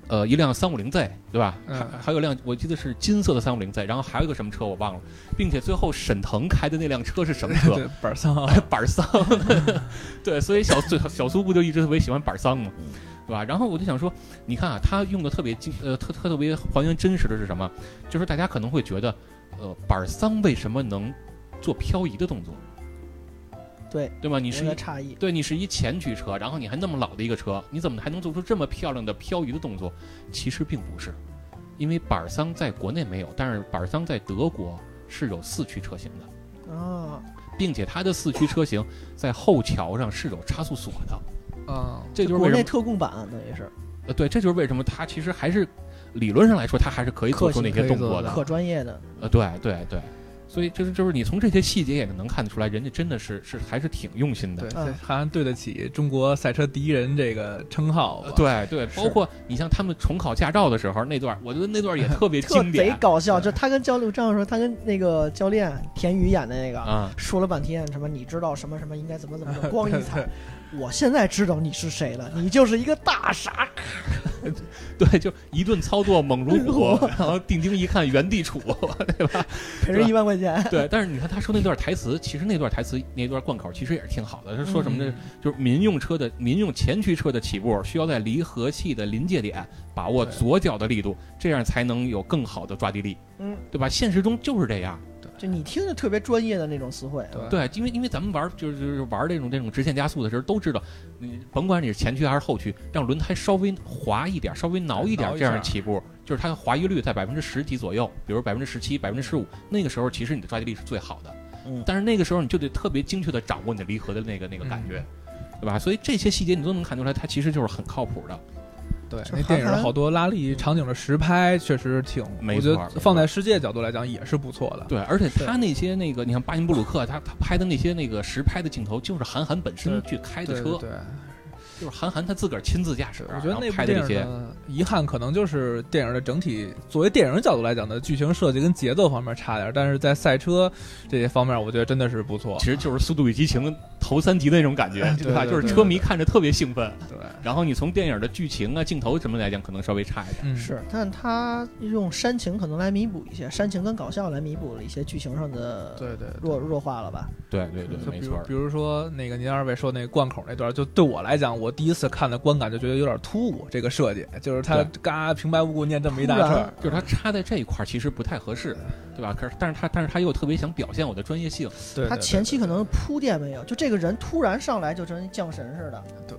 Speaker 2: 呃，一辆三五零 Z，对吧？
Speaker 3: 嗯
Speaker 2: 还还有辆我记得是金色的三五零 Z，然后还有一个什么车我忘了，并且最后沈腾开的那辆车是什么车？
Speaker 3: 对板桑啊，
Speaker 2: 板桑，对，所以小苏小苏不就一直特别喜欢板桑嘛，对吧？然后我就想说，你看啊，他用的特别精，呃，特特特别还原真实的是什么？就是大家可能会觉得，呃，板桑为什么能做漂移的动作？
Speaker 1: 对
Speaker 2: 对吧？你是
Speaker 1: 嗯有
Speaker 2: 一
Speaker 1: 点诧异。
Speaker 2: 对你是一前驱车，然后你还那么老的一个车，你怎么还能做出这么漂亮的漂移的动作？其实并不是，因为板桑在国内没有，但是板桑在德国是有四驱车型的。
Speaker 1: 啊，
Speaker 2: 并且它的四驱车型在后桥上是有差速锁的，
Speaker 3: 啊，
Speaker 2: 这就是
Speaker 1: 国
Speaker 2: 为什
Speaker 1: 内
Speaker 2: 么
Speaker 1: 特供版等于是
Speaker 2: 呃对，这就是为什么它其实还是理论上来说，它还是可以做出那些动作的
Speaker 3: 啊。
Speaker 1: 可专业的，
Speaker 2: 呃，对对对，所以就是就是你从这些细节也能看得出来，人家真的是是还是挺用心的
Speaker 3: 对，。
Speaker 1: 嗯
Speaker 3: 这还能对得起中国赛车第一人这个称号吧
Speaker 2: 呃？对对，
Speaker 3: 是
Speaker 2: 包括你像他们重考驾照的时候那段儿，我觉得那段儿也 特别
Speaker 1: 特
Speaker 2: 经
Speaker 1: 贼
Speaker 2: 典
Speaker 1: 搞笑。
Speaker 3: 对
Speaker 1: 就他跟教练这样说，他跟那个教练田宇演的那个
Speaker 2: 啊！
Speaker 1: 说了半天什么，你知道什么什 么应该怎么怎么，光一踩，我现在知道你是谁了，你就是一个大傻
Speaker 2: 对，就一顿操作猛如
Speaker 1: 猛如
Speaker 2: 虎，然后定睛一看原地杵， 对吧？
Speaker 1: 赔人一万块钱。
Speaker 2: 对，但是你看他说那段台词，其实那段台词那段贯口其实也是挺好的。他说什么
Speaker 3: 嗯
Speaker 2: 呢？就是民用车的民用前驱车的起步需要在离合器的临界点把握
Speaker 3: 对
Speaker 2: 左脚的力度，这样才能有更好的抓地力，
Speaker 1: 嗯，
Speaker 2: 对吧？现实中就是这样。
Speaker 1: 就你听着特别专业的那种词汇，啊
Speaker 3: 对
Speaker 2: 对，因为因为咱们玩就是就是玩这种这种直线加速的时候，都知道，你甭管你是前驱还是后驱，让轮胎稍微滑一点，稍微挠一点
Speaker 3: 挠，一
Speaker 2: 这样
Speaker 3: 下
Speaker 2: 起步，就是它的滑移率在百分之十几左右，比如百分之十七、百分之十五，那个时候其实你的抓地力是最好的。
Speaker 1: 嗯
Speaker 2: 但是那个时候你就得特别精确的掌握你的离合的那个那个感觉，
Speaker 3: 嗯
Speaker 2: 对吧？所以这些细节你都能看出来，它其实就是很靠谱
Speaker 3: 啊
Speaker 2: 的。
Speaker 3: 对，
Speaker 1: 就
Speaker 3: 那
Speaker 1: 韩
Speaker 3: 电影的
Speaker 1: 寒
Speaker 3: 好多拉力场景的实拍确实挺，
Speaker 2: 嗯没
Speaker 3: 我觉
Speaker 2: 错
Speaker 3: 得
Speaker 2: 没错
Speaker 3: 放在世界角度来讲也是不错的。
Speaker 2: 对，而且
Speaker 3: 是
Speaker 2: 他那些那个，你看巴音布鲁克，他他拍的那些那个实拍的镜头，就是韩寒本身去开的
Speaker 3: 对
Speaker 2: 车，
Speaker 3: 对，
Speaker 2: 就是韩寒他自个儿亲自驾驶，
Speaker 3: 我觉得
Speaker 2: 然后
Speaker 3: 那部
Speaker 2: 拍的
Speaker 3: 电
Speaker 2: 这
Speaker 3: 影
Speaker 2: 些。
Speaker 3: 的遗憾可能就是电影的整体作为电影角度来讲的剧情设计跟节奏方面差点儿，但是在赛车这些方面，我觉得真的是不错
Speaker 2: 其。实就是《速度与激情》头三集的那种感觉，
Speaker 3: 对
Speaker 2: 吧？
Speaker 3: 哎对
Speaker 2: 就是
Speaker 3: 对
Speaker 2: 车迷看着特别兴奋，
Speaker 3: 对，
Speaker 2: 然后你从电影的剧情啊、镜头什么来讲，可能稍微差一点。
Speaker 3: 嗯，
Speaker 1: 是，但他用煽情可能来弥补一些，煽情跟搞笑来弥补了一些剧情上的
Speaker 3: 对对对
Speaker 1: 弱弱化了吧？
Speaker 2: 对对对，
Speaker 3: 就
Speaker 2: 没
Speaker 3: 比如
Speaker 2: 错，
Speaker 3: 比如说那个您二位说那个贯口那段，就对我来讲，我第一次看的观感就觉得有点突兀。这个设计就是他嘎平白无故念这么一大
Speaker 1: 突然
Speaker 3: 串儿，
Speaker 2: 就是它插在这一块儿其实不太合适，对吧？可是，但是它但是它又特别想表现我的专业性，
Speaker 3: 对
Speaker 1: 他前期可能铺垫没有，就这个人突然上来就跟降神似的，
Speaker 3: 对，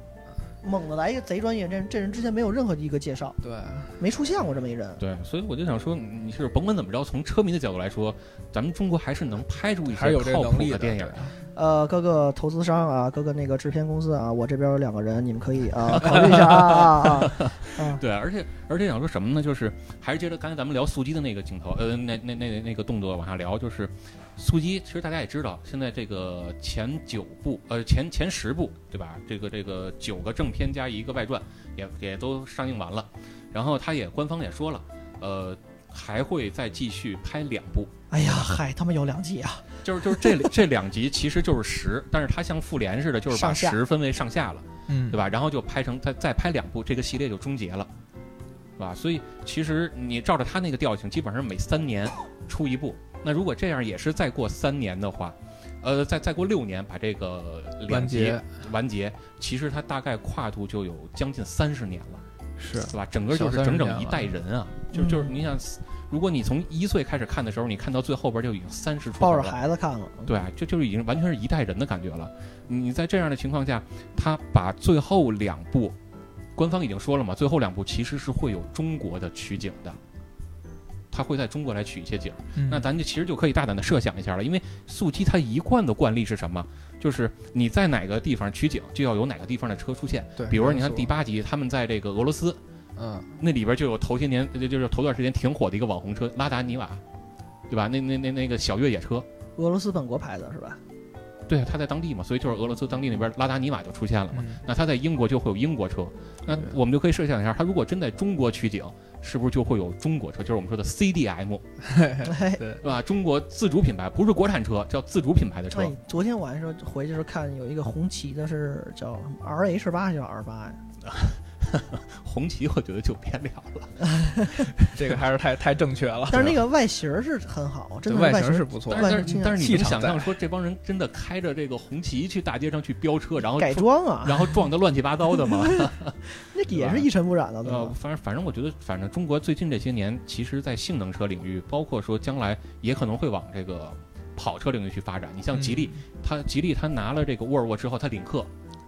Speaker 1: 猛的来一个贼专业，这这人之前没有任何的一个介绍，
Speaker 3: 对
Speaker 1: 没出现过这么一人。
Speaker 2: 对，所以我就想说，你是甭管怎么着，从车迷的角度来说，咱们中国还是能拍出一
Speaker 3: 还是
Speaker 2: 些
Speaker 3: 有这
Speaker 2: 靠
Speaker 3: 能
Speaker 2: 谱
Speaker 3: 力
Speaker 2: 的
Speaker 3: 的
Speaker 2: 电影
Speaker 3: 对。
Speaker 1: 呃，各个投资商啊，各个那个制片公司啊，我这边有两个人，你们可以 啊考虑一下啊啊啊！
Speaker 2: 对，而且而且想说什么呢？就是还是接着刚才咱们聊速激的那个镜头，呃，那那那那个动作往下聊，就是速激，其实大家也知道，现在这个前九部，呃，前前十部，对吧？这个这个九个正片加一个外传，也也都上映完了。然后他也官方也说了，呃，还会再继续拍两部，
Speaker 1: 哎呀，嗨，他们有两季啊，
Speaker 2: 就是就是这这两集其实就是十，但是它像复联似的，就是把
Speaker 1: 上下
Speaker 2: 十分为上下了。
Speaker 3: 嗯
Speaker 2: 对吧？然后就拍成再再拍两部，这个系列就终结了，对吧？所以其实你照着他那个调性，基本上每三年出一部。那如果这样也是再过三年的话，呃，再再过六年把这个两
Speaker 3: 完
Speaker 2: 集
Speaker 3: 结
Speaker 2: 完结，其实它大概跨度就有将近三十年了，
Speaker 3: 是
Speaker 2: 对吧？整个就是
Speaker 3: 小30
Speaker 2: 整
Speaker 3: 年
Speaker 2: 整一
Speaker 3: 了
Speaker 2: 代人啊，就就是
Speaker 1: 嗯
Speaker 2: 你想，如果你从一岁开始看的时候，你看到最后边就已经三十出头
Speaker 1: 抱着
Speaker 2: 了。
Speaker 1: 孩子看了。
Speaker 2: 对，这就是已经完全是一代人的感觉了。你在这样的情况下，他把最后两部，官方已经说了嘛，最后两部其实是会有中国的取景的，他会在中国来取一些景。
Speaker 3: 嗯
Speaker 2: 那咱就其实就可以大胆的设想一下了，因为速七它一贯的惯例是什么？就是你在哪个地方取景，就要有哪个地方的车出现。
Speaker 3: 对，
Speaker 2: 比如说，你看第八集，他们在这个俄罗斯
Speaker 3: 嗯
Speaker 2: 那里边就有头些年，呃就就是头段时间挺火的一个网红车拉达尼瓦，对吧？那那那那个小越野车，
Speaker 1: 俄罗斯本国牌子是 吧？
Speaker 2: 对，啊他在当地嘛，所以就是俄罗斯当地那边拉达尼瓦就出现了嘛。
Speaker 3: 嗯
Speaker 2: 那他在英国就会有英国车，那
Speaker 3: 对
Speaker 2: 我们就可以设想一下，他如果真在中国取景，是不是就会有中国车，就是我们说的 CDM，
Speaker 1: 哎，
Speaker 3: 对
Speaker 2: 是吧？中国自主品牌，不是国产车，叫自主品牌的车
Speaker 1: 哎，昨天晚上回去时候看有一个红旗的是叫什么 R H 八还是 R 八呀？
Speaker 2: 红旗，我觉得就别聊了。
Speaker 3: 这个还是太太正确了，
Speaker 1: 但是那个外形儿是很好，真
Speaker 3: 对
Speaker 1: 的形
Speaker 3: 外形
Speaker 1: 儿
Speaker 3: 是不错
Speaker 2: 但
Speaker 1: 外形
Speaker 2: 是但是
Speaker 1: 清
Speaker 2: 但是你
Speaker 3: 气
Speaker 2: 能
Speaker 3: 场
Speaker 2: 想象
Speaker 3: 在
Speaker 2: 说，这帮人真的开着这个红旗去大街上去飙车，然后
Speaker 1: 改
Speaker 2: 撞
Speaker 1: 装啊，
Speaker 2: 然后撞得乱七八糟的吗？
Speaker 1: 那也是一尘不染的，对
Speaker 2: 呃，
Speaker 1: 吧？
Speaker 2: 反正反正我觉得，反正中国最近这些年，其实在性能车领域，包括说将来也可能会往这
Speaker 3: 嗯
Speaker 2: 个跑车领域去发展。你像吉利，它吉利它拿了这个沃尔沃之后，它领克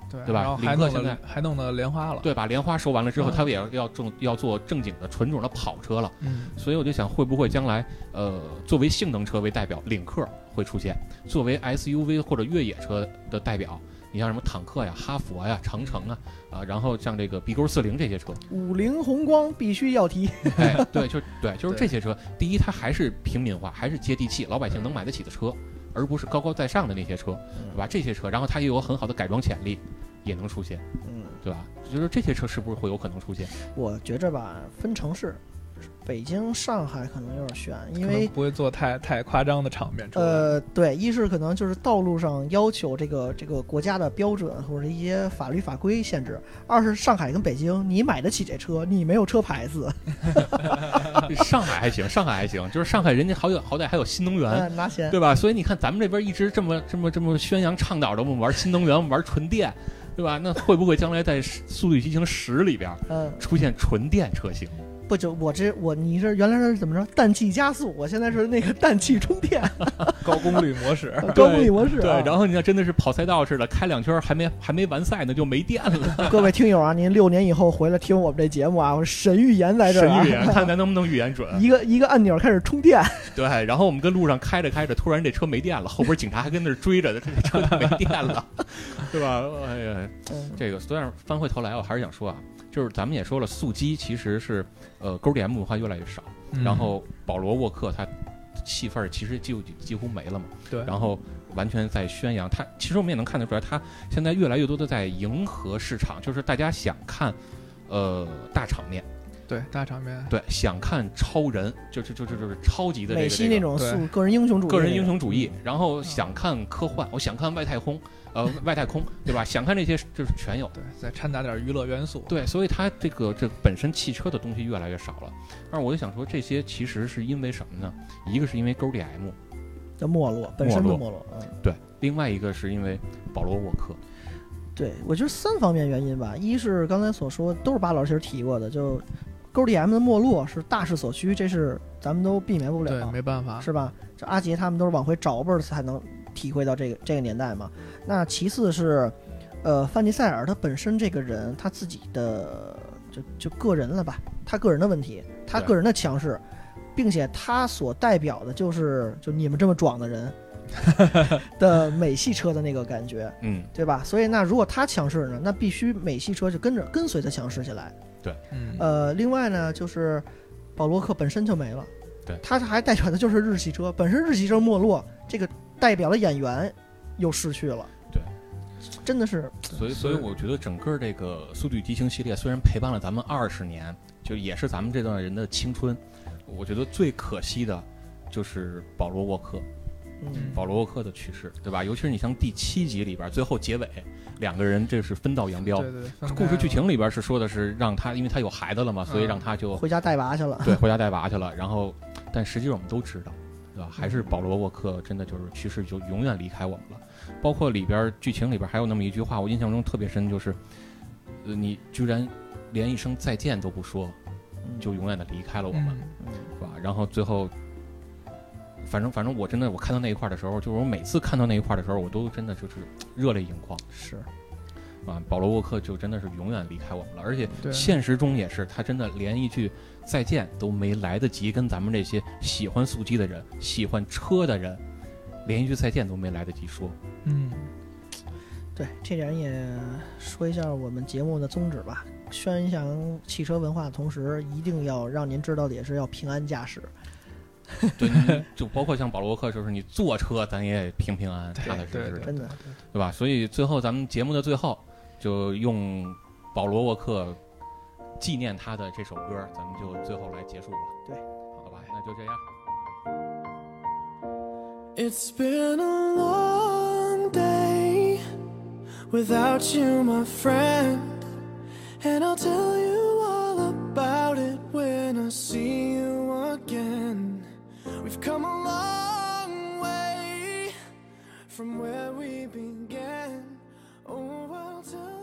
Speaker 3: 对
Speaker 2: 对吧
Speaker 3: 然后
Speaker 2: 领
Speaker 3: 还
Speaker 2: 克
Speaker 3: 弄
Speaker 2: 现
Speaker 3: 了还弄了莲花了，
Speaker 2: 对，把莲花收完了之后，
Speaker 3: 嗯
Speaker 2: 他们也要要正要做正经的纯种的跑车了。
Speaker 3: 嗯，
Speaker 2: 所以我就想，会不会将来，呃，作为性能车为代表，领克会出现；作为 SUV 或者越野车的代表，你像什么坦克呀、哈佛呀、长城啊，啊、然后像这个 B 勾四零这些车，
Speaker 1: 五菱宏光必须要提，
Speaker 2: 哎，对，就是对，就是
Speaker 3: 对
Speaker 2: 这些车。第一，它还是平民化，还是接地气，老百姓能买得起的车，而不是高高在上的那些车，对吧？这些车，然后它也有很好的改装潜力，也能出现，
Speaker 1: 嗯，
Speaker 2: 对吧？就是这些车是不是会有可能出现？
Speaker 1: 我觉着吧，分城市，北京、上海可能有点悬，因
Speaker 3: 可能
Speaker 1: 为
Speaker 3: 不会做太太夸张的场面出来，
Speaker 1: 呃，对，一是可能就是道路上要求这个这个国家的标准或者一些法律法规限制；二是上海跟北京，你买得起这车，你没有车牌子，
Speaker 2: 上海还行，上海还行，就是上海人家好有好歹还有新能源，
Speaker 1: 呃、 拿钱。
Speaker 2: 对吧？所以你看，咱们这边一直这么这么这么宣扬倡导着我们玩新能源，我们玩纯电，对吧？那会不会将来在《速度与激情十》里边
Speaker 1: 嗯，
Speaker 2: 出现纯电车型？
Speaker 1: 不就我这我你是原来是怎么着？氮气加速，我现在是那个氮气充 电，
Speaker 3: 高功率模式，
Speaker 1: 高功率模式、啊。
Speaker 2: 对，然后你看，真的是跑赛道似的，开两圈还没还没完赛呢，就没电了。
Speaker 1: 各位听友啊，您六年以后回来听我们这节目啊，我神预言在这儿、
Speaker 2: 神
Speaker 1: 啊，。
Speaker 2: 预言，啊看咱能不能预言准
Speaker 1: 一个一个按钮开始充电，
Speaker 2: 对，然后我们跟路上开着开着，突然这车没电了，后边警察还跟那儿追着，这车就没电了，对吧？ 哎呀，
Speaker 1: 嗯
Speaker 2: 这个，虽然翻回头来，我还是想说啊，就是咱们也说了，速激其实是呃勾 DM 文化越来越少。
Speaker 3: 嗯
Speaker 2: 然后保罗沃克他戏份儿其实就几乎没了嘛，
Speaker 3: 对，
Speaker 2: 然后完全在宣扬他。其实我们也能看得出来，他现在越来越多的在迎合市场，就是大家想看，呃，大场面，
Speaker 3: 对大场面，
Speaker 2: 对，想看超人，就就就就就是超级的这
Speaker 1: 美
Speaker 2: 个
Speaker 1: 西
Speaker 2: 这
Speaker 1: 那
Speaker 2: 个
Speaker 1: 种
Speaker 3: 对
Speaker 1: 素个人英雄主义，嗯
Speaker 2: 个人英，雄主义，然后想看科幻，我想看外太空，呃，外太空，对吧？想看这些就是全有。
Speaker 3: 对，再掺杂点娱乐元素，
Speaker 2: 对，所以它这个这本身汽车的东西越来越少了，但是我就想说，这些其实是因为什么呢？一个是因为勾 DM，
Speaker 1: 的没落，本身的
Speaker 2: 没
Speaker 1: 没落。嗯，
Speaker 2: 对，另外一个是因为保罗沃克，
Speaker 1: 对，我觉得三方面原因吧，一是刚才所说都是巴老师提过的，就 GDM 的没落是大势所趋，这是咱们都避免不
Speaker 3: 对，
Speaker 1: 了，
Speaker 3: 没办法，
Speaker 1: 是吧？这阿杰他们都是往回找辈儿才能体会到这个这个年代嘛。那其次是，呃，范迪塞尔他本身这个人他自己的就就个人了吧，他个人的问题，他
Speaker 2: 对
Speaker 1: 个人的强势。并且他所代表的就是就你们这么壮的人的美系车的那个感觉，
Speaker 2: 嗯，
Speaker 1: 对吧？所以那如果他强势呢，那必须美系车就跟着跟随他强势起来。
Speaker 3: 嗯，
Speaker 1: 呃，另外呢，就是保罗克本身就没了，
Speaker 2: 对
Speaker 1: 他还代表的就是日系车，本身日系车没落，这个代表的演员又失去了，
Speaker 2: 对，
Speaker 1: 真的是
Speaker 2: 所以所以我觉得整个这个《速度与激情》系列虽然陪伴了咱们二十年，就也是咱们这段人的青春，我觉得最可惜的就是保罗沃克，
Speaker 1: 嗯，
Speaker 2: 保罗沃克的去世，对吧？尤其是你像第七集里边最后结尾，两个人这是分道扬镳
Speaker 3: 对。对，分
Speaker 2: 故
Speaker 3: 开
Speaker 2: 事剧
Speaker 3: 了
Speaker 2: 情里边是说的是让他，因为他有孩子了嘛，所以
Speaker 3: 嗯
Speaker 2: 让他就
Speaker 1: 回家带娃去了。
Speaker 2: 对，回家带娃去了。然后，但实际上我们都知道，对吧？还是保罗沃克真的就是去世就永远离开我们了。包括里边儿剧情里边儿还有那么一句话，我印象中特别深，就是，呃，你居然连一声再见都不说，
Speaker 1: 嗯
Speaker 2: 就永远的离开了我们，
Speaker 3: 嗯
Speaker 2: 是吧？然后最后。反正反正我真的我看到那一块儿的时候，就是我每次看到那一块儿的时候，我都真的就是热泪盈眶
Speaker 1: 是，
Speaker 2: 啊！保罗沃克就真的是永远离开我们了，而且
Speaker 3: 对，
Speaker 2: 现实中也是，他真的连一句再见都没来得及跟咱们这些喜欢速激的人、喜欢车的人，连一句再见都没来得及 说。
Speaker 3: 嗯，
Speaker 1: 对，这点也说一下我们节目的宗旨吧。宣扬汽车文化的同时，一定要让您知道的也是要平安驾驶。
Speaker 2: 对，你就包括像保罗沃克，就是你坐车咱也平平安安、踏踏实
Speaker 3: 对
Speaker 2: 实的，
Speaker 1: 真的，
Speaker 2: 对吧？所以最后咱们节目的最后，就用保罗沃克纪念他的这首歌，咱们就最后来结束吧。
Speaker 1: 对，
Speaker 2: 好吧，那就这样。
Speaker 4: It's been a long day without you, my friend. And I'll tell you all about it when I see you again. We've come a long way from where we began. Oh, I'll tell